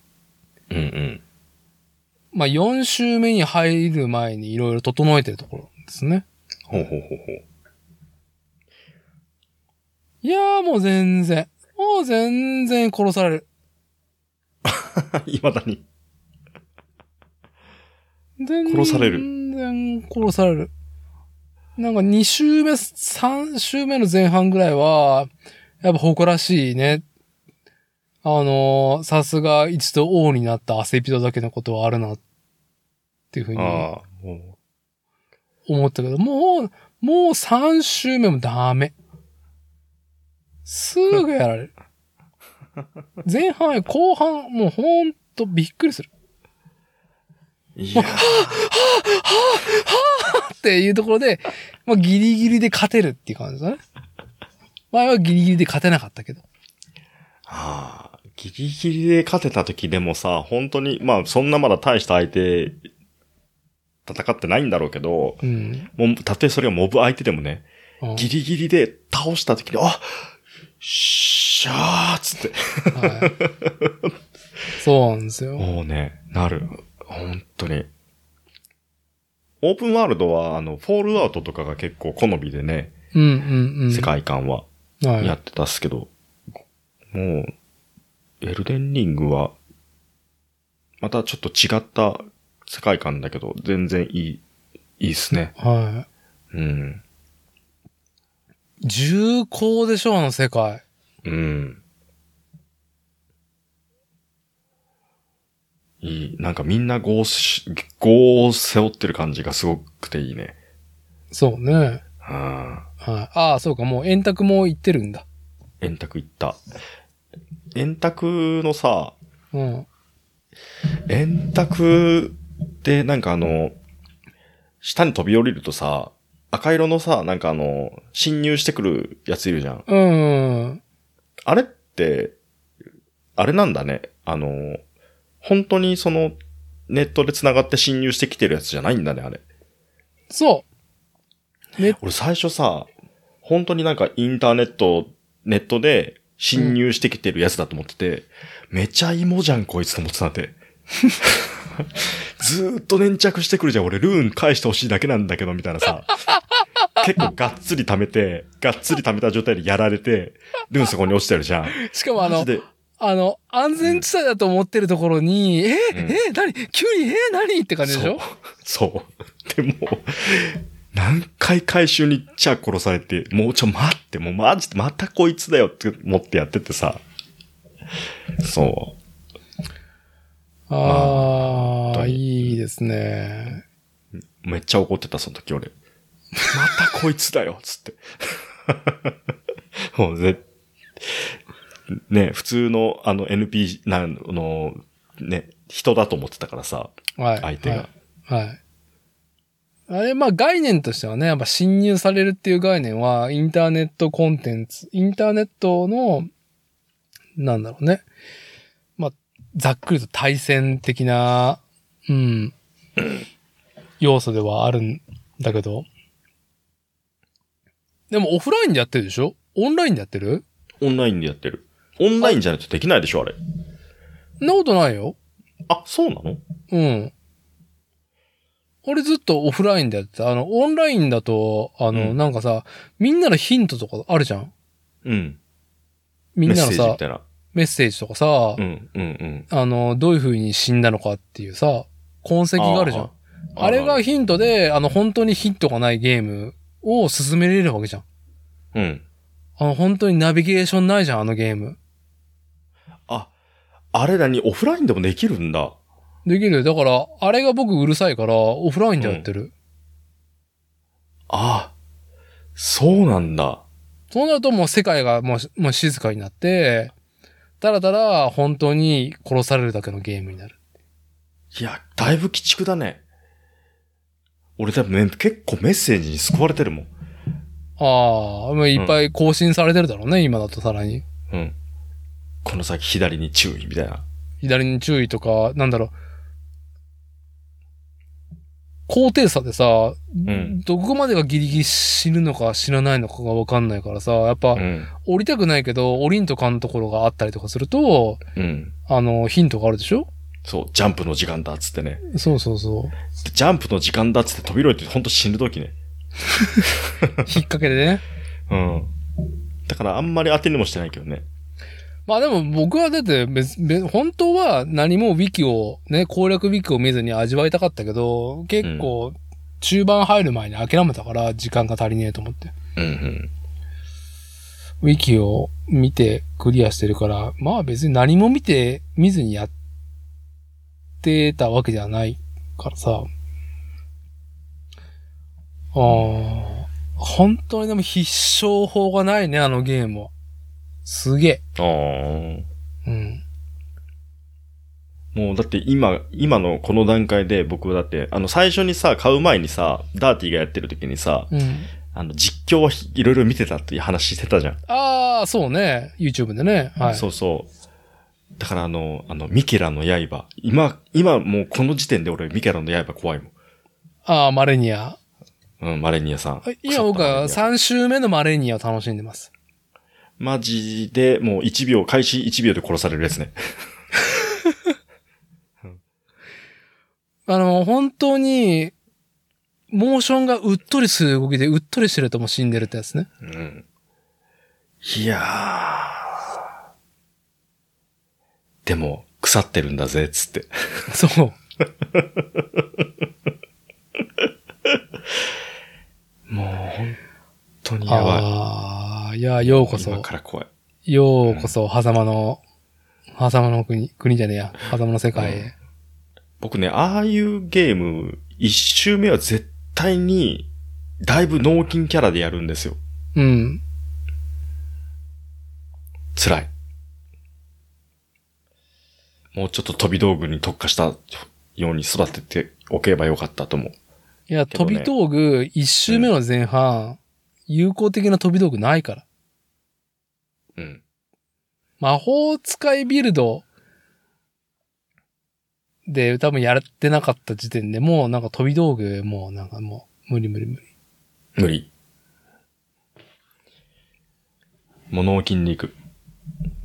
うんうん。
まあ4週目に入る前にいろいろ整えてるところですね。
ほうほうほうほう。
いやーもう全然、もう全然殺される。
いまだに。
殺
殺される
全然殺される。なんか2週目、3週目の前半ぐらいは、やっぱ誇らしいね。あのーさすが一度王になったアセピドだけのことはあるな、っていうふうに
ああ。も
思ったけど、もう、もう3週目もダメ。すぐやら れる。前半より後半、もうほんとびっくりする。
ういや
っていうところで、まあ、ギリギリで勝てるっていう感じだね。前はギリギリで勝てなかったけど。
ああ、ギリギリで勝てた時でもさ、本当に、まあそんなまだ大した相手、戦ってないんだろうけど、
うん。
もう、たとえそれがモブ相手でもね、
うん
ギリギリで倒した時に、あしゃーっつって。
はい、そうなんですよ。
もうね、なる。本当に。オープンワールドは、あの、フォールアウトとかが結構好みでね、
うんうんうん。
世界観は
はい。
やってたっすけど、もう、エルデンリングは、またちょっと違った世界観だけど、全然いい、いいっすね。
は
うん。
い。重厚でしょ、あの世界。
うん。いい。なんかみんな業をし、業を背負ってる感じがすごくていいね。
そうね。
うん。
はい。ああ、そうか、もう円卓も行ってるんだ。
円卓行った。円卓のさ、
うん。
円卓でなんかあの、下に飛び降りるとさ、赤色のさ、なんかあの、侵入してくるやついるじゃん。
うん。
あれって、あれなんだね。あの、本当にその、ネットで繋がって侵入してきてるやつじゃないんだね、あれ。
そう。ね、
俺最初さ、本当になんかインターネット、ネットで侵入してきてるやつだと思ってて、めちゃ芋じゃんこいつと思ってた んで。ずーっと粘着してくるじゃん。俺ルーン返してほしいだけなんだけど、みたいなさ。結構がっつり貯めて、がっつり貯めた状態でやられて、ルーンそこに落ちてるじゃん。
しかもあ
マ
の
ジ、で
あの、安全地帯だと思ってるところに、え、
うん
え、何急に、え、何って感じでしょ
そう。そう。 でも、何回回収に行っちゃ殺されて、もうちょ、待って、もうマジで、またこいつだよって思ってやっててさ。そ
あ
う
あ、
ん
いいですね。
う。めっちゃ怒ってた、その時俺。またこいつだよ、つって。 もうぜ、ね、普通の、あの、NP、なん、あの、ね、人だと思ってたからさ、
はい。
相手が。
はい。はい。あれ、まあ概念としてはね、やっぱ侵入されるっていう概念は、インターネットコンテンツ、インターネットのなんだろうね。まあ、ざっくりと対戦的な、うん、要素ではあるんだけど。でもオフラインでやってるでしょオンラインでやってる
オンラインでやってる。オンラインじゃないとできないでしょ、あれ。
そんなことないよ。
あ、そうなの
うん。俺ずっとオフラインでやってた。あの、オンラインだと、あの、
うん
なんかさ、みんなのヒントとかあるじゃん
うん。
みんなの
メッセージ
さ
み、たいな。
メッセージとかさ、
うん、うん、うん。
あの、どういう風に死んだのかっていうさ、痕跡があるじゃん。あ
ー
れが、ヒントで、あの、本当にヒントがないゲームを進めれるわけじゃん。
うん。
あの、本当にナビゲーションないじゃん、あのゲーム。
あ、あれ何オフラインでもできるんだ。
できるよだから、あれが僕うるさいから、オフラインでやってる。
あ、そうなんだ。
そうなるともう世界がもうしもう静かになって、たらたら本当に殺されるだけのゲームになる。
いや、だいぶ鬼畜だね。俺多分ね、結構メッセージに救われてるもん。
ああ、もういっぱい更新されてるだろうね、今だとさらに。
うん。この先左に注意みたいな。
左に注意とか、なんだろう。高低差でさ、
ん
どこまでがギリギリ死ぬのか死なないのかがわかんないからさ、やっぱ
うん。
降りたくないけど、降りんとかんところがあったりとかすると、
うん。
あの、ヒントがあるでしょ
そう、ジャンプの時間だっつってね。
そうそう そう。
でジャンプの時間だっつって飛び降りてほんと死ぬときね。
引っ掛けでね。
うん。だからあんまり当てにもしてないけどね。
まあでも僕はだって別、別本当は何もウィキを、ね、攻略ウィキを見ずに味わいたかったけど、結構中盤入る前に諦めたから時間が足りねえと思って。
うんうん。
ウィキを見てクリアしてるから、まあ別に何も見て、見ずにやってたわけではないからさ。あー本当にでも必勝法がないね、あのゲームは。すげえ。
あー
うん。
もうだって今、今のこの段階で僕だって、あの最初にさ、買う前にさ、ダーティがやってる時にさ、
うん。
あの実況をひいろいろ見てたっていう話してたじゃん。
ああ、そうね。YouTube でね。はい。
そうそう。だからあの、あの、ミケラの刃。今、今もうこの時点で俺ミケラの刃怖いも
ああ、マレニア。
ん。うん、マレニアさん。
今僕は
腐ったマレニア
3週目のマレニアを楽しんでます。
マジでもう1秒、開始1秒で殺されるやつね。
あの、本当に、モーションがうっとりする動きでうっとりしてるともう死んでるってやつね。
うん。いやー。でも、腐ってるんだぜ、つって。
そう。
もう、本当にやばい。
ああ、いや、ようこそ
今、から怖い。
ようこそ、狭間の、狭間の国、国じゃねえや、狭間の世界へ。
僕ね、ああいうゲーム、一周目は絶対に、だいぶ脳筋キャラでやるんですよ。
うん。
辛い。もうちょっと飛び道具に特化したように育てておけばよかったと思う。
いや、
けど
飛
ね
び道具、一周目の前半、有効的な飛び道具ないから。
うん。
魔法使いビルドで多分やってなかった時点でもうなんか飛び道具もうなんかもう無理無理無理。
無理。もう脳筋に行く。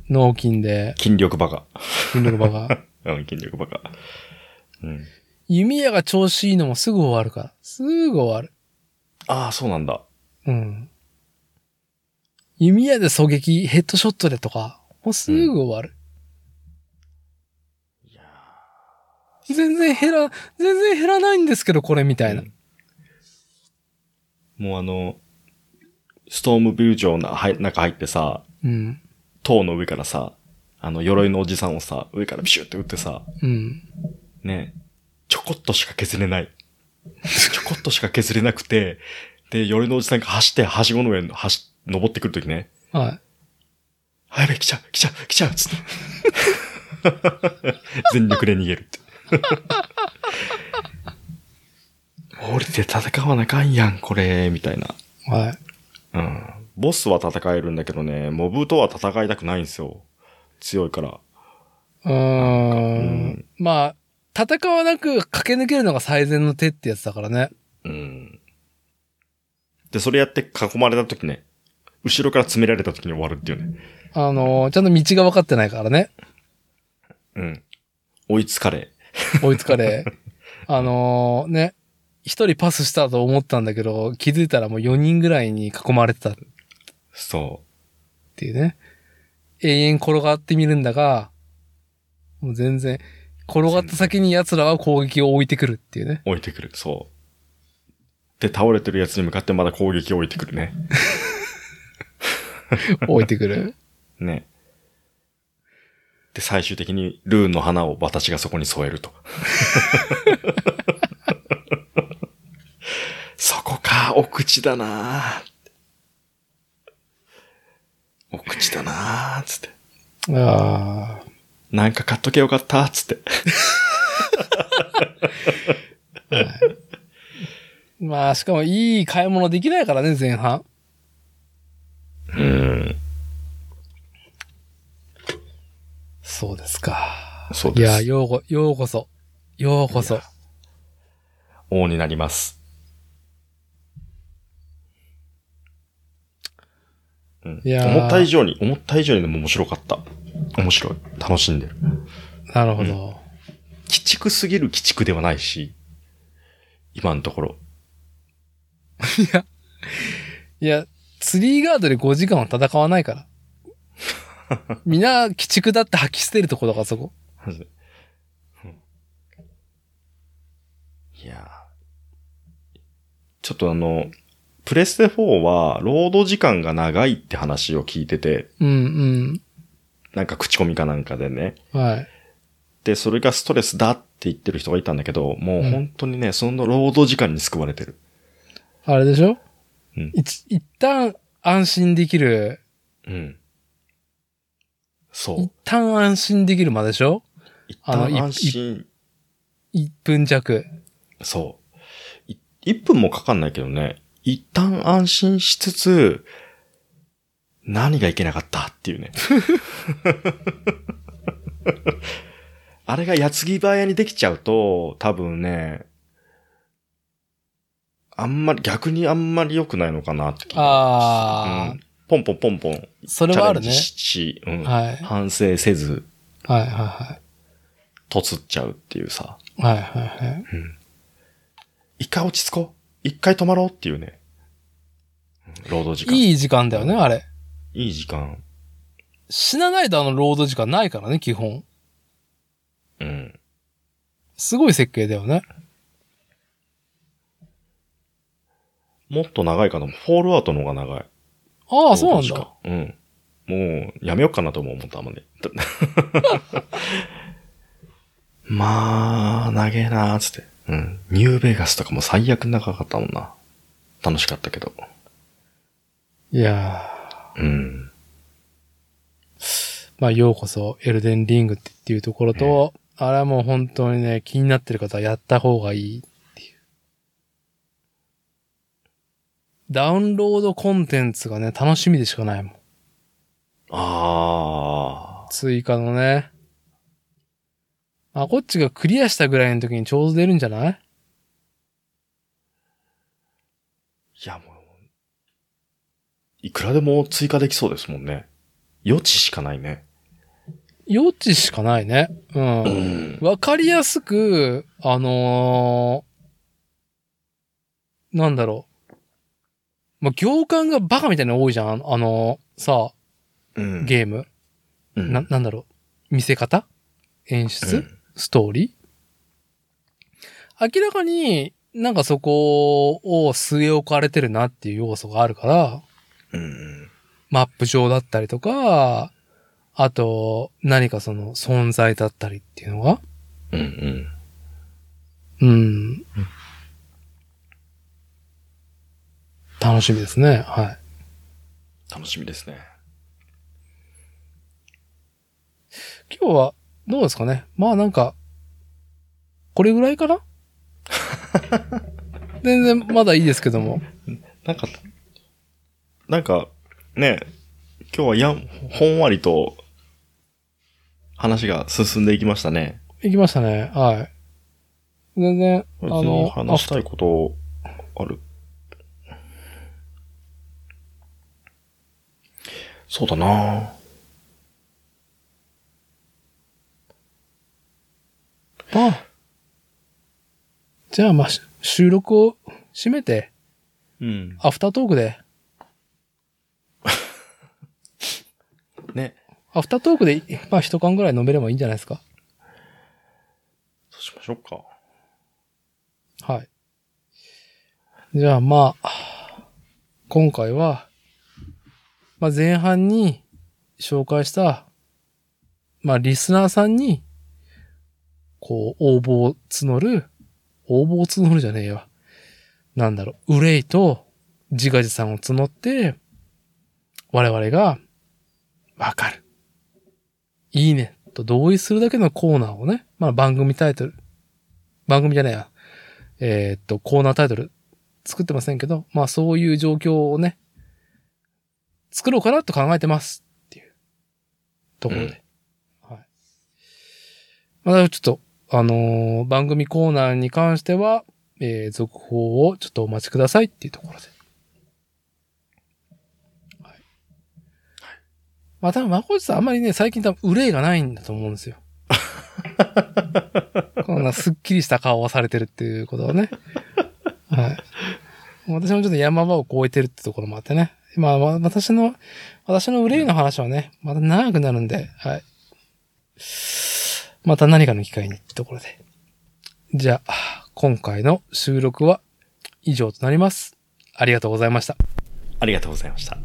脳筋で
筋力バカ。
筋力場が。
うん、筋力バカ。うん。
弓矢が調子いいのもすぐ終わるから。すぐ終わる。
ああ、そうなんだ。
うん。弓矢で狙撃、ヘッドショットでとか、もうすぐ終わる。
いや
全然減ら、全然減らないんですけど、これみたいな。
うんもうあの、ストームビュー城のはい中入ってさ、
うん。
塔の上からさ、あの、鎧のおじさんをさ、上からピシュって撃ってさ、
うん。
ね、ちょこっとしか削れない。 ちょこっとしか削れなくて、で、鎧のおじさんが走って、はしごの上の、はし、登ってくるときね、
はい。
あやべえ、来ちゃう、来ちゃう、来ちゃう、つって。 全力で逃げるって。 降りて戦わなあかんやん、これ、みたいな。
はい。
うん。ボスは戦えるんだけどね、モブとは戦いたくないんですよ。強いから。
うーん。まあ、戦わなく駆け抜けるのが最善の手ってやつだからね。
うん。で、それやって囲まれた時ね、後ろから詰められた時に終わるっていうね。
あのー、ちゃんと道が分かってないからね。
うん。追いつかれ。
追いつか れ。あのー、ね。一人パスしたと思ったんだけど、気づいたらもう4人ぐらいに囲まれてたっ
そ
ていうね。永遠転がってみるんだが、もう全然、転がった先に奴らは攻撃を置いてくるっていうね。
う。置いてくる。そう。で、倒れてるやつに向かってまだ攻撃を置いてくるね。
置いてく る。
ね。で、最終的にルーンの花を私がそこに添えると。 そこか、お口だなぁお口だなぁつって。
あ
なんか買っとけよかった、つって。
あ。まあ、しかもいい買い物できないからね、前半。
うん。
そうですか。
そう
い
で
や、
す。
ようこ、ようこそ。ようこそ。
王になります。うん、
いやー
思った以上に、思った以上にでも面白かった。面白い。楽しんでる。
なるほど。
鬼畜すぎる鬼畜ではないし、今のところ。
いや、ツリーガードで5時間は戦わないから。 みんな、鬼畜だって吐き捨てるとこだから、そこ。
いやーちょっとあの、プレステ4は、労働時間が長いって話を聞いてて、
うん、
なんか口コミかなんかでね。
うん。はい。
で、それがストレスだって言ってる人がいたんだけど、もう本当にね、その労働時間に救われてる。
あれでしょ
うん
一、一旦安心できる。
うん。そう
一。旦安心できるまででしょ
一
あの
旦
い
安心。
?1 分弱。
そう。い1分もかかんないけどね、一旦安心しつつ、何がいけなかったっていうね。 あれが矢継ぎ早にできちゃうと、多分ね、あんまり、逆にあんまり良くないのかなって気が
あ
う
ー
ん、ポンポンポンポン。
それはある
チャレ
ね
ンジ。し、うん
はい。はい
反省せず、
はいは
とつっちゃうっていうさ。
い。はいはいはい。
一回落ち着こう。一回止まろうっていうね。うん労働時間。い
いい時間だよね、あれ。
い時間。
死なないとあのロード時間ないからね、基本。
うん。
すごい設計だよね。
もっと長いかな。フォールアウトの方が長い。
ああ、そうなん
労働時
だ。
間。うん。もう、やめようかなとも思ったもんね。 だまあ、長えなーつって。うん。ニューベガスとかも最悪長かったもんな。楽しかったけど。
いや
うん。
ーまあ、ようこそ、エルデンリングってっていうところと、あれはもう本当にね、気になってる方はやった方がいいっていう。ダウンロードコンテンツがね、楽しみでしかないもん。
あ
追加のね。まあ、こっちがクリアしたぐらいの時にちょうど出るんじゃない
ー。いや、もう、いくらでも追加できそうですもんね。余地しかないね。
余地しかないね。うん。
うん
わかりやすく、あのーなんだろう。まあ、行間がバカみたいなの多いじゃん。あのあのーさ
うん
ゲーム。
うん
な、なんだろう。見せ方演出、
うん
ストーリー明らかになんかそこを据え置かれてるなっていう要素があるから、
うん。
マップ上だったりとか、あと何かその存在だったりっていうのが、
うんうん。
うん。楽しみですね。はい。
楽しみですね。
今日は、どうですかねまあなんか、これぐらいか な全然まだいいですけども。
なんか、なんか、ね、今日はやん、ほんわりと、話が進んでいきましたね。
行きましたね。はい。全然、あ
あの、
の、
話したいことある。そうだな
まあ、じゃあ、まあ、し収録を締めて、
うん。
アフタートークで、
ね。
アフタートークで、まあ、一缶ぐらい飲めればいいんじゃないですか。
そうしましょうか。
はい。じゃあ、まあ、今回は、まあ、前半に紹介した、まあ、リスナーさんに、こう、応募を募る、応募を募るじゃねえよ。なんだろう、憂いと自画自賛を募って、我々が、わかる。いいね。と同意するだけのコーナーをね、まあ番組タイトル、番組じゃないや、えーっと、コーナータイトル作ってませんけど、まあそういう状況をね、作ろうかなと考えてますっていうところで。はい。まあちょっと、あのー番組コーナーに関しては、えー続報をちょっとお待ちくださいっていうところで。はい。まあ多分、まこさんあんまりね、最近多分憂いがないんだと思うんですよ。 こんなすっきりした顔をされてるっていうことをね。はい。私もちょっと山場を越えてるってところもあってね。まあ、まあ私の、私の憂いの話はね、また長くなるんで、はい。また何かの機会にってところで。じゃあ、今回の収録は以上となります。ありがとうございました。
ありがとうございました。